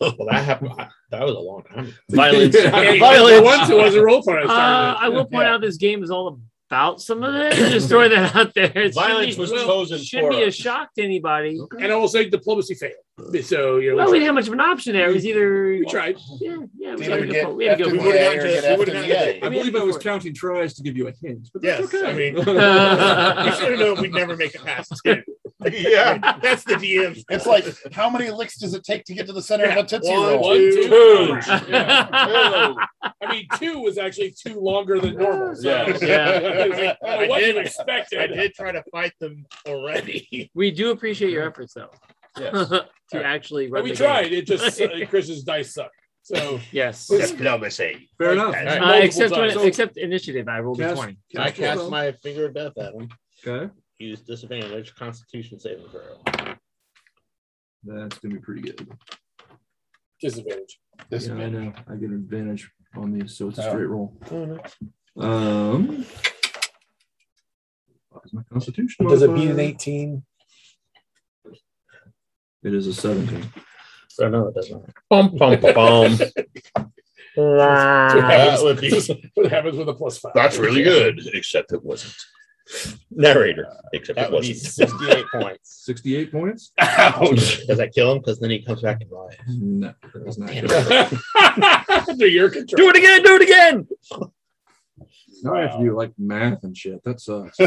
S7: Well, that happened. That was a long time. ago. <laughs>
S5: Violence.
S7: Yeah,
S5: Violence.
S7: once it was a roll for it.
S5: Uh, I will point out this game is all about some of it. <laughs> Just throwing that out there. It
S7: Violence
S5: shouldn't be-
S7: was
S5: well,
S7: chosen
S5: Shouldn't
S7: for
S5: be a
S7: us.
S5: shock to anybody.
S3: And I will say diplomacy failed. So you know,
S5: Well, we didn't have much of an option there. It was either
S3: we tried.
S5: Yeah, yeah. We
S3: Either
S5: had to
S3: get
S5: go. We had to
S3: F
S5: go.
S3: to
S5: for
S3: the
S5: it.
S3: A or get F to the A.
S4: I
S5: We had to
S4: believe
S5: go
S4: I was
S5: for it.
S4: counting tries to give you a hint, but that's
S3: Yes,
S4: okay.
S3: I
S4: <laughs>
S3: mean, we should know we'd never make it past. 10.
S9: Yeah.
S3: that's the DM.
S9: It's like how many licks does it take to get to the center of a tootsie
S3: One,
S9: roll?
S3: two,
S9: Two.
S5: <laughs>
S3: three. Yeah. Two. I mean, two was actually two longer than
S7: <laughs>
S3: normal. So.
S9: Yeah.
S5: <laughs>
S9: Yeah.
S3: It was like, I, don't know what you expected.
S7: I did try to fight them
S5: <laughs>
S7: already.
S5: We do appreciate your efforts, though.
S3: Yes.
S5: <laughs> to actually run.
S3: And we
S5: the
S3: tried.
S5: game.
S3: It just uh, Chris's dice suck. So
S5: yes.
S7: Diplomacy.
S4: Fair enough.
S5: Uh,
S3: Multiple
S5: except when,
S3: times.
S5: except initiative, I rolled a
S4: Cast-
S5: twenty.
S7: I
S4: Cast
S7: cast
S4: spell.
S7: my finger of death at him.
S4: Okay.
S7: Use disadvantage, Constitution saving throw.
S4: That's gonna be pretty good.
S3: disadvantage.
S4: Yeah, I know. I get an advantage on these, so it's a
S9: Oh.
S4: straight roll. Um. what is my constitution. modifier?
S7: 18?
S4: It is a seventeen.
S7: So no, it doesn't.
S2: Bum, <laughs> bum, bum, bum.
S7: That would be
S3: <laughs> What happens with a plus five?
S2: That's really good, except it wasn't. Narrator, except
S7: <laughs> that
S2: it
S7: would be
S2: wasn't.
S7: 68
S4: <laughs>
S7: points.
S4: Sixty-eight points.
S2: Ouch.
S7: Does that kill him? Because then he comes back and lies.
S4: No, that is not
S7: Damn.
S4: good.
S3: Under your control.
S2: Do it again, do it again.
S4: Now I have to do like math and shit. That sucks.
S2: Oh.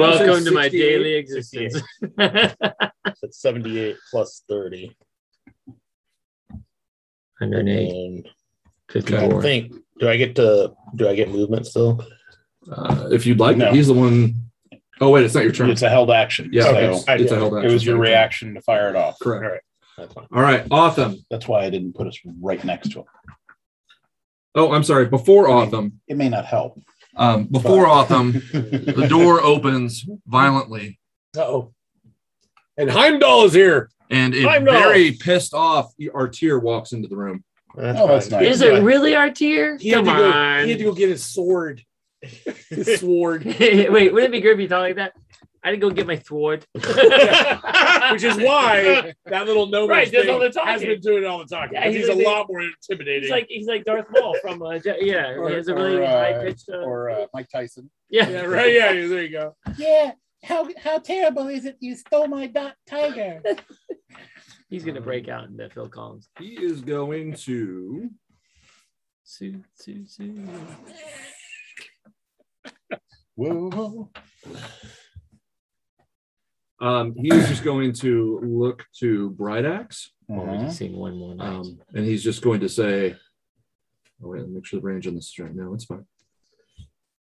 S5: Welcome to my
S4: 68,
S5: daily
S7: <laughs>
S5: existence.
S7: That's 78 plus 30.
S5: Hundred eight,
S7: And I
S5: fifty-four.
S7: think, do I get to, do I get movement still?
S4: Uh, if you'd like,
S9: No.
S4: he's the one oh wait, it's not your turn.
S9: It's a held action.
S4: Yeah,
S9: so
S4: it's,
S7: I
S4: it's a
S7: did.
S4: held action.
S9: it was your
S4: so-
S9: reaction to fire it off.
S4: Correct.
S7: All right. That's fine.
S4: All right, Autumn.
S9: That's why I didn't put us right next to him.
S4: Oh, I'm sorry. Before Autumn,
S9: It may not <laughs> help.
S4: um, before Autumn, the door opens violently,
S9: Oh,
S3: Uh-oh. And Heimdall is here.
S4: and a
S3: Heimdall!
S4: very pissed off Artir walks into the room.
S7: That's
S9: Oh, that's
S7: fine.
S9: nice.
S5: Is it really our tier?
S3: He had,
S5: Come
S3: to go, he had to
S5: on.
S3: go get his sword. His sword.
S5: <laughs> Wait, wouldn't it be great if you thought like that? I didn't go get
S3: <laughs>
S5: my thwart.
S3: Which is why that little
S5: <laughs>
S3: no
S5: Right, does
S3: thing
S5: all the talking.
S3: has been doing all the talking.
S5: Yeah,
S3: 'cause
S5: he's
S3: he's,
S5: like
S3: a
S5: the-
S3: lot more intimidating.
S5: He's like he's like Darth Maul from uh, Je- yeah.
S9: Or-
S5: he has a
S9: or,
S5: really
S9: uh,
S5: high pitched. Uh,
S9: Or uh, Mike Tyson.
S5: yeah.
S3: yeah, right. Yeah, there you go.
S9: Yeah. How how terrible is it? You stole my dot tiger.
S5: He's gonna break out in the Phil Collins.
S4: He is going to.
S5: Sue, sue, sue.
S9: Whoa.
S4: Um, he is just going to look to Bright Axe,
S5: Well, we can
S9: Mhm.
S5: sing one more night.
S4: um, and he's just going to say, "Oh wait, let me make sure the range on this is right. No, it's fine.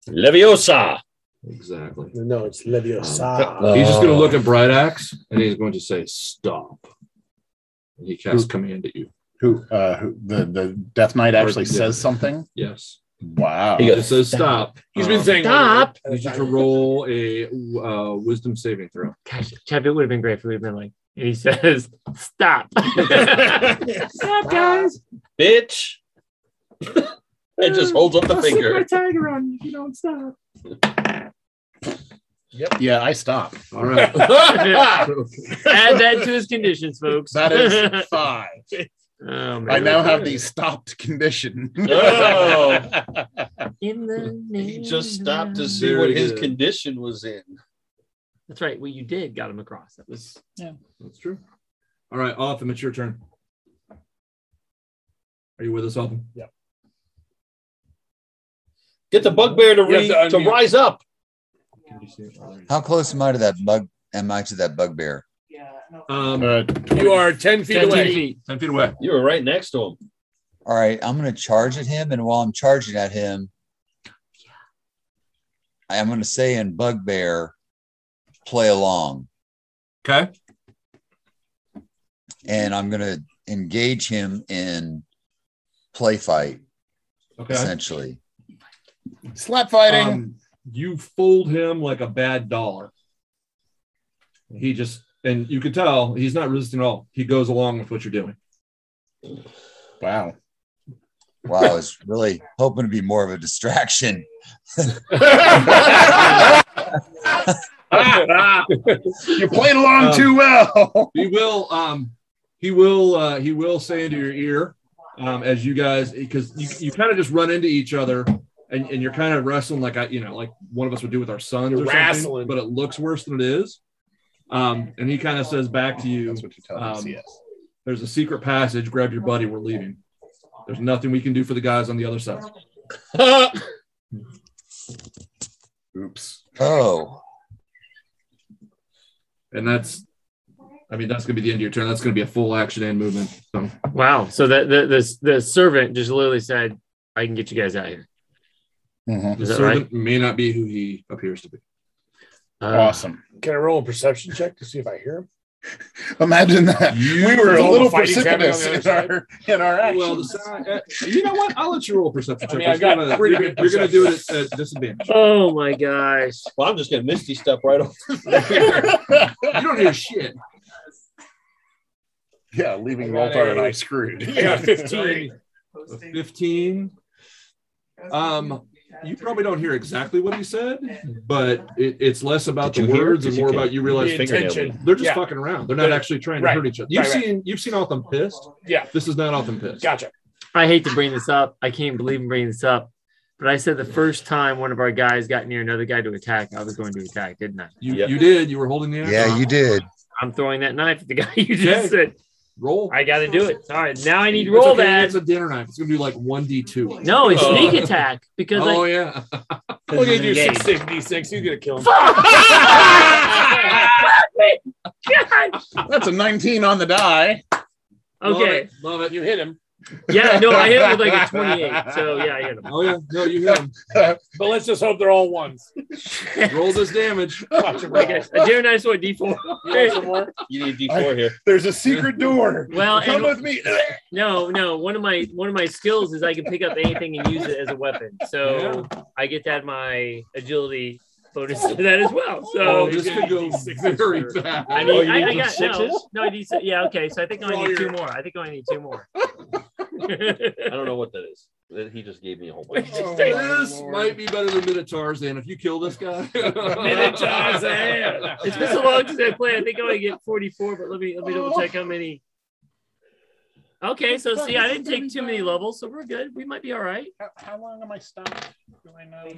S2: Leviosa.
S4: Exactly."
S3: No, it's
S4: Leviosa.
S3: Uh,
S4: He's just going to look at Bright Axe and he's going to say, Stop. And he casts command at you.
S9: Who uh who, the the Death Knight actually
S4: Or-
S9: says something?
S4: Yes.
S9: Wow.
S2: He
S4: It says stop.
S3: He's been
S4: Um,
S3: saying
S5: Stop.
S4: I need you to roll a uh, wisdom saving throw.
S5: Gosh, Chad, it would have been great if we had been like, and he says, <laughs>
S3: <laughs>
S5: stop. stop, guys.
S2: Bitch. <laughs> it just holds up the
S5: I'll stick my
S2: finger.
S5: tiger on you if you
S9: <laughs>
S5: don't stop.
S9: Yeah, I stop.
S4: All right.
S5: <laughs> <laughs> Add that to his conditions, folks.
S9: That
S5: <laughs>
S9: is five.
S5: Oh, man.
S9: I now have the stopped condition. <laughs>
S2: Oh.
S7: <laughs>
S5: In the
S2: He
S5: name
S2: just stopped to
S5: of-
S2: see
S4: Very
S2: what his
S4: good.
S2: condition was in.
S5: That's right. Well, you did got him across. That was
S4: That's true. All right, Autumn, it's your turn. Are you with us, Autumn?
S3: Yep.
S2: Get the bugbear to, re- to, rise up.
S10: How close am I to that bug? Am I to that bugbear?
S4: Um,
S3: you are 10 feet
S10: 10
S3: away.
S10: feet.
S4: 10 feet away.
S2: You were right next to him.
S10: All right, I'm going to charge at him. And while I'm charging at him, I'm going to say in Bugbear, play along.
S4: Okay.
S10: And I'm going to engage him in play fight,
S4: Okay.
S10: essentially.
S9: Slap
S4: Um, you fooled him like a bad dollar. He just, and you can tell he's not resisting at all. He goes along with what you're doing.
S9: Wow.
S10: Wow, I was really hoping to be more of a distraction.
S9: You're playing along too well.
S4: Um,
S9: <laughs>
S4: he will, um, he will, uh, he will say into your ear um, as you guys, because you, you kind of just run into each other and, and you're kind of wrestling like I, you know, like one of us would do with our sons or something,
S3: Wrestling.
S4: but it looks worse than it is. Um, and he kind of says back to you, um, there's a secret passage. Grab your buddy. We're leaving. There's nothing we can do for the guys on the other side.
S9: Oops.
S10: Oh.
S4: And that's, I mean, that's going to be the end of your turn. That's going to be a full action and movement. So,
S5: Wow. So the, the the the servant just literally said, "I can get you guys out of here."
S4: the
S9: Um, uh-huh.
S5: Is that
S4: servant may not be who he appears to be.
S5: Uh,
S9: awesome.
S3: Can I roll a perception check to see if I hear him?
S9: Imagine that. we were a
S3: All the
S9: little
S3: fighting happening on
S9: precipitous
S3: the other
S9: in our, in our actions.
S4: Well, the sound- uh, you know what? I'll let you roll a perception
S3: I
S4: check.
S3: mean, I've
S4: You're
S3: got
S4: gonna-
S3: pretty
S4: you're
S3: good
S4: gonna- you're going to do it at, at <laughs> disadvantage.
S5: Oh my gosh!
S2: Well, I'm just gonna misty step right over.
S4: You don't hear shit.
S9: yeah, leaving
S4: Got
S9: Walter and
S4: a-
S9: I screwed.
S4: I got 15. A 15. Um, you probably don't hear exactly what he said, but it, it's less about
S2: Did
S4: the
S2: you hear?
S4: words
S2: Did
S4: and
S2: you
S4: more
S2: hear?
S4: about you realize
S3: The
S4: they're
S3: intention.
S4: just
S3: Yeah.
S4: fucking around. They're not
S3: Right.
S4: actually trying
S3: Right.
S4: to hurt each other. You've
S3: Right, right.
S4: seen you've seen Autumn pissed.
S3: Yeah.
S4: This is not Autumn pissed.
S3: Gotcha.
S5: I hate to bring this up. I can't believe I'm bringing this up. But I said the first time one of our guys got near another guy to attack, I was going to attack, didn't I?
S4: You you did. You were holding the axe.
S10: Yeah, you did.
S5: I'm throwing that knife at the guy <laughs> you just
S4: Okay.
S5: said.
S4: Roll.
S5: I got to do it. All right, now I need to
S4: It's
S5: roll
S4: okay,
S5: that.
S4: It's a dinner knife. It's gonna be like one d two.
S5: No, it's
S4: Oh.
S5: sneak attack because
S4: Oh
S5: I.
S4: yeah. <laughs>
S3: We're gonna do
S5: Engage.
S3: six six d six. He's gonna kill him. <laughs>
S5: God.
S9: That's a 19 on the die.
S5: Okay.
S4: Love it.
S3: You hit him,
S5: Yeah, no, I hit him with like a 28. So yeah, I hit him.
S4: Oh yeah. No, you hit him.
S3: <laughs> but let's just hope they're all ones.
S4: Roll this damage.
S3: <laughs> Watch him roll.
S5: Okay, a dinner knife or a D4.
S3: You want some more?
S2: You need D4 here.
S9: There's a secret door.
S5: Well,
S9: Come
S5: and-
S9: with <laughs> me.
S5: No, no. One of my one of my skills is I can pick up anything and use it as a weapon. So I get that my agility bonus to that as well. So
S4: Oh, this could go very bad.
S5: I need,
S2: Oh, you
S5: I, I
S2: need
S5: got
S2: sixes?
S5: no, no. I need, si- yeah, okay. So I think I
S3: Roll
S5: only need two
S3: your-
S5: more. I think I only need
S3: <laughs>
S5: two more.
S2: I don't know what that is. That- He just gave me a whole
S9: <laughs>
S2: bunch.
S5: Oh,
S4: this might be better than Minotaur's then if you kill
S3: <laughs>
S4: this guy.
S5: Minotaur's
S3: eh?
S5: hand. it's been so long since I played. I think I only get forty-four, but let me let me double check how many. Okay, so see, I didn't take too many levels, so we're good. We might be all right.
S9: How, how long am I stopped? Do I know?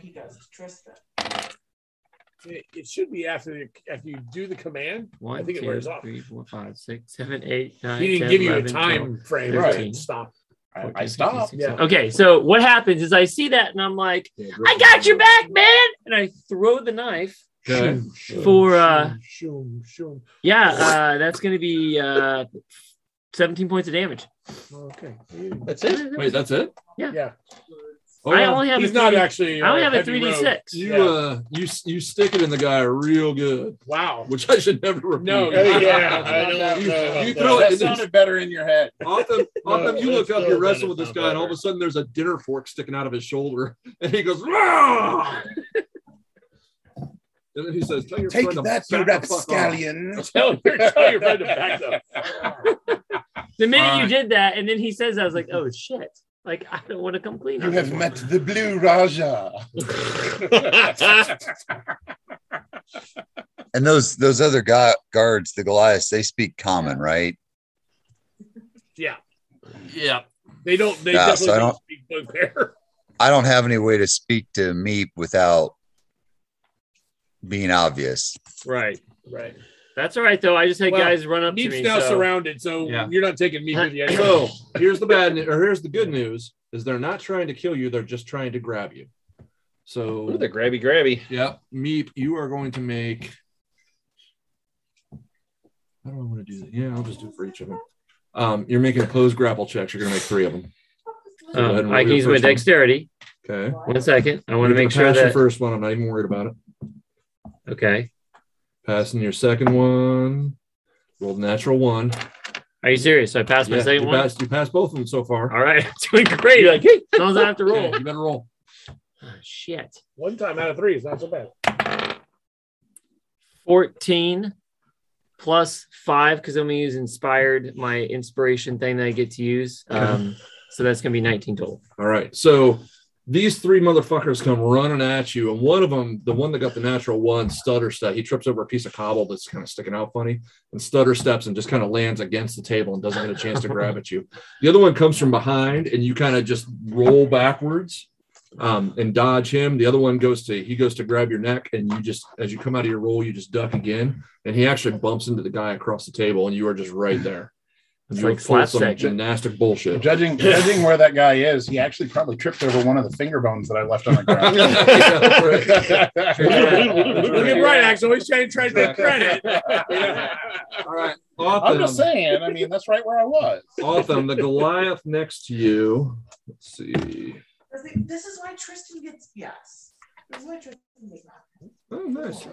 S3: It, it should be after the, after you do the command.
S5: One,
S3: I think it
S5: two,
S3: wears off.
S5: three, four, five, six, seven, eight, nine,
S3: he didn't
S5: 10,
S3: give you
S5: 11,
S3: a
S5: 12.
S3: time frame. to
S5: Right.
S3: Stop.
S9: I, I stopped.
S3: Yeah.
S5: Okay, so what happens is I see that and I'm like, I got your back, man. And I throw the knife
S4: Okay.
S5: for uh
S3: Shoom, shoom.
S5: yeah,
S3: Oh.
S5: uh that's gonna be uh 17 points of damage.
S3: Okay.
S2: That's it.
S4: Wait, that's it?
S3: Yeah.
S4: Oh,
S5: I
S4: yeah.
S5: only have
S3: He's
S5: a
S3: not
S5: 3D
S3: actually.
S5: I only
S3: uh,
S5: have a
S3: heavy
S5: 3d6.
S4: you
S3: Yeah.
S4: uh you you stick it in the guy real good,
S3: rogue. Wow.
S4: which I should never repeat.
S3: No,
S7: Hey,
S4: <laughs>
S3: yeah,
S7: I don't know about
S4: you
S7: that.
S4: throw it
S9: that
S4: in this
S9: sounded better in your head.
S3: <laughs>
S4: often, often you look
S7: that's
S4: up,
S7: still
S4: you're wrestling
S7: better.
S4: with this
S7: Not
S4: guy, and all of a
S7: better.
S4: sudden there's a dinner fork sticking out of his shoulder, <laughs> and he goes, "Rah!" and then he says, Tell your
S9: Take
S4: friend to
S9: that,
S4: back
S9: you
S4: the fuck off."
S9: rapscallion.
S3: <laughs> Tell your, tell your friend to back up.
S5: The minute
S9: Alright.
S4: uh,
S5: you did that, and then he says, I was like, oh shit. Like I don't want to come clean.
S9: You
S5: on
S9: have
S5: this
S9: met the blue Raja.
S4: <laughs>
S10: And those those other guy, guards, the Goliaths, they speak common, right?
S3: Yeah. They don't. They
S10: Yeah,
S3: definitely
S10: so I
S3: don't
S10: don't-
S3: speak <laughs> bugbear.
S10: I don't have any way to speak to Meep without being obvious.
S5: one. Right.
S3: Right.
S5: That's all right though. I just had
S3: Well,
S5: guys run up to me.
S3: Meep's now
S5: so-
S3: surrounded, so
S4: Yeah.
S3: you're not taking Meep with
S5: <laughs>
S3: you. anymore.
S5: Oh,
S4: So here's the bad news, or here's the good news: is they're not trying to kill you; they're just trying to grab you. So
S2: Ooh, the grabby grabby.
S4: Yep. Meep, you are going to make. How do I want to do that? Yeah, I'll just do it for each of them. Um, you're making closed grapple checks. You're going to make three of them. So go ahead and
S5: Um,
S4: roll
S5: I can
S4: your
S5: use my
S4: first one.
S5: dexterity.
S4: Okay.
S5: One second. I want to
S4: You're gonna
S5: make sure
S4: pass your
S5: that.
S4: first one. I'm not even worried about it.
S5: Okay.
S4: Passing your second one. Rolled a natural one.
S5: Are you serious? So I passed my second
S4: you
S5: one?
S4: Passed, you passed both of them so far.
S5: All right. <laughs> Doing great. Like, hey, as long as I have to roll. <laughs>
S4: you better roll.
S5: Oh, Shit.
S17: One time out of three is not so bad.
S5: 14 plus five, because I'm going to use inspired, my inspiration thing that I get
S17: <laughs>
S5: to use. Um, so that's going to be 19 total.
S4: All right. So these three motherfuckers come running at you, and one of them, the one that got the natural one, stutter step. He trips over a piece of cobble that's kind of sticking out funny, and stutter steps and just kind of lands against the table and doesn't get a chance to grab at you. The other one comes from behind, and you kind of just roll backwards um, and dodge him. The other one goes to he goes to grab your neck, and you just as you come out of your roll, you just duck again, and he actually bumps into the guy across the table, and you are just right there.
S5: It's
S4: You
S5: like
S4: have pulled some
S5: slapstick.
S4: gymnastic bullshit.
S9: <laughs> Judging judging where that guy is, he actually probably tripped over one of the finger bones that I left on the
S4: <laughs>
S9: ground. <laughs>
S17: Look at Brian Axe always trying to try to take credit.
S9: <laughs>
S4: All right.
S9: I'm just saying. I mean, that's right where I was.
S4: Autumn, the Goliath next to you. Let's see.
S3: This is why Tristan gets yes. This is why Tristan gets
S4: Oh, nice.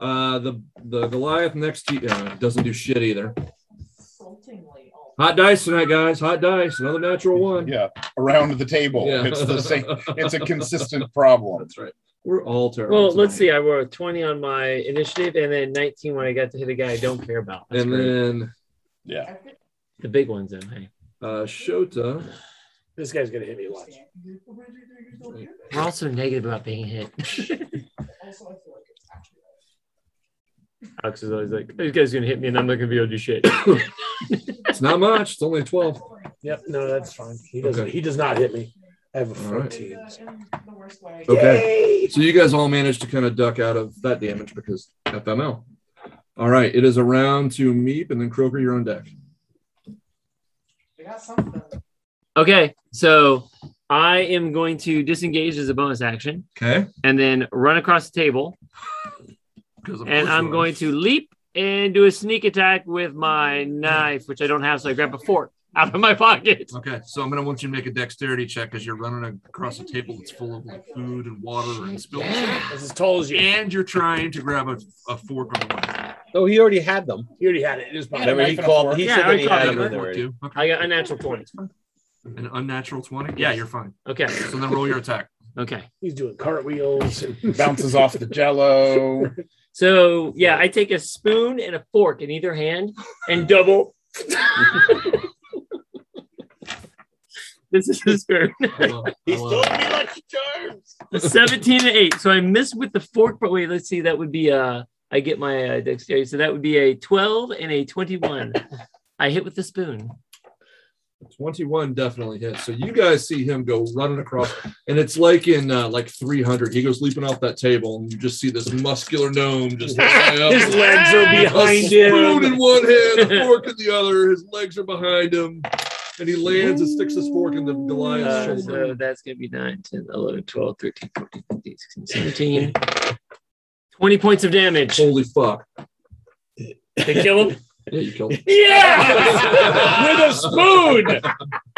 S4: Uh, the the Goliath next to you uh, doesn't do shit either.
S3: insultingly.
S4: Hot dice tonight, guys. Hot dice. Another natural
S9: <laughs>
S4: one.
S9: Yeah, around the table.
S4: Yeah.
S9: It's the
S4: <laughs>
S9: same. It's a
S7: <laughs>
S9: consistent problem.
S4: That's right. We're all terrible.
S5: Well,
S4: tonight.
S5: let's see. I rolled a 20 on my initiative and then 19 when I got to hit a guy I don't care about. That's
S4: And
S5: great.
S4: then
S9: yeah,
S5: the big ones, then. Hey.
S4: uh, Shota.
S17: This guy's gonna hit me. Watch.
S5: We're also negative about being hit. <laughs> Alex is always like, this guy's going to hit me and I'm not going to be able to do shit. <laughs>
S4: It's not much. It's only twelve.
S17: Yep. No, that's fine. He doesn't.
S4: Okay.
S17: He does not hit me. I have a
S4: All right.
S17: fourteen.
S4: Okay. So you guys all managed to kind of duck out of that damage because FML. All right. It is a round to Meep and then Croaker, you're on deck.
S5: Okay, so I am going to disengage as a bonus action
S4: Okay.
S5: and then run across the table. And I'm going to leap and do a sneak attack with my knife, which I don't have, so I grab a fork out of my pocket.
S4: Okay, so I'm gonna want you to make a dexterity check because you're running across a table that's full of like food and water and spilled.
S17: It's as tall as you.
S4: And you're trying to grab a, a fork on the way.
S2: Oh,
S18: No, he already had them.
S17: He already had it. It is mine.
S18: Remember, he called. He
S5: Yeah,
S18: said
S5: I
S18: that he had
S5: called
S18: them
S5: it.
S18: in there already.
S5: I got unnatural 20.
S4: An unnatural 20? Yeah, you're fine.
S5: Okay.
S4: So then roll your attack.
S5: Okay.
S17: He's doing cartwheels. And
S9: Bounces off the jello.
S5: So, yeah, I take a spoon and a fork in either hand and double. <laughs> this is his turn.
S7: He's told me lucky charms.
S5: A 17 and 8. So I missed with the fork, but wait, let's see. That would be uh I get my uh, dexterity. So that would be a 12 and a 21. I hit with the spoon.
S4: 21 definitely hits. So you guys see him go running across, and it's like in uh, like 300. He goes leaping off that table, and you just see this muscular gnome just
S17: His legs are behind
S4: a spoon
S17: him.
S4: in one hand, a fork in the other. His legs are behind him, and he lands and sticks his fork in the Goliath's
S5: Uh,
S4: shoulder.
S5: so that's going to be 9, 10, 11, 12, 13, 14, 15, 16, 17. 20 points of damage.
S4: Holy fuck.
S5: They kill him?
S4: Yeah, you killed him.
S17: Yeah, with a spoon.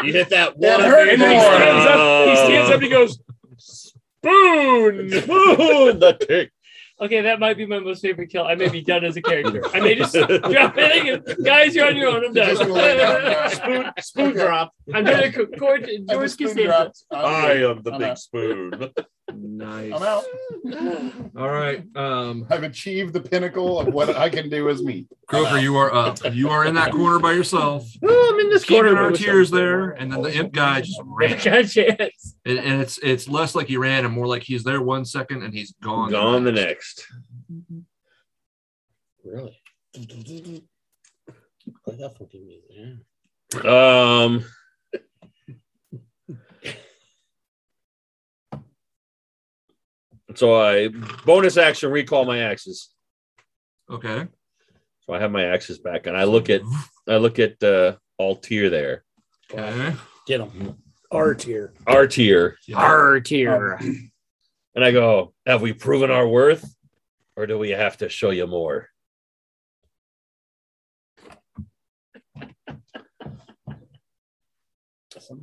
S17: You hit <laughs> that one. and then he stands up. He stands up. He goes, spoon, spoon.
S7: The tick.
S5: Okay, that might be my most favorite kill. I may be done as a character. I may just drop anything. and- Guys, you're on your own. I'm done. spoon, spoon drop. <laughs> I'm doing a co- co- George Costanza.
S7: I am the big spoon.
S4: Nice.
S9: I'm
S17: <laughs>
S9: out.
S4: All right. Um,
S9: I've achieved the pinnacle of what I can do as me.
S4: Croaker, you are up. You are in that corner by yourself.
S5: Oh, I'm in this
S4: Keeping
S5: corner.
S4: our
S5: with-
S4: tears there, and then the imp guy just ran.
S5: Got a chance.
S4: And, and it's it's less like he ran and more like he's there one second and he's gone.
S2: Gone the next.
S7: Really? Play that fucking music. Yeah.
S2: Um. <laughs> So I bonus action recall my axes.
S4: Okay.
S2: So I have my axes back, and I look at I look at uh, Altier there,
S4: Okay.
S7: Get him.
S17: R tier.
S2: R tier.
S5: R tier.
S2: And I go, Have we proven our worth? Or do we have to show you more?
S5: <laughs>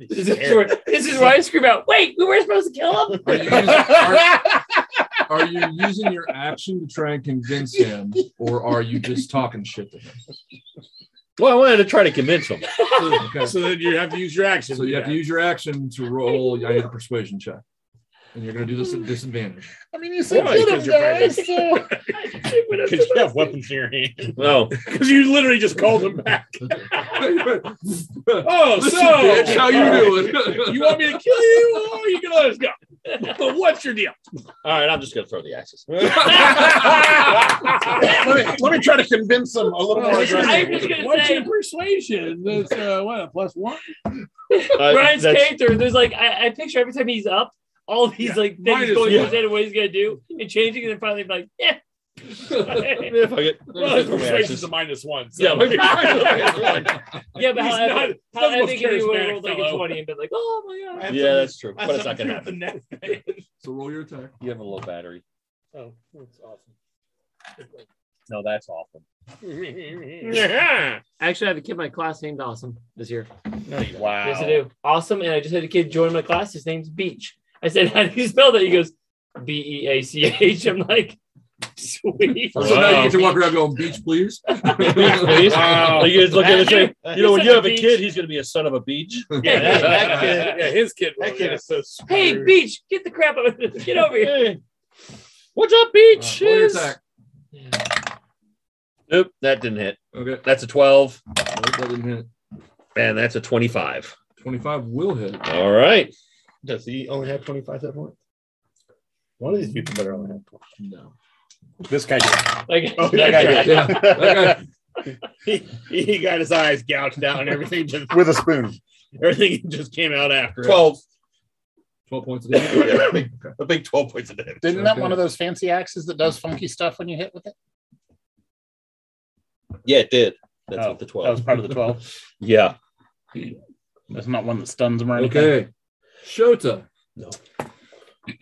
S5: This is, where, this is where I scream out, wait, we were supposed to kill him? <laughs>
S3: <laughs>
S4: Are you using your action to try and convince him, or are you just talking shit to him?
S2: <laughs> Well, I wanted to try to convince him.
S3: So then you have to use your action.
S4: So you have to use your action to roll. I need a persuasion check, and you're going to do this at disadvantage.
S9: I mean, you
S3: said good of guys,
S9: <laughs>
S7: Because you have weapons in your hand.
S2: No,
S3: because you literally just called him back. oh,
S4: Listen,
S3: so
S4: bitch, how you
S3: <laughs>
S4: doing?
S3: you want me to kill you, or you can let us go? But what's your deal?
S2: All right, I'm just going to throw the
S3: <laughs>
S2: axes.
S9: let, me, let me try to convince them a little more.
S3: I'm
S9: aggressively.
S3: just gonna What's your persuasion? That's uh, what a plus one.
S2: that's-
S5: Brian's character, there's like, I, I picture every time he's up, all of these like
S3: mine
S5: things
S3: is
S5: going
S3: one.
S5: through his head of what he's going to do and changing, and then finally be like, yeah. <laughs>
S2: Yeah, fuck it.
S3: Well, his
S2: Throw my
S3: persuasion's
S2: axes.
S3: a minus one. So.
S2: Yeah, <laughs> maybe. <laughs>
S5: Yeah, but
S3: He's
S5: how,
S3: not-
S5: epic-
S3: not
S5: how
S3: the most
S5: epic if he would have
S3: charismatic
S5: rolled like a
S3: fellow.
S5: 20 and been like, oh my God.
S2: Yeah, that's true. But it's not going to happen.
S3: happen.
S4: <laughs> So roll your attack.
S2: You have a low battery.
S3: Oh, that's awesome.
S2: No, that's awful.
S3: <laughs>
S5: Yeah. I actually have a kid in my class named Awesome this year.
S2: Wow.
S5: Yes, I do. Awesome. And I just had a kid join my class. His name's Beach. I said, <laughs> How do you spell that? He goes, B E A C H. I'm like, Sweet. <laughs>
S4: So now you get to walk around going,
S2: <laughs>
S4: "Beach, please." <laughs>
S2: Wow. You guys look at the thing.
S5: Imagine-
S2: You know, when
S5: He's
S2: you
S5: on
S2: have
S5: a
S2: a
S5: beach.
S2: kid, he's going to be a son of a beach.
S5: Yeah,
S2: <laughs>
S5: that- that
S3: kid- yeah, his kid.
S7: That kid is so screwed.
S5: Hey, Beach, get the crap out of this. Get over here.
S2: What's up, beach?
S4: roll your attack.
S2: Nope, that didn't hit.
S4: Okay.
S2: That's a 12,
S4: Nope, that didn't hit.
S2: and that's a 25.
S4: Twenty-five will hit.
S2: All right.
S7: Does he only have 25 at that point? One of these people better only have 25.
S4: No.
S7: This guy did.
S5: Like,
S7: Oh, that guy did. <laughs> he, he got his eyes gouged out and everything just
S9: With a spoon.
S7: everything just came out after it.
S9: 12.
S4: Twelve points of damage.
S3: <laughs>
S7: <laughs> Yeah, I think- I think 12 points of damage.
S9: Isn't that
S4: Okay.
S9: one of those fancy axes that does funky stuff when you hit with it?
S2: Yeah, it did. That's
S9: Oh,
S2: what the
S9: That was
S2: 12.
S9: part of the 12.
S2: Yeah.
S9: That's not one that stuns them or anything.
S4: Okay. Shota.
S3: Uh,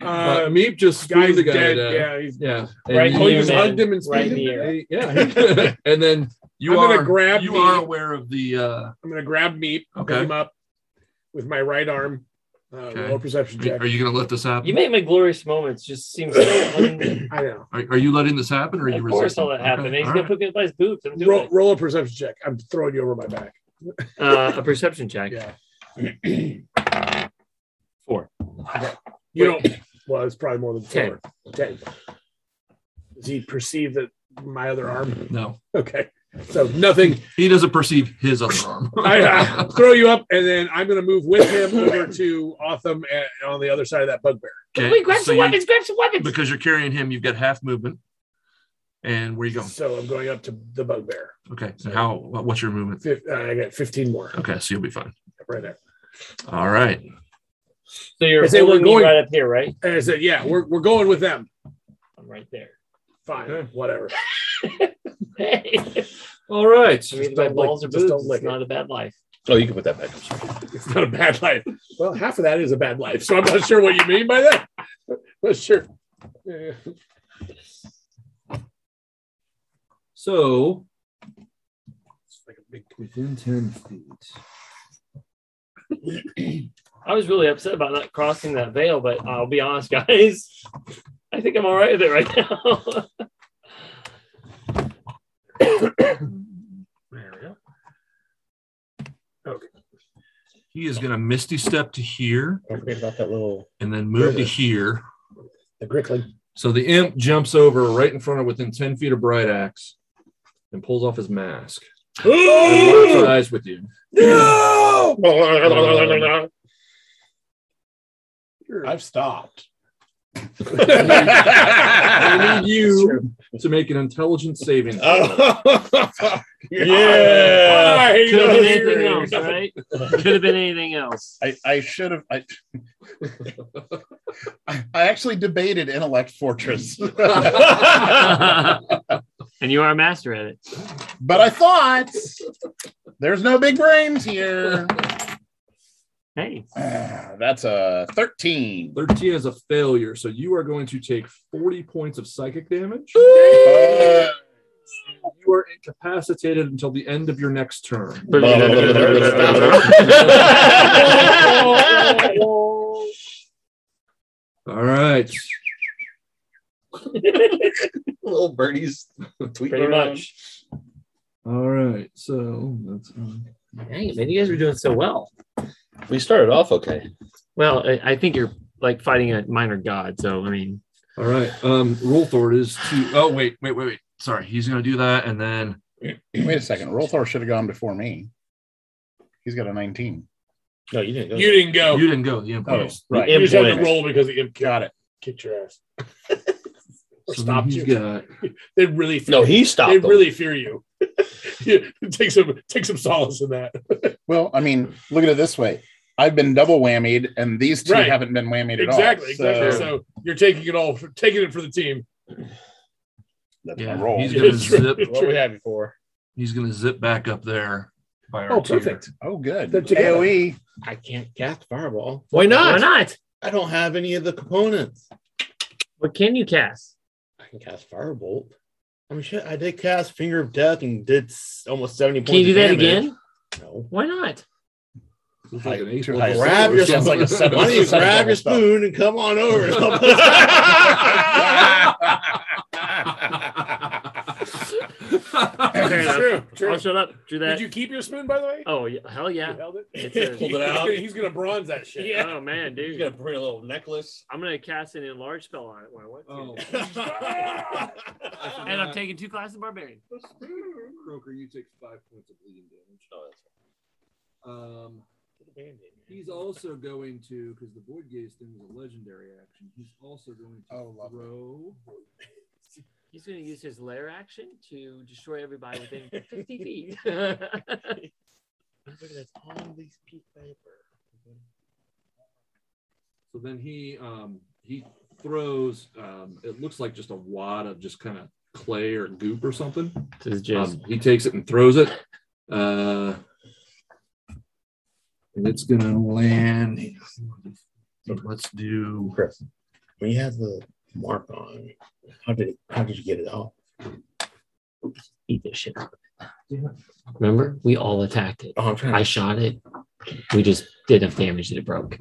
S4: Uh, Meep just
S3: Um, guy's
S4: guy's the guy
S3: dead.
S4: down.
S3: Yeah, he's
S4: Yeah.
S5: Right
S4: And
S5: in
S4: you
S5: the
S4: just
S5: air.
S4: hugged him and
S5: Right in
S4: squeezed
S5: the air.
S4: him.
S5: <laughs>
S4: Yeah. and then you
S3: I'm
S4: are
S3: gonna grab
S4: you
S3: the-
S4: are aware of the uh
S3: I'm gonna grab Meep,
S4: Okay.
S3: pick him up with my right arm. Uh,
S4: Okay.
S3: Low perception check.
S4: are you gonna let this happen?
S5: You make my glorious moments just seem so. un-
S3: I know.
S4: are, are you letting this happen or are you
S5: of course,
S4: resisting?
S5: all that happened.
S4: Okay,
S5: He's
S4: all
S5: going
S4: right.
S5: to put me by his boobs. I'm
S3: Roll,
S5: doing
S3: roll a perception check. I'm throwing you over my back.
S5: it. Uh, a perception check.
S3: Yeah.
S5: <clears throat> Four.
S3: You don't. Well, it's probably more than
S5: Ten.
S3: four. Ten. Does he perceive that my other arm? <laughs>
S4: No.
S3: Okay. So nothing.
S4: He doesn't perceive his other arm.
S5: <laughs>
S3: I,
S4: <laughs>
S3: I throw you up, and then I'm going to move with him over to Otham and, on the other side of that bugbear.
S4: Okay,
S5: Oh, Wait, grab
S4: so
S5: some
S4: you-
S5: weapons. Grab some weapons.
S4: because you're carrying him, you've got half movement. And where you going?
S3: So I'm going up to the bugbear.
S4: Okay. So how what- what's your movement?
S3: Fif- uh, I got 15 more
S4: Okay, so you'll be fine.
S3: right there.
S4: All right.
S5: So you're
S3: I say we're
S5: holding me
S3: going-
S5: right up here, right?
S3: And I said, "Yeah, we're, we're going with them. <laughs>
S5: I'm right there.
S3: Fine, whatever."
S5: Hey.
S4: All right.
S5: I mean, my
S3: don't lick-
S5: balls are
S3: just
S5: boobs.
S3: don't lick
S5: It's
S3: it.
S5: not a bad life.
S2: Oh, you can put that back. I'm sorry.
S3: It's not a bad life. Well, half of that is a bad life. So I'm not sure what you mean by that. <laughs> But sure. Yeah.
S4: So within 10 feet.
S5: I was really upset about not crossing that veil, but I'll be honest, <laughs> guys. I think I'm all right with it right now. <laughs>
S4: He is gonna misty step to here
S7: Don't forget about that little
S4: and then move to
S7: Further.
S4: here.
S7: the grickling.
S4: So the imp jumps over right in front of within 10 feet of Bright Axe and pulls off his mask.
S9: Oh!
S4: And locks eyes
S9: <laughs>
S4: with you.
S7: <laughs> No! I've stopped.
S4: I need you to make an intelligence saving. throw.
S9: Oh.
S2: Yeah.
S3: I
S5: Could have
S3: know
S5: been anything
S3: you.
S5: else, right? Could have been anything else.
S9: I, I should have. I, <laughs> I I actually debated Intellect Fortress, <laughs>
S5: and you are a master at it.
S9: but I thought there's no big brains here.
S5: <laughs> Hey.
S9: <sighs> that's a 13.
S4: 13 is a failure. So you are going to take 40 points of psychic damage. you are incapacitated until the end of your next turn. All right.
S2: Little <laughs> birdie's tweeting
S5: Pretty
S2: around.
S5: much.
S4: All right. So that's. uh,
S5: Hey, man, you guys were doing so well.
S2: We started off okay.
S5: Well, I, I think you're like fighting a minor god. So, I mean,
S4: All right. Um, Rolthor is to. Oh wait, wait, wait, wait. Sorry, he's going to do that, and then
S9: Wait a second. Rolthor should have gone before me. He's got a 19.
S7: No, you didn't.
S3: You didn't go.
S4: you didn't go. The imp
S9: Oh,
S4: goes.
S9: right.
S3: You just had to
S9: Imp wins.
S3: roll because the imp
S9: Got it.
S3: kicked your ass. or
S4: So
S3: stopped
S4: he's
S3: you.
S4: got-
S3: They really fear
S2: No,
S3: you.
S2: he stopped
S3: They
S2: them.
S3: really fear you. take some take some solace in that.
S9: Well, I mean, look at it this way. I've been double whammied, and these two
S3: Right.
S9: haven't been whammied at
S3: Exactly,
S9: all.
S3: exactly. So you're taking it all, for, taking it for the team.
S9: that's
S4: Yeah,
S9: my roll. <laughs>
S4: he's gonna zip.
S7: What we had before.
S4: He's gonna zip back up there. By
S9: Oh,
S4: Artier.
S9: perfect. Oh, good.
S7: They're together.
S9: AOE.
S7: I can't cast fireball.
S5: why not? Why not?
S7: I don't have any of the components.
S5: What can you cast?
S7: I can cast firebolt. I mean, shit. I did cast finger of death and did s- almost seventy points.
S5: Can you do
S7: of
S5: that
S7: damage.
S5: again?
S7: No.
S5: Why not?
S4: Looks like an ace
S9: Grab
S4: level
S7: Grab
S4: sword.
S7: your,
S9: Sounds
S4: <laughs>
S9: like a seven-
S7: Why don't you
S9: seven <laughs>
S7: grab your
S9: level spell.
S7: spoon and come
S3: <laughs>
S7: on over. and
S9: <laughs>
S7: help us
S5: enough.
S3: True, true.
S5: I'll Oh, shut up. Do that.
S3: Did you keep your spoon, by the way?
S5: oh, yeah. hell yeah.
S3: You held it.
S5: It's a-
S3: He's
S5: Pulled
S2: it out.
S3: gonna- He's gonna bronze that shit.
S5: yeah.
S3: <laughs>
S5: Oh, man, dude.
S2: He's got a pretty little necklace.
S5: I'm going to cast an enlarge spell on it when I want to.
S4: Oh,
S5: <laughs> And I'm taking two classes of barbarian.
S4: Croker, you take five points of bleeding damage.
S9: Oh,
S4: Um, he's also going to because the void gaze thing was a legendary action. He's also going to
S9: Oh, lovely.
S4: throw.
S5: He's going to use his lair action to destroy everybody within 50 feet.
S7: Look
S5: Look
S7: at this, all these piece of paper.
S4: So then he um, he throws. Um, it looks like just a wad of just kind of clay or goop or something. Um, he takes it and throws it. Uh, and it's gonna land. Let's do.
S7: Chris, when you have the mark on, how did how did you get it off?
S5: Eat this shit. Remember, we all attacked it.
S7: Oh, I'm trying.
S5: I
S7: To,
S5: shot it. We just did enough damage that it broke.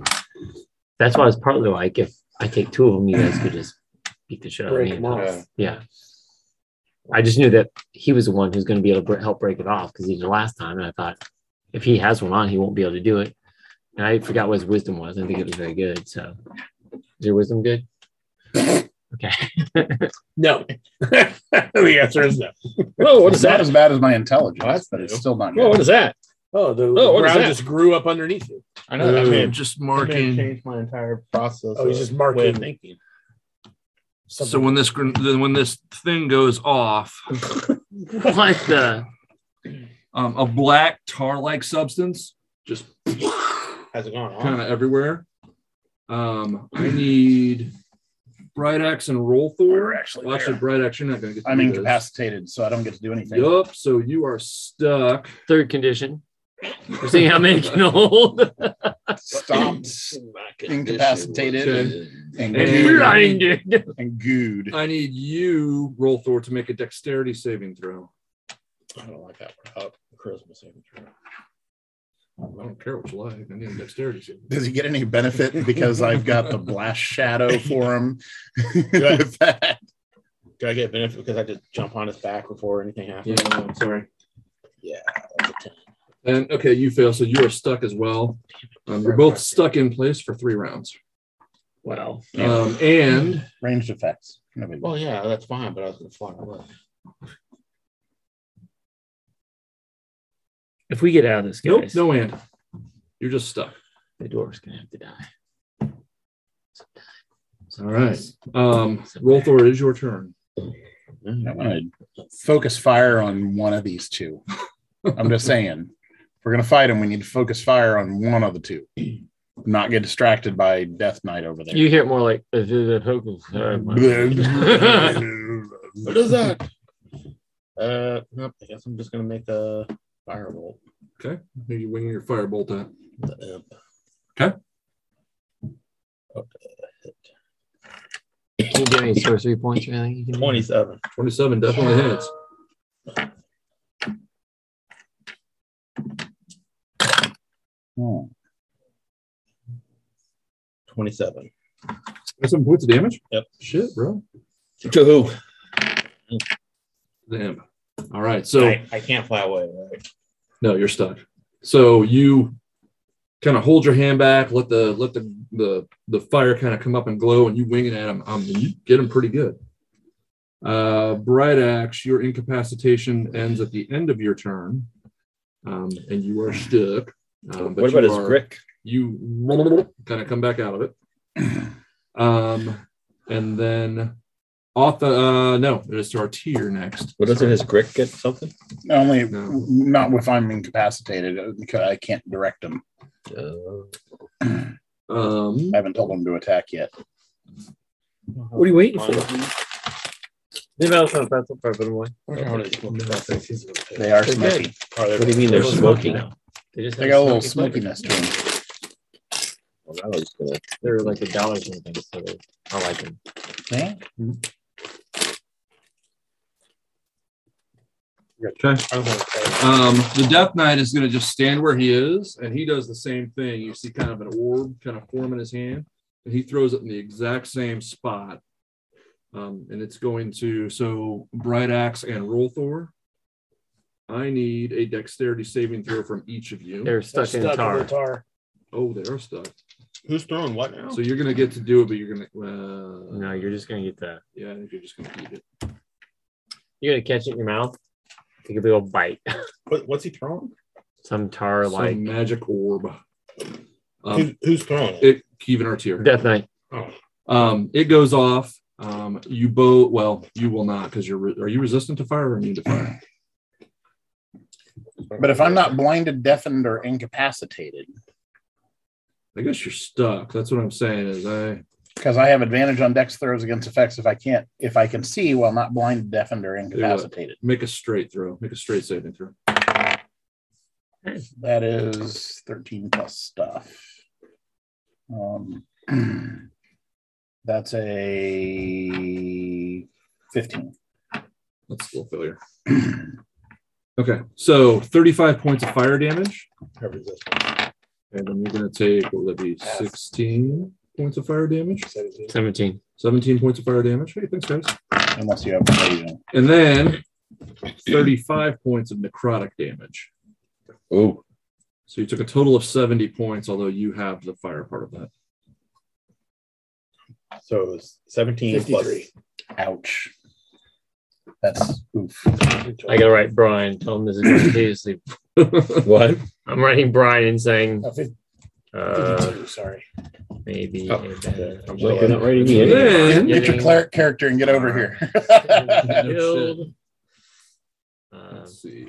S5: That's why I was partly like, if I take two of them, you guys could just <laughs> beat the shit out of me.
S3: Break 'em off.
S5: Yeah. I just knew that he was the one who's going to be able to br- help break it off because he did last time. And I thought if he has one on, he won't be able to do it. And I forgot what his wisdom was. I think it was very good. So, is your wisdom <laughs> good?
S7: <laughs>
S3: No. the answer is no. Whoa, what
S9: It's
S3: is
S9: not
S3: that?
S9: as bad as my intelligence,
S7: Oh, that's
S9: but it's
S7: new.
S9: still not
S7: Whoa,
S9: good.
S7: what is that?
S3: Oh, the,
S7: what is
S3: ground
S7: that?
S3: just grew up underneath you.
S7: I know. that. I
S4: I'm
S7: mean,
S4: just
S7: I mean,
S4: marking.
S7: changed my entire process.
S3: Oh, he's just
S7: of
S3: marking.
S7: way of thinking.
S4: So when this gr- then when this thing goes off,
S5: What the?
S4: um, a black tar-like substance just
S7: Has it gone
S4: kind
S7: on?
S4: of everywhere. Um, I need Bright Axe and Roll Thor.
S9: We're actually
S4: well, actually,
S9: there.
S4: Bright Axe, you're not going to get.
S9: I'm incapacitated, so I don't get to do anything.
S4: Yup. So you are stuck.
S5: Third condition. We're seeing how
S4: <laughs>
S5: many can hold. <laughs>
S3: <clears throat>
S9: Stomped
S4: Okay.
S9: incapacitated, and,
S4: And-
S9: gooed,
S5: Blinded.
S9: and gooed.
S4: I need you, Roll Thor, to make a Dexterity saving throw.
S7: I don't like that one. Up Christmas signature.
S4: I don't care what you like. I need a Dexterity saving.
S9: Does he get any benefit because I've got the blast shadow for him? <laughs>
S7: Good.
S9: With that?
S7: Do I get benefit because I just jump on his back before anything happens?
S4: Yeah, I'm sorry.
S7: Yeah.
S4: And okay, you fail, so you are stuck as well. Um, you're both stuck in place for three rounds.
S5: Well,
S4: Um, and
S9: Ranged effects. No big
S7: Well, yeah, that's fine, but I was gonna fly away.
S5: if we get out of this,
S4: nope,
S5: guys,
S4: no and. You're just stuck.
S5: the dwarf's going to have to die.
S4: All right. Um, roll Thor, it is your turn.
S9: I want to focus fire on one of these two. I'm just saying, if we're going to fight him, we need to focus fire on one of the two. Not get distracted by Death Knight over there.
S5: You hear it more like "Uh, uh,
S4: <laughs>
S5: uh, uh, uh,
S7: What is that? Uh, nope. I guess I'm just gonna make a firebolt.
S4: Okay. You wing your firebolt at.
S7: The imp.
S4: Okay.
S2: Can <laughs> you give me sorcery points or anything? You can do?
S7: 27.
S4: 27 definitely hits.
S9: Hmm.
S7: 27.
S4: That's some points of damage?
S7: Yep.
S4: Shit, bro.
S5: To who?
S4: The imp. All right. So
S7: I, I can't fly away. Right?
S4: No, you're stuck. So you kind of hold your hand back, let the let the the, the fire kind of come up and glow, and you wing it at him. Um, and you get him pretty good. Uh, bright axe, your incapacitation ends at the end of your turn, um, and you are stuck. Um,
S5: What about
S4: you
S5: his
S4: are-
S5: brick?
S4: You kind of come back out of it.
S5: <clears throat>
S4: Um, and then off the uh, no, it is to our tier next.
S5: Well, doesn't his grick get something?
S9: Only not if I'm incapacitated uh, because I can't direct him.
S2: Uh,
S4: Um,
S9: I haven't told him to attack yet.
S5: What are you waiting for?
S2: Leave out some pretzel, put them away.
S9: They are smoky.
S5: What do you mean they're smoky?
S2: They just
S9: They
S2: have
S9: got a little
S2: smoky
S9: smokiness to them.
S2: They're like a dollar something. So they- I like them.
S9: Yeah.
S4: Okay. Um, the Death Knight is going to just stand where he is, and he does the same thing. You see, kind of an orb kind of form in his hand, and he throws it in the exact same spot. Um, and it's going to so Bright Axe and Rolthor. I need a dexterity saving throw from each of you.
S2: They're stuck They're in stuck tar. in the
S3: tar.
S4: Oh, they are stuck.
S7: Who's throwing what now?
S4: So you're going to get to do it, but you're going to. Uh,
S2: No, you're just gonna get that.
S4: Yeah, I think you're just gonna eat it.
S2: You're gonna catch it in your mouth. Take a big old bite.
S7: What, what's he throwing?
S2: Some tar
S4: some
S2: like
S4: magic orb. Um,
S2: Um,
S7: Who's- who's throwing it?
S4: it? Keeping our tier.
S2: Death Knight.
S7: Oh.
S4: Um, it goes off. Um, you both. Well, you will not because you're. Re- are you resistant to fire or immune to fire?
S9: But if I'm not blinded, deafened, or incapacitated,
S4: I guess you're stuck. That's what I'm saying. Is I
S9: because I have advantage on dex throws against effects if I can't, if I can see while not blinded, deafened, or
S4: Do what?
S9: incapacitated.
S4: Make a straight throw. Make a straight saving throw.
S9: That is 13 plus stuff. Um, <clears throat> that's a 15.
S4: That's still a failure. Okay, so 35 points of fire damage, and then you're gonna take. What would that be? 16 points of fire damage.
S2: 17.
S4: 17 points of fire damage. Hey, thanks, guys.
S9: Unless you have poison.
S4: And then 35 points of necrotic damage.
S5: Oh.
S4: So you took a total of 70 points, although you have the fire part of that.
S7: So it was 17 plus.
S9: 53. Ouch. That's oof.
S2: I gotta write Brian. Tell him this
S5: <coughs>
S2: is continuously.
S5: what?
S2: I'm writing Brian and saying.
S7: Oh,
S3: Oh,
S2: Uh,
S7: sorry.
S2: Maybe.
S4: I'm
S9: sorry.
S2: not writing
S9: Get,
S2: me
S9: get
S2: any.
S9: your cleric character and get over
S2: <laughs>
S9: here.
S2: Killed. uh,
S4: Let's see.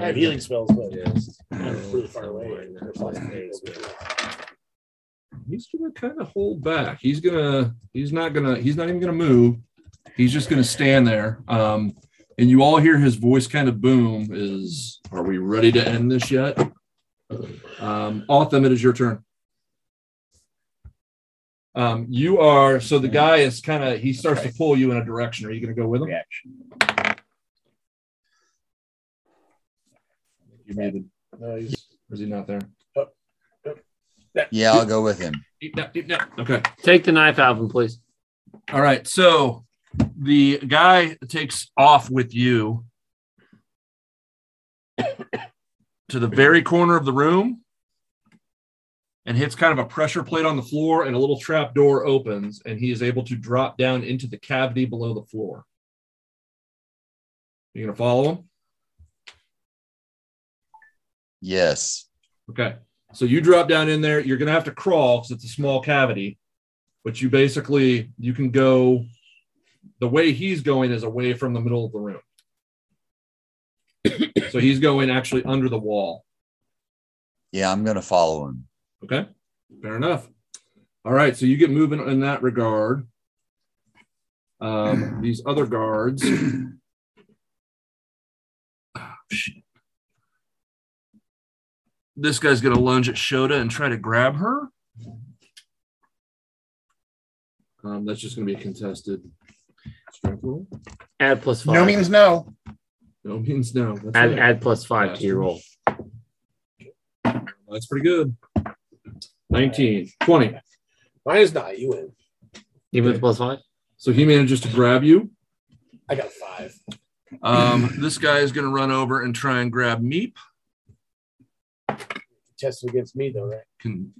S3: I have healing spells, but I'm really far away.
S4: He's gonna kind of hold back. He's gonna. He's not gonna. He's not even gonna move. He's just gonna stand there. Um, and you all hear his voice kind of boom. Is are we ready to end this yet? Um, Autumn, it is your turn. Um, you are. So the guy is kind of. He starts to pull you in a direction. Are you gonna go with him?
S9: Reaction.
S4: You muted. No, he's. Or is he not there?
S10: Yeah, I'll go with him.
S4: Deep down, deep down. Okay.
S2: Take the knife out of him, please.
S4: All right. So the guy takes off with you to the very corner of the room and hits kind of a pressure plate on the floor, and a little trap door opens, and he is able to drop down into the cavity below the floor. You're going to follow him?
S10: Yes.
S4: Okay. So you drop down in there. You're going to have to crawl because it's a small cavity, but you basically you can go. The way he's going is away from the middle of the room. <coughs> so he's going actually under the wall.
S10: Yeah, I'm gonna follow him.
S4: Okay. Fair enough. All right. So you get moving in that regard. Um, these other guards. Oh, shit. This guy's going to lunge at Shoda and try to grab her. Um, that's just going to be a contested strength roll.
S7: Add plus five.
S4: No means no. No means no. That's
S7: add,
S4: right.
S7: add plus five to your roll.
S4: That's pretty good. 19, 20.
S3: Mine is not. You win.
S7: Even with plus five?
S4: So he manages to grab you.
S3: I got five. <laughs>
S19: Um, this guy is going to run over and try and grab Meep.
S3: Tested against me though, right?
S19: Can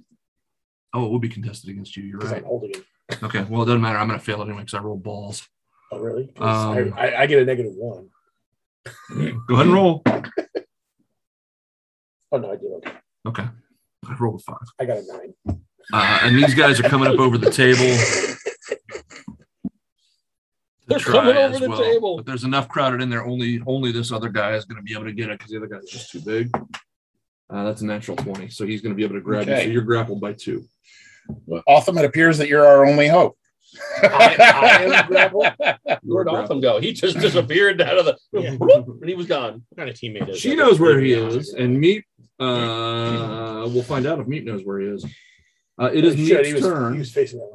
S19: oh, it would be contested against you. You're
S3: 'Cause
S19: right.
S3: I'm holding it.
S19: Okay, well it doesn't matter. I'm going to fail it anyway because I roll
S3: <clears throat>
S19: balls.
S3: Oh, really? 'Cause
S19: Um,
S3: I, I, I get a negative one.
S19: Go ahead and roll.
S3: Oh no, I do. Okay.
S19: Okay, I rolled a five.
S3: I got a nine.
S19: Uh, and these guys are coming up over the table.
S3: <laughs> They're
S19: try
S3: coming over
S19: as
S3: the table.
S19: But there's enough crowded in there. Only only this other guy is going to be able to get it because the other guy's just too big.
S4: Uh, that's a natural 20. So he's going to be able to grab you.
S19: Okay.
S4: So you're grappled by two.
S9: Awesome. It appears that you're our only hope.
S2: I
S9: <laughs>
S2: am grapple. Where'd Otham go?
S20: <laughs>
S2: He just disappeared out of the <laughs> and he was gone.
S20: What kind of teammate is
S4: She
S20: that?
S4: knows where he is, and Meep. Uh, we'll find out if Meep knows where he is. Uh, it is
S3: Oh, shit, he
S4: Meep's
S3: was,
S4: turn.
S3: He was facing that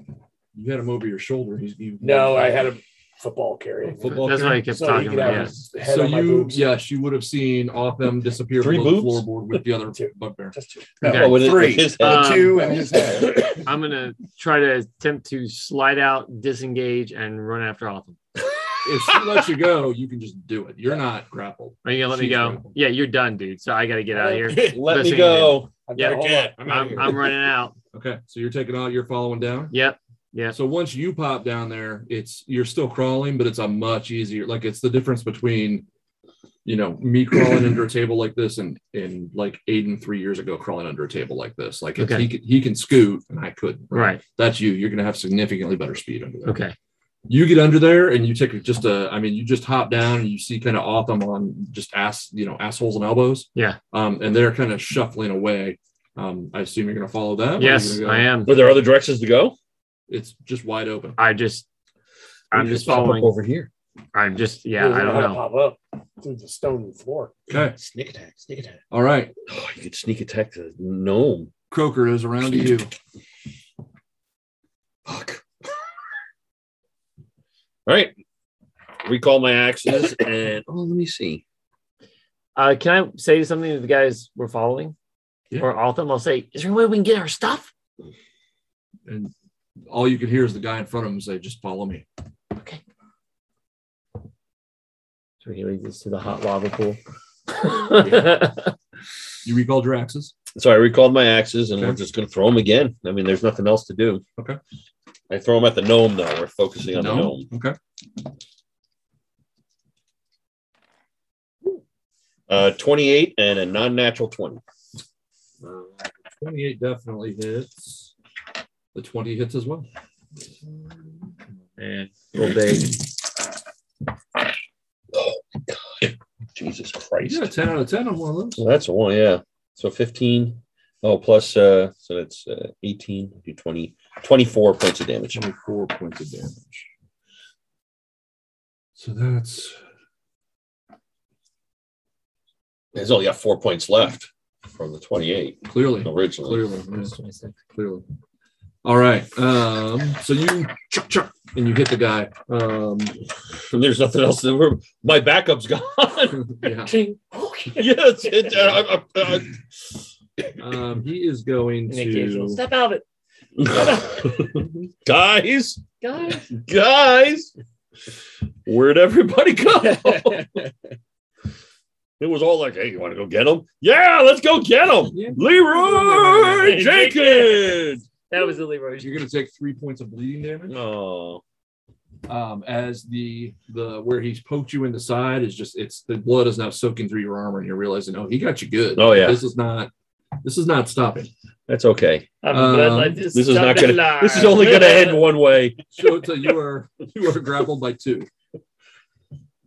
S3: one.
S4: You had him over your shoulder. He's, you,
S3: No, I had a football carry.
S4: football.
S7: That's why
S4: carry?
S7: I kept So he talking could about have it. his head
S4: So
S7: on my
S4: you,
S7: boobs.
S4: yes, you would have seen off them disappear
S7: Three
S4: below the
S7: boobs?
S4: floorboard with the
S7: <laughs>
S4: other bugbear.
S9: Oh,
S7: Okay.
S4: Um,
S9: Uh,
S21: <laughs>
S2: <coughs>
S7: I'm gonna try to attempt to slide out, disengage, and run after Otham.
S4: if she lets you go, you can just do it. You're not grappled.
S7: Are you gonna let me
S4: She's
S7: go?
S4: grappled.
S7: Yeah, you're done, dude. So I gotta get out
S2: <laughs>
S7: of here.
S4: Let
S7: Best
S4: me
S7: thing I
S4: go.
S7: do.
S4: I've
S7: Yeah,
S4: got a cat.
S7: I'm,
S4: I'm outta
S7: I'm,
S4: here.
S7: running out.
S4: Okay, so you're taking out. You're following down.
S20: <laughs>
S7: Yep. Yeah.
S4: So once you pop down there, it's you're still crawling, but it's a much easier. Like it's the difference between, you know,
S7: <clears throat>
S4: me crawling under a table like this and and like Aiden three years ago crawling under a table like this. Like it's,
S7: Okay.
S4: he can, he can scoot and I couldn't.
S7: Right.
S4: That's you. You're gonna have significantly better speed under there.
S7: Okay.
S4: You get under there and you take just a. I mean, you just hop down and you see kind of off them on just ass. You know, assholes and elbows.
S7: Yeah.
S4: Um, and they're kind of shuffling away. Um, I assume you're gonna follow that. or you're
S7: Yes,
S4: gonna go-
S7: I am.
S2: Were there other directions to go?
S4: It's just wide open.
S7: I just, I'm just following
S2: here.
S7: I'm just, yeah, I don't know.
S3: Pop up through the stone floor.
S4: Okay.
S20: Sneak attack. Sneak attack.
S4: All right.
S2: Oh, you could sneak attack the gnome.
S19: Croker is around to you.
S2: All right. Recall my axes and oh, let me see.
S7: Uh, can I say something to the guys we're following?
S4: Yeah.
S7: Or Otham, I'll say, is there a way we can get our stuff?
S4: and all you could hear is the guy in front of him say, "Just follow me."
S7: So he leads us to the hot lava <laughs> pool.
S4: you recalled your axes?
S2: So I recalled my axes and we're just gonna throw them again. I mean, there's nothing else to do.
S4: Okay.
S2: I throw them at the gnome though. We're focusing on the gnome.
S4: Okay.
S2: Uh, 28 and a non-natural 20.
S4: Twenty-eight definitely hits. The twenty hits as well.
S7: And roll big.
S2: Oh, Jesus Christ.
S4: You got a ten out of ten on one of those.
S2: Well, that's a one, yeah. So 15. Oh, plus, uh, so that's uh, 18, do 20, 24 points of damage.
S4: 24 points of damage. So that's.
S2: There's only got four points left from the 28.
S4: Clearly.
S2: Originally.
S4: Clearly, yeah, clearly. All right. Um, so you chuck, chuck, and you hit the guy. Um, <laughs>
S2: there's nothing else. That we're, my backup's gone. <laughs>
S4: yeah.
S2: yes. It, uh, uh, uh,
S4: Um, he is going
S2: An occasional
S4: to
S2: step
S7: out it.
S2: uh, guys,
S7: Guys.
S2: guys, where'd everybody go? it was all like, hey, you want to go get them? Yeah, let's go get them. Leroy Jenkins.
S7: That was the Leroy.
S4: You're going to take three points of bleeding damage.
S2: No.
S4: Um, as the the where he's poked you in the side is just it's the blood is now soaking through your armor, and you're realizing, oh, he got you good.
S2: Oh, yeah.
S4: this is not this is not stopping.
S2: That's okay.
S4: I'm glad I
S2: this
S4: just
S2: is not
S4: stopped
S2: gonna.
S4: alive.
S2: This is only gonna end one way.
S4: Shota, you are you are grappled by two.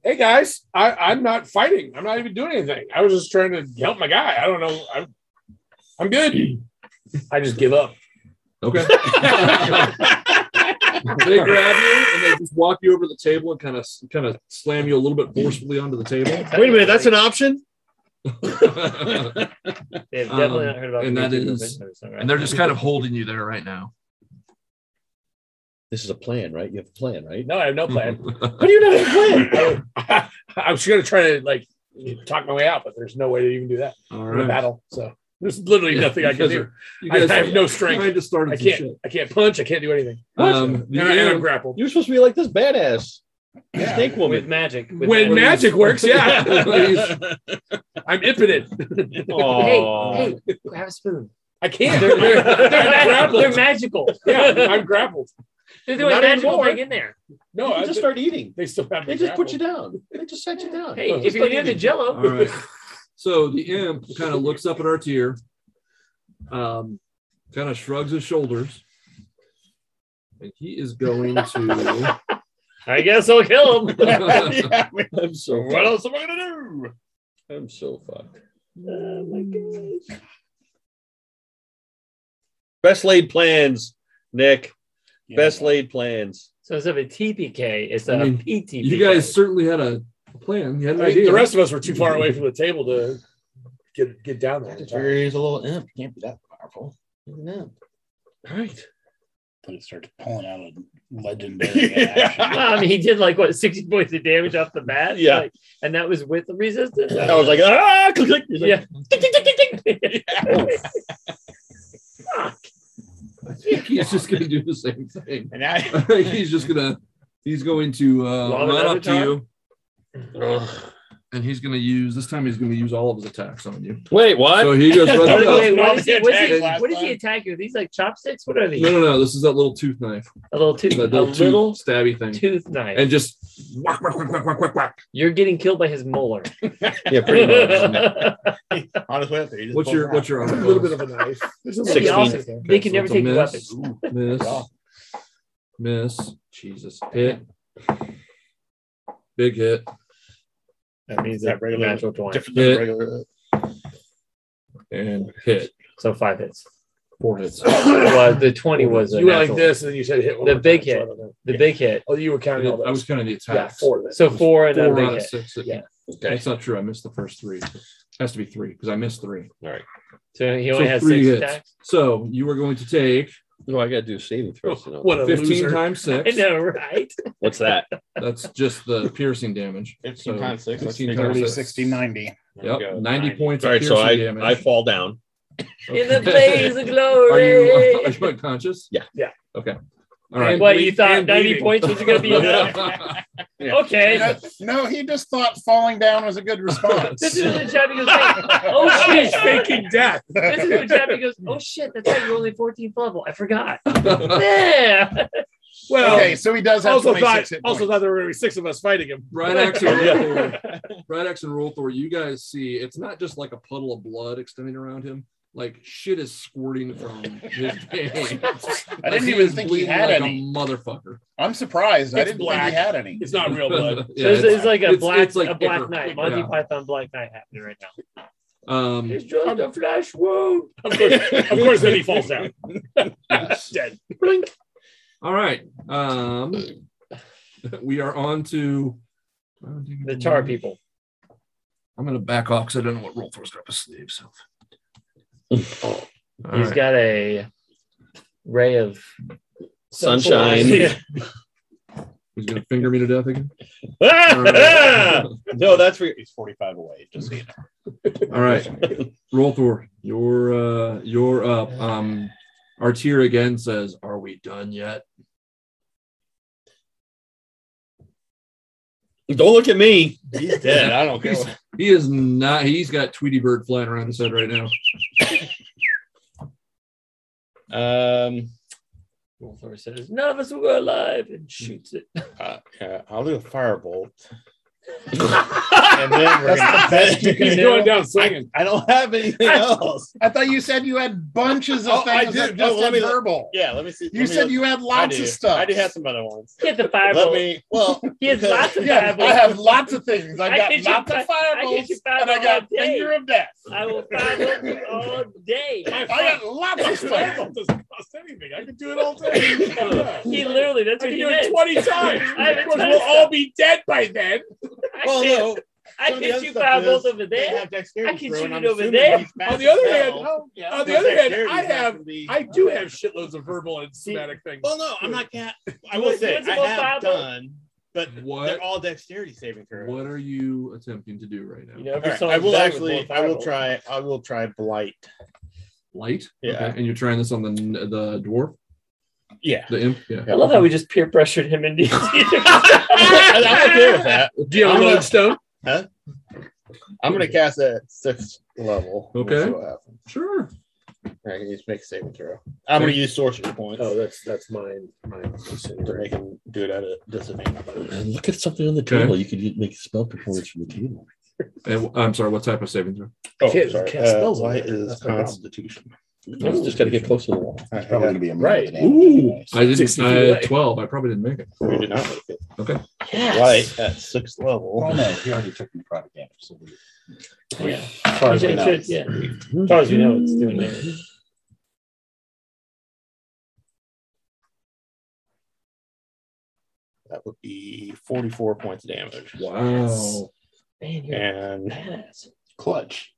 S3: Hey guys, I, I'm not fighting. I'm not even doing anything. I was just trying to help my guy. I don't know. I'm I'm good. I just give <laughs> up.
S4: Okay. they grab you and they just walk you over the table and kind of kind of slam you a little bit forcefully onto the table.
S2: Wait a minute, that's an option.
S5: They've definitely not heard about
S4: Um, and that
S5: Bluetooth or
S4: is,
S5: Bluetooth, right?
S4: and they're just kind of holding you there right <laughs> now.
S2: This is a plan, right? You have a plan, right?
S7: No, I have no plan. How do you not have a plan? <laughs> I, I was going to try to like talk my way out, but there's no way to even do that
S4: All
S7: in a
S4: right.
S7: battle. So there's literally
S4: Yeah,
S7: nothing I
S4: you
S7: can
S4: guys
S7: do.
S4: are- you
S7: I,
S4: guys
S7: I have
S4: are
S7: no strength.
S4: trying to start
S7: I
S4: some
S7: can't.
S4: shit.
S7: I can't punch. I can't do anything.
S4: Um,
S7: and, I, and I'm
S4: you-
S7: grappled.
S2: You're supposed to be like this badass snake woman <laughs>
S5: with magic. With
S7: When magic
S3: <laughs>
S7: works, yeah,
S5: Please.
S7: <laughs> I'm impotent.
S5: Hey, hey, grab
S4: <laughs>
S5: a spoon.
S7: I can't.
S5: They're,
S7: <laughs>
S5: they're,
S7: I'm
S5: they're,
S7: grappled.
S5: they're magical.
S7: Yeah, I'm grappled.
S5: They're doing
S7: Not
S5: magical
S7: anymore.
S5: thing in there.
S7: No,
S2: You
S7: I
S2: just start eating.
S7: They still have.
S2: They
S7: me
S2: just put you
S7: grappled.
S2: down. They just set you down.
S5: Hey,
S2: Just
S5: if you're
S2: start
S5: near the
S2: eating.
S5: jello,
S4: All right. So the imp kind of looks up at our tier, um, kind of shrugs his shoulders, and he is going to.
S5: <laughs> I guess I'll kill him.
S7: <laughs>
S2: Yeah, I'm so
S5: What else
S2: am I gonna do? I'm so fucked. Oh my gosh. Best laid plans, Nick. Best laid plans.
S5: So instead of a TPK, it's a
S4: I mean,
S5: PTPK.
S4: You guys certainly had a plan. You had
S7: I
S4: an
S7: mean,
S4: idea. <laughs>
S7: the rest of us were too far away from the table to get get down there. <laughs>
S21: He's a little imp. Can't be that powerful. He's an imp.
S2: All right.
S9: But it starts pulling out a <laughs> legendary action.
S5: Well, I mean, he did like what sixty points of damage off the bat.
S2: Yeah.
S5: like, and that was with the resistance.
S2: I was like, ah, click, click. He's like,
S5: yeah.
S4: I think he's just going to do the same thing.
S9: And
S4: <laughs>
S9: I,
S4: I think he's just going to. He's going to uh,
S5: Long
S4: run up to
S5: avatar?
S4: you, and he's going to use this time. He's going to use all of his attacks on you.
S2: Wait, what?
S4: So he goes right
S5: Wait,
S4: up.
S5: wait, what, is he, what, is he,
S4: And-
S5: what is he attacking? Are these like chopsticks? What are these?
S4: No, no, no. This is that little tooth knife.
S5: A little tooth,
S4: That
S5: a
S4: little tooth
S5: little
S4: stabby thing.
S5: tooth knife.
S4: And just
S5: You're getting killed by his molar.
S2: Yeah, pretty <laughs>
S5: <laughs>
S2: much.
S21: Honestly, out there, you just
S4: what's
S21: pull
S4: your
S21: him out.
S4: what's your uh,
S7: A
S4: armor?
S7: little bit of a knife. There's a little
S5: That'd be
S7: bit of
S5: awesome.
S7: knife there.
S5: They can never take
S4: miss,
S5: weapons.
S4: Miss. Miss. Jesus. Hit. Big hit.
S5: That means
S21: That
S5: that
S21: regular-
S5: natural twenty.
S21: Different than
S4: Yeah.
S21: regular.
S4: And hit.
S5: So five hits.
S4: Four hits.
S5: <coughs> well, the twenty was a
S7: You went like
S5: natural-
S7: this, and then you said hit one
S5: The
S7: more
S5: big
S7: time, so I
S5: hit.
S7: don't know.
S5: The big hit.
S7: Oh, you were counting all those.
S4: I was counting the attacks.
S7: yeah, four. Then.
S5: So four and a
S4: Four
S5: big
S4: out of
S5: hit.
S4: six.
S5: Yeah.
S4: That's not true. I missed the first three. has to be three because I missed three.
S2: All right.
S5: So he only
S4: So
S5: has
S4: three
S5: six
S4: hits.
S5: attacks.
S4: So you are going to take
S2: No, I gotta do saving throws. You know.
S7: What a
S4: 15
S7: loser.
S4: times
S5: <laughs> I
S4: six.
S5: know, right?
S2: What's that?
S4: That's just the piercing damage.
S21: 15
S4: So
S21: times six, that's
S4: 15
S21: figure
S4: times
S9: 30,
S4: six.
S9: 60, 90.
S4: Yep.
S21: There we go,
S4: 90,
S21: 90.
S4: points
S2: All
S4: of
S2: right,
S4: piercing
S2: so I,
S4: damage.
S2: I fall down.
S5: In the blaze of glory.
S4: Are you, uh,
S5: <laughs>
S4: are you unconscious?
S2: Yeah.
S7: Yeah.
S4: Okay. All right.
S5: What you thought?
S7: and
S5: Ninety
S7: bleeding.
S5: points was
S4: <laughs>
S5: going to be enough? Okay.
S9: No, no, he just thought falling down was a
S21: <laughs>
S9: good response.
S5: This is the <laughs> chap who goes, like,
S4: <laughs>
S5: "Oh shit!"
S7: faking death.
S5: This is the chap who goes, "Oh shit!" That's right. You're only 14th level.
S4: <laughs>
S5: I forgot. Yeah.
S7: Well,
S9: okay, so he does have
S7: also
S9: 26
S7: thought
S9: hit
S7: also
S9: points.
S7: thought there were going to be six of us fighting him.
S4: Bright axe
S7: <laughs>
S4: and Rolthor. Bright axe and Rolthor, you guys see it's not just like a puddle of blood extending around him. Like shit is squirting from his veins.
S9: I didn't
S4: He
S9: even
S4: is
S9: think he
S4: bleeding
S9: had
S4: like
S9: any.
S4: A motherfucker.
S9: I'm surprised. I
S7: It's
S9: didn't
S7: black.
S9: think he had any.
S4: <laughs>
S7: It's not real
S5: <laughs>
S7: blood.
S4: Yeah,
S5: it's,
S4: it's-
S5: it's like a
S4: it's-
S5: black,
S4: it's like
S5: a black
S4: paper.
S5: knight, Monty
S4: Yeah.
S5: Python black knight happening right now.
S4: Um,
S5: just a flesh wound.
S7: Of course, of
S21: <laughs>
S7: course, then he falls
S5: <laughs>
S7: down. <laughs> Dead.
S4: all right. Um, we are on to
S5: The tar people.
S4: I'm gonna back off because I don't know what Rolthor's got up his sleeve. So All
S5: <laughs> He's
S4: right.
S5: got a ray of
S2: <laughs> <laughs> Sunshine.
S4: he's gonna finger me to death
S5: <laughs>
S4: again. All right.
S2: no, that's where
S21: He's 45 away. Just so you know.
S4: All right, Rolthor, you're uh, you're up. Um, our tier again says, "Are we done yet?"
S2: don't look at me.
S21: He's dead. I don't care.
S4: He's- he is not. He's got Tweety Bird flying around his head right now.
S2: Um,
S5: Wolflord says, none of us were alive and shoots it.
S21: Uh, uh, I'll do a firebolt. and then we're gonna,
S7: He's going down swinging.
S21: I don't have anything else.
S9: I thought you said you had bunches
S21: Oh,
S9: of
S21: I
S9: things
S21: did.
S9: that just
S21: Oh, let
S9: had
S21: me-
S9: verbal.
S21: Yeah, let me see.
S9: You
S21: let me
S9: said
S21: look.
S9: you had
S21: I
S9: lots
S21: do.
S9: of stuff.
S21: I do have some other ones.
S5: Get the
S21: Let
S5: fireball.
S21: me. Well,
S5: He has lots of
S9: yeah,
S5: fireballs.
S9: I have lots of things. I
S5: I
S9: got
S5: get you
S9: lots of
S5: fi- I get
S9: fireballs,
S5: you
S9: and I
S5: fireball
S9: got
S5: all day.
S9: finger of death.
S5: I will fireball you Oh, all day.
S9: I got lots of stuff.
S7: That doesn't cost anything. I could do it
S9: <laughs>
S7: all day.
S5: He literally, that's
S7: I can
S5: what he
S7: do it
S5: did.
S7: 20 times.
S5: I have a
S7: Of course,
S5: ton of
S7: we'll
S5: stuff.
S7: all be dead by then.
S5: I
S21: well,
S5: did.
S21: no.
S5: I
S9: Some of the
S5: hit
S9: other
S5: you
S9: stuff
S5: five
S9: is
S5: bolts over
S9: they
S5: there.
S9: have dexterity
S5: I can
S9: throw,
S5: shoot
S9: and
S5: it
S9: I'm
S5: over
S9: assuming
S5: there.
S9: he's
S7: On
S9: fast
S7: the other
S9: as
S7: hand,
S9: hell.
S7: on the
S9: His
S7: other hand,
S9: dexterity
S7: I
S9: has
S7: have
S9: to be-
S7: I do have shitloads of verbal and somatic things.
S9: Well, no, I'm not.
S7: <laughs>
S9: Ca- I will say I
S7: Invincible
S9: have
S7: Bible?
S9: done, but they're all dexterity saving throws.
S4: What are you attempting to do right now?
S9: All right, I will actually. I will try. I will try blight.
S5: <laughs>
S9: <laughs>
S4: Light.
S9: Yeah.
S4: And you're trying this on the the dwarf.
S9: Yeah.
S4: The imp. Yeah.
S5: I love how we just peer pressured
S4: <laughs>
S5: him into. <laughs>
S9: I'm okay with that.
S4: Do you have
S9: I'm
S4: a
S9: gonna-
S4: lodestone?
S9: Huh? I'm gonna cast that at sixth level. We'll
S4: Okay.
S9: see what happens.
S4: Sure.
S9: I can just make a saving throw. I'm gonna
S4: Okay.
S9: use sorcery points.
S4: Oh,
S9: that's that's mine. Mine. They're making do it at a disadvantage.
S2: <clears throat> Look at something on the
S4: Okay.
S2: table. You could u- make spell performance from the table.
S4: And Uh, I'm sorry. What type of saving throw?
S9: Oh,
S3: Can't-
S9: sorry.
S3: can't
S9: Uh,
S3: spells on
S9: light
S3: there.
S9: is
S3: That's my problem.
S9: Constitution.
S2: It's just got to get close to the wall.
S3: It's probably gonna be a minute
S9: Right.
S3: of damage
S4: Ooh,
S3: anyway, so-
S4: I didn't.
S9: 60 feet
S4: I
S9: away.
S4: had twelve. I probably didn't make it.
S9: You did not make it.
S4: Okay.
S9: Light at sixth level.
S3: Well, no, he already took the product damage. So we-
S5: Yeah.
S3: As far as we
S5: It
S3: know,
S5: should,
S3: it's-
S5: yeah.
S4: Hmm.
S5: As far as you know, it's doing damage.
S9: That would be 44 points of damage.
S4: Wow.
S5: Man, you're
S9: And
S5: badass.
S9: clutch.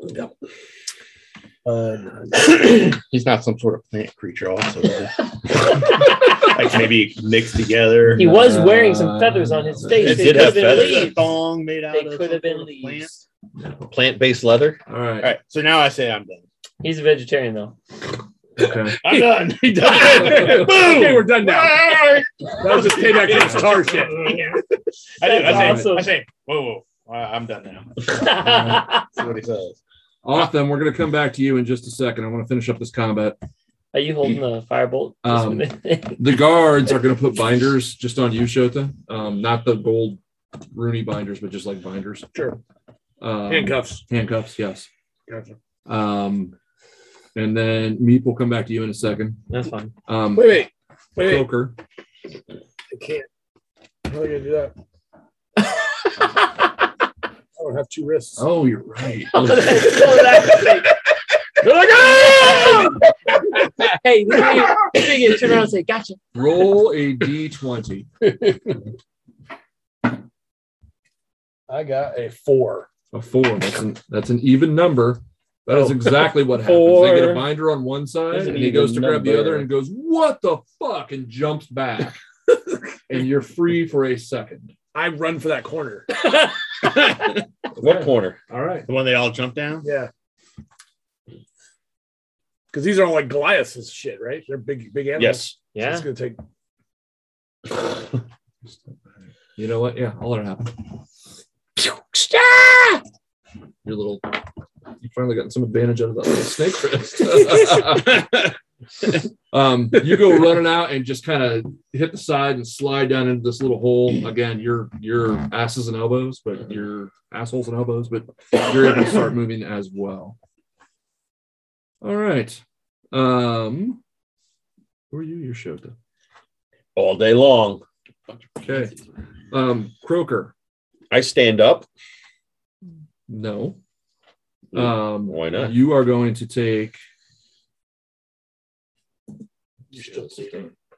S9: Yep.
S4: <clears throat>
S9: he's not some sort of plant creature, also. is he? like maybe mixed together.
S5: He was wearing some feathers on his face.
S9: It
S5: They
S9: did
S5: could
S9: have
S5: have been
S9: feathers.
S5: leaves.
S9: Thong made out
S5: They
S9: of
S5: could
S9: some
S5: have been
S9: sort of plant.
S5: leaves.
S2: Plant based leather.
S4: All right.
S9: All right, so now I say I'm done.
S5: He's a vegetarian though.
S4: Okay. <laughs>
S9: I'm done. He
S5: <laughs>
S7: Okay,
S9: done.
S7: okay, we're done now.
S9: Bye.
S7: That was just payback for his tar shit.
S9: I do. I say,
S4: That's awesome.
S9: I say, whoa, whoa. All right, I'm done now. See what he says.
S4: Awesome. We're gonna come back to you in just a second. I want to finish up this combat.
S5: <laughs> Are you holding the firebolt?
S4: Um, the guards are going to put binders just on you, Shota. Um, not the gold Rooney binders, but just like binders.
S9: Sure.
S4: Um,
S7: Handcuffs.
S4: Handcuffs. Yes.
S9: Gotcha.
S4: Um, and then Meep will come back to you in a second.
S5: That's fine.
S4: Um,
S7: Wait, wait, wait, wait.
S4: Croker.
S7: I can't. How are you gonna do that? <laughs> I don't have two wrists.
S4: Oh, you're
S5: <laughs>
S4: right.
S5: "Ah!" hey, figure, turn around and say, "Gotcha."
S4: Roll a d20.
S7: I got a four.
S4: A four. That's an, that's an even number. That is exactly what happens. They get a
S5: Four.
S4: binder on one side,
S2: That's an
S4: and he goes to
S2: even
S4: grab the other
S2: number.
S4: and goes, "What the fuck?" and jumps back, and you're free for a second.
S7: I run for that corner.
S2: What corner?
S4: All right.
S9: The one they all jump down?
S7: Yeah. Because these are all like Goliath's shit, right? They're big, big animals.
S2: Yes.
S7: So
S5: Yeah.
S7: it's gonna take.
S4: You know what? Yeah, I'll let it happen. Your little, you finally gotten some advantage out of that little snake fist. <laughs> um, you go running out and just kind of hit the side and slide down into this little hole. Again, your your asses and elbows, but your assholes and elbows, but you're able to start moving as well. All right. Um, who are you? Your show.
S2: All day long.
S4: Okay. Um, Croaker.
S2: I stand up.
S4: No. Um,
S2: Hmm. Why not?
S4: You are going to take.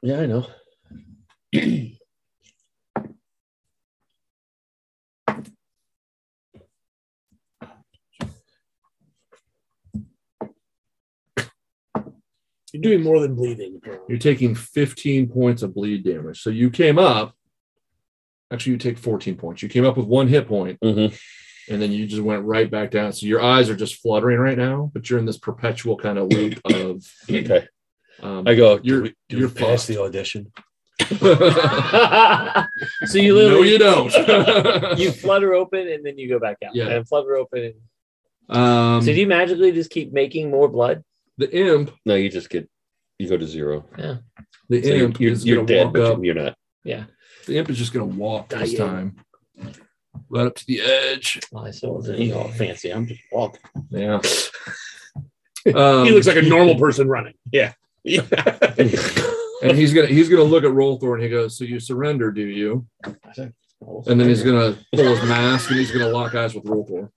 S2: Yeah, I know.
S7: You're doing more than bleeding.
S4: You're taking 15 points of bleed damage. So you came up. Actually, you take 14 points. You came up with one hit point,
S2: Mhm.
S4: and then you just went right back down. So your eyes are just fluttering right now, but you're in this perpetual kind of
S2: <coughs>
S4: loop of.
S2: Okay.
S4: Um,
S2: I go.
S4: You're
S2: do we, do
S4: you're
S2: we pass
S4: fucked.
S2: the
S4: <laughs>
S2: audition.
S5: so you
S4: no,
S5: literally
S2: <laughs>
S4: you <laughs> don't.
S5: <laughs> you flutter open and then you go back out.
S4: Yeah.
S5: And flutter open. And...
S4: um,
S5: so do you magically just keep making more blood?
S4: the imp.
S2: No, you just get. You go to zero.
S5: Yeah.
S4: The
S2: So you're,
S4: imp
S2: you're,
S4: is
S2: you're
S4: going to
S2: dead,
S4: walk up.
S2: but you're
S4: <laughs>
S2: not.
S5: Yeah.
S4: The imp is just going to walk this
S5: Dying.
S4: time, right up to the edge.
S5: Well, I saw that.
S9: He's all fancy. I'm just walking.
S4: Yeah. <laughs> Um,
S7: he looks like a normal person running.
S9: Yeah.
S4: and he's gonna he's gonna look at Rollthor and he goes, "So you surrender, do you?" And then he's gonna pull his mask and he's gonna lock eyes with Rollthor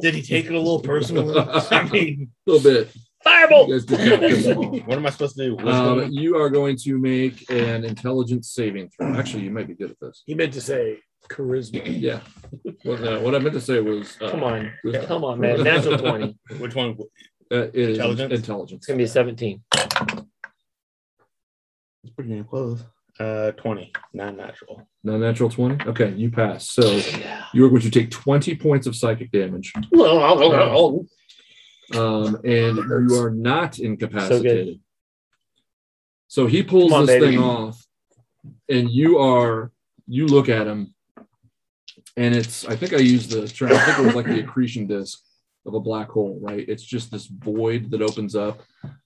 S9: Did he take it a little
S4: <laughs>
S9: personal? I mean,
S4: a little bit.
S5: Firebolt.
S4: You guys did not piss him
S7: <laughs>
S4: off.
S9: what am I supposed to do? What's
S4: Um,
S9: going
S4: you are going to make an intelligence saving throw. Actually, you might be good at this.
S7: He meant to say
S22: charisma.
S4: Yeah. Well, no, what I meant to say was. uh,
S5: Come on.
S4: was-
S5: Come on, man.
S4: <laughs>
S5: Natural 20.
S7: Which one?
S4: Uh, it is
S7: Intelligence?
S4: intelligence.
S5: It's going to be a 17.
S7: It's pretty damn close. Uh, 20, non natural.
S4: Non natural 20. Okay, you pass. So you would you take 20 points of psychic damage. Um, and you are not incapacitated. So, he pulls
S5: Come on,
S4: this
S5: baby.
S4: thing off, and you are you look at him, and it's I think I used the term, I think it was like the accretion disk of a black hole, right? It's just this void that opens up.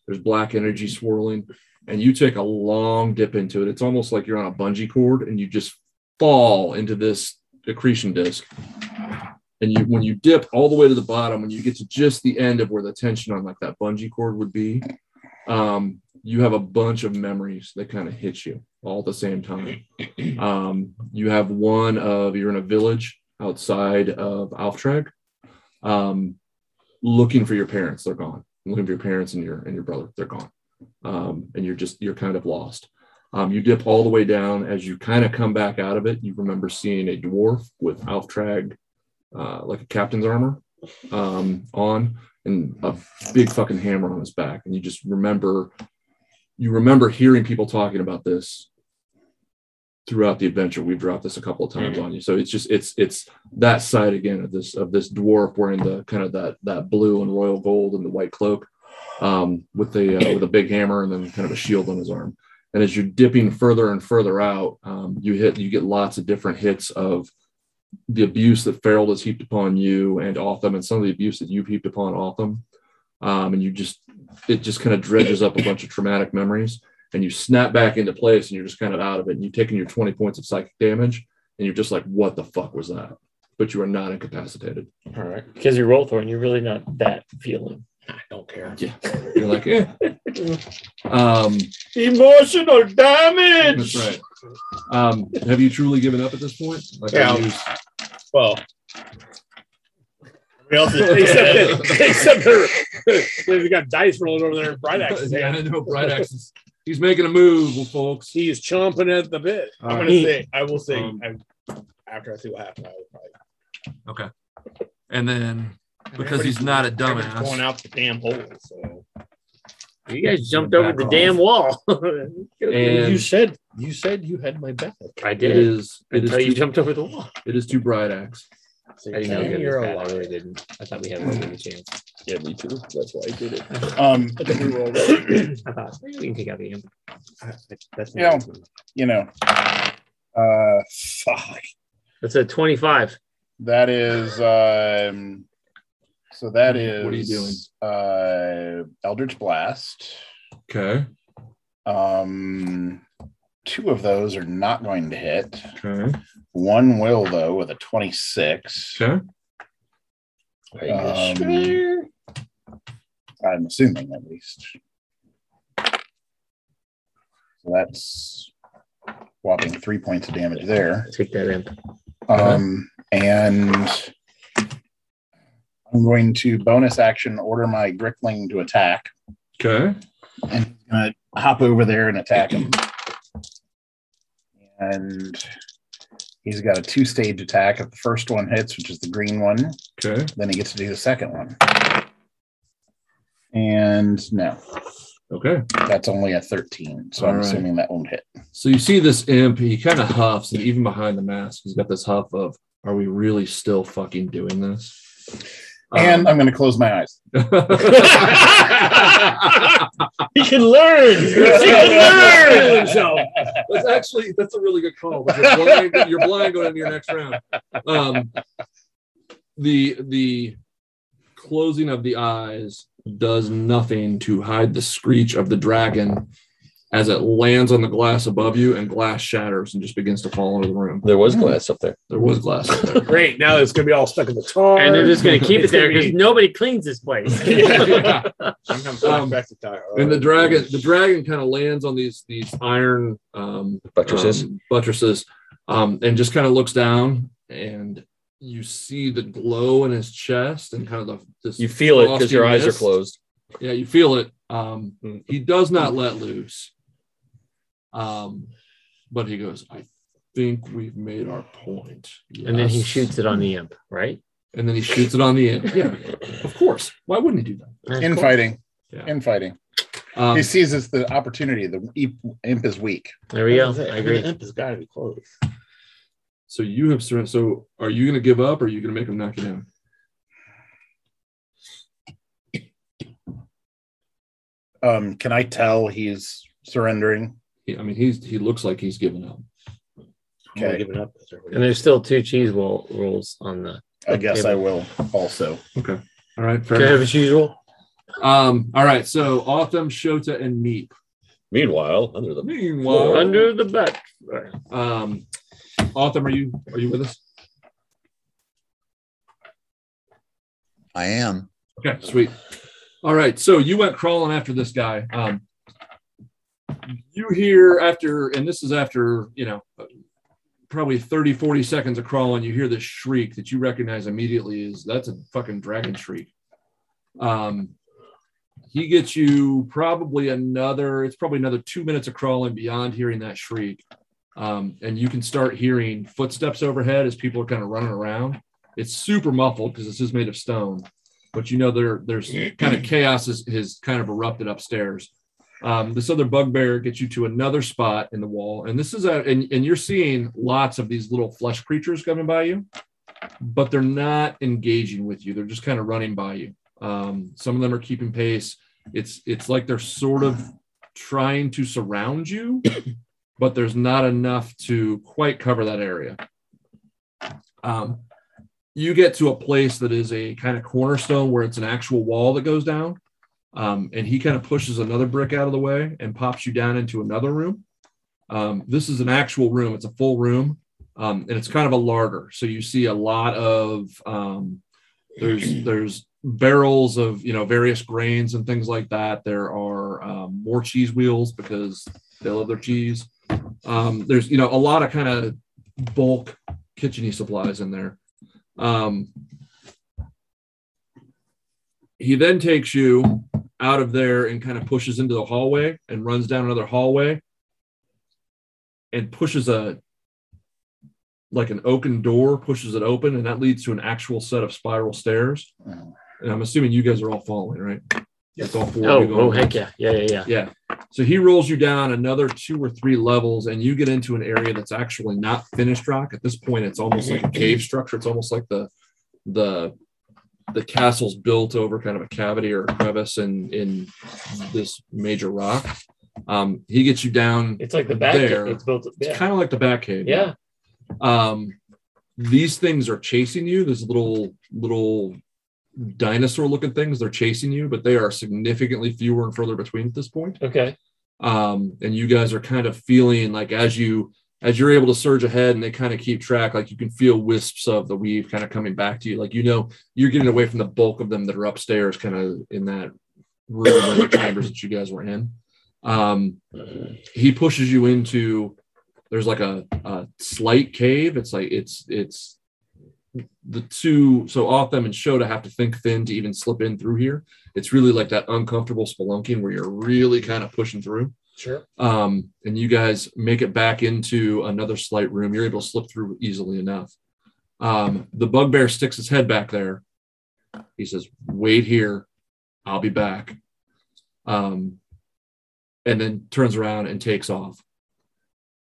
S4: There's black energy swirling, and you take a long dip into it. It's almost like you're on a bungee cord and you just fall into this accretion disk. And you, when you dip all the way to the bottom, when you get to just the end of where the tension on like that bungee cord would be, um, you have a bunch of memories that kind of hit you all at the same time. Um, you have one of you're in a village outside of Alftrag, um, looking for your parents. They're gone. Looking for your parents and your and your brother. They're gone, um, and you're just you're kind of lost. Um, you dip all the way down. As you kind of come back out of it, you remember seeing a dwarf with Alftrag uh, like a captain's armor um, on and a big fucking hammer on his back. And you just remember, you remember hearing people talking about this throughout the adventure. We've dropped this a couple of times on you. So it's just, it's, it's that side again of this, of this dwarf wearing the kind of that, that blue and royal gold and the white cloak um, with the, uh, with a big hammer and then kind of a shield on his arm. And as you're dipping further and further out, um, you hit, you get lots of different hits of the abuse that Farrell has heaped upon you and Otham, and some of the abuse that you've heaped upon Otham, um, and you just it just kind of dredges up a bunch of traumatic memories, and you snap back into place, and you're just kind of out of it, and you've taken your 20 points of psychic damage, and you're just like, what the fuck was that? But you are not incapacitated.
S5: All right. Because you're Rollthorn, you're really not that feeling.
S7: I don't care.
S4: Yeah, you're like, eh. um,
S5: Emotional damage.
S4: that's right. Um, have you truly given up at this point? Like,
S7: Yeah.
S4: have you-
S7: Well,
S22: except that, except that
S7: <laughs>
S22: they've got dice rolling over there. Bright Axe.
S4: <laughs> Yeah, I know Bright Axe is- He's making a move, folks.
S22: He is chomping at the bit.
S7: I'm going to say, I will say,
S4: Um,
S7: I, after I see what happens, I will probably.
S4: Okay. And then because he's not a
S7: Everybody's Going
S4: dumbass.
S7: out the damn hole. So.
S5: You guys jumped over the damn <laughs> wall.
S4: And-
S7: said you said you had my back.
S5: I
S4: It
S5: did.
S4: is it is
S5: until you
S4: too-
S5: jumped over the wall.
S4: it is too bright axe.
S7: So
S5: I didn't know
S7: damn,
S5: you
S7: you're
S5: were
S7: alive.
S5: I really didn't. I thought we had more of a chance. <clears throat>
S2: Yeah, me too. That's why I did it.
S9: Um,
S5: I thought we were all I thought maybe we can take out the amber. That's
S9: you know, you know, uh, fuck.
S5: That's a 25.
S9: That is, um, so that is.
S4: What are you doing?
S9: Uh, Eldritch Blast.
S4: Okay.
S9: Um, two of those are not going to hit.
S4: Okay.
S9: One will though with a twenty-six.
S4: Okay.
S9: Um, I'm assuming at least. So that's whopping three points of damage there.
S5: Take that in.
S9: Um, and I'm going to bonus action order my Grickling to attack.
S4: Okay.
S9: And he's gonna hop over there and attack him. And he's got a two-stage attack. If the first one hits, which is the green one,
S4: Okay.
S9: then he gets to do the second one. And no,
S4: Okay.
S9: that's only a 13. So I'm
S4: All right.
S9: assuming that won't hit.
S4: So you see this imp, he kind of huffs, and even behind the mask, he's got this huff of, are we really still fucking doing this? Um,
S9: and I'm gonna close my eyes.
S4: Um, <laughs>
S7: <laughs>
S5: He can learn. He can learn.
S4: himself. That's actually that's a really good call. but You're blind, you're blind going into your next round. Um, the the closing of the eyes does nothing to hide the screech of the dragon as it lands on the glass above you and glass shatters and just begins to fall into the room.
S2: There was glass up there.
S4: There was glass. up there.
S22: Great. Now it's going to be all stuck in the tar.
S5: And they're just going to keep it
S22: It's
S5: there
S22: gonna
S7: <laughs>
S5: because
S22: be-
S5: nobody cleans this place. <laughs>
S4: Yeah.
S7: I'm coming
S4: Um,
S7: back to die.
S4: and the dragon the dragon kind of lands on these these iron um
S2: Buttresses.
S4: um, buttresses um and just kind of looks down and you see the glow in his chest and kind of the this
S2: You feel it because
S4: frosty
S2: your eyes are
S4: mist.
S2: closed.
S4: yeah you feel it um he does not let loose um but he goes i think we've made our point.
S7: And then he
S4: Yes.
S7: shoots it on the imp, right?
S4: And then he shoots it on the imp. Yeah, of course. Why wouldn't he do that?
S9: Infighting.
S4: Yeah.
S9: Infighting.
S4: Um,
S9: he seizes the opportunity. The imp, imp is weak.
S7: There we go.
S9: I
S7: agree.
S23: Imp has got to be close.
S4: So you have surrendered. So are you going to give up or are you going to make him knock you down?
S9: Um, can I tell he's surrendering?
S4: I mean, he's he looks like he's giving up.
S9: Okay.
S23: Giving up.
S7: And there's still two cheese roll rolls on the.
S9: I guess I
S7: table.
S9: will also.
S4: Okay. All right.
S7: Can I have a cheese roll?
S4: Um, all right. So Autumn, Shota, and Meep.
S2: Meanwhile, under the
S4: Meanwhile,
S7: <laughs> Under the bed.
S4: um, Autumn, are you are you with us?
S10: I am.
S4: Okay, sweet. All right, so you went crawling after this guy. Um, you hear after, and this is after, you know, probably 30, 40 seconds of crawling, you hear this shriek that you recognize immediately is that's a fucking dragon shriek. Um, he gets you probably another, it's probably another two minutes of crawling beyond hearing that shriek. Um, and you can start hearing footsteps overhead as people are kind of running around. It's super muffled because this is made of stone but you know there there's kind of chaos has, has kind of erupted upstairs. Um, this other bugbear gets you to another spot in the wall, and this is a and, and you're seeing lots of these little flesh creatures coming by you, but they're not engaging with you. They're just kind of running by you. Um, some of them are keeping pace. It's it's like they're sort of trying to surround you, but there's not enough to quite cover that area. Um, you get to a place that is a kind of cornerstone where it's an actual wall that goes down. Um, and he kind of pushes another brick out of the way and pops you down into another room. Um, this is an actual room, it's a full room. Um, and it's kind of a larder. So you see a lot of um, there's there's barrels of you know various grains and things like that. There are um, more cheese wheels because they love their cheese. Um, there's you know a lot of kind of bulk kitcheny supplies in there. Um, he then takes you out of there and kind of pushes into the hallway and runs down another hallway and pushes a like an oaken door, pushes it open, and that leads to an actual set of spiral stairs. And I'm assuming you guys are all following, right? Yes. All four of
S7: Oh,
S4: you going
S7: oh, heck
S4: down.
S7: yeah. Yeah, yeah, yeah.
S4: Yeah. So he rolls you down another two or three levels, and you get into an area that's actually not finished rock. At this point, it's almost like a cave structure. It's almost like the the the castle's built over kind of a cavity or a crevice in in this major rock. Um, he gets you down.
S7: It's like the back.
S4: there.
S7: It's built. Yeah.
S4: It's kind of like the back cave.
S7: Yeah.
S4: Um, these things are chasing you. These little little dinosaur looking things. They're chasing you, but they are significantly fewer and further between at this point.
S7: Okay.
S4: Um, and you guys are kind of feeling like as you as you're able to surge ahead and they kind of keep track, like you can feel wisps of the weave kind of coming back to you. Like you know you're getting away from the bulk of them that are upstairs, kind of in that room or the chambers that you guys were in. Um, he pushes you into there's like a, a slight cave. It's like it's it's the two so off them and Shota have to think thin to even slip in through here. It's really like that uncomfortable spelunking where you're really kind of pushing through.
S7: Sure.
S4: Um, and you guys make it back into another slight room. You're able to slip through easily enough. Um, the bugbear sticks his head back there. He says, "Wait here, I'll be back." Um, and then turns around and takes off.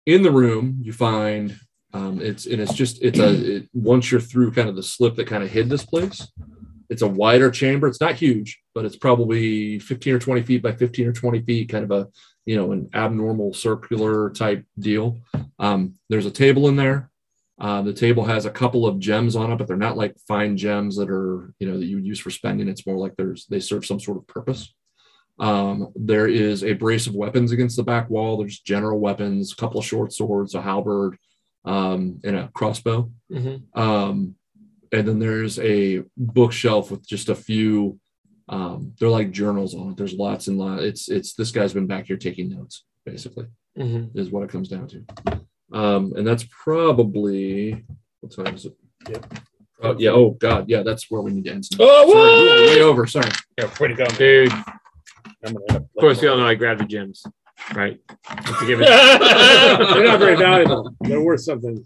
S4: In the room, you find um, it's and it's just it's a it, once you're through kind of the slip that kind of hid this place. It's a wider chamber. It's not huge, but it's probably 15 or 20 feet by 15 or 20 feet, kind of a you know an abnormal circular type deal. Um, there's a table in there. Uh, the table has a couple of gems on it, but they're not like fine gems that are you know that you would use for spending. It's more like there's they serve some sort of purpose. Um, there is a brace of weapons against the back wall. There's general weapons, a couple of short swords, a halberd, um, and a crossbow.
S7: Mhm.
S4: Um, and then there's a bookshelf with just a few. Um, they're like journals on it. There's lots and lots. It's it's this guy's been back here taking notes, basically,
S7: Mhm.
S4: is what it comes down to. Um, and that's probably what time is it?
S23: Yep.
S4: Oh yeah. Oh god. Yeah, that's where we need to end.
S7: Oh,
S4: Sorry,
S7: what?
S4: way over. Sorry.
S23: Yeah, way to go,
S7: dude. Of course, we all know I grabbed the gems.
S24: right?
S7: <laughs> They're not very valuable. They're worth something.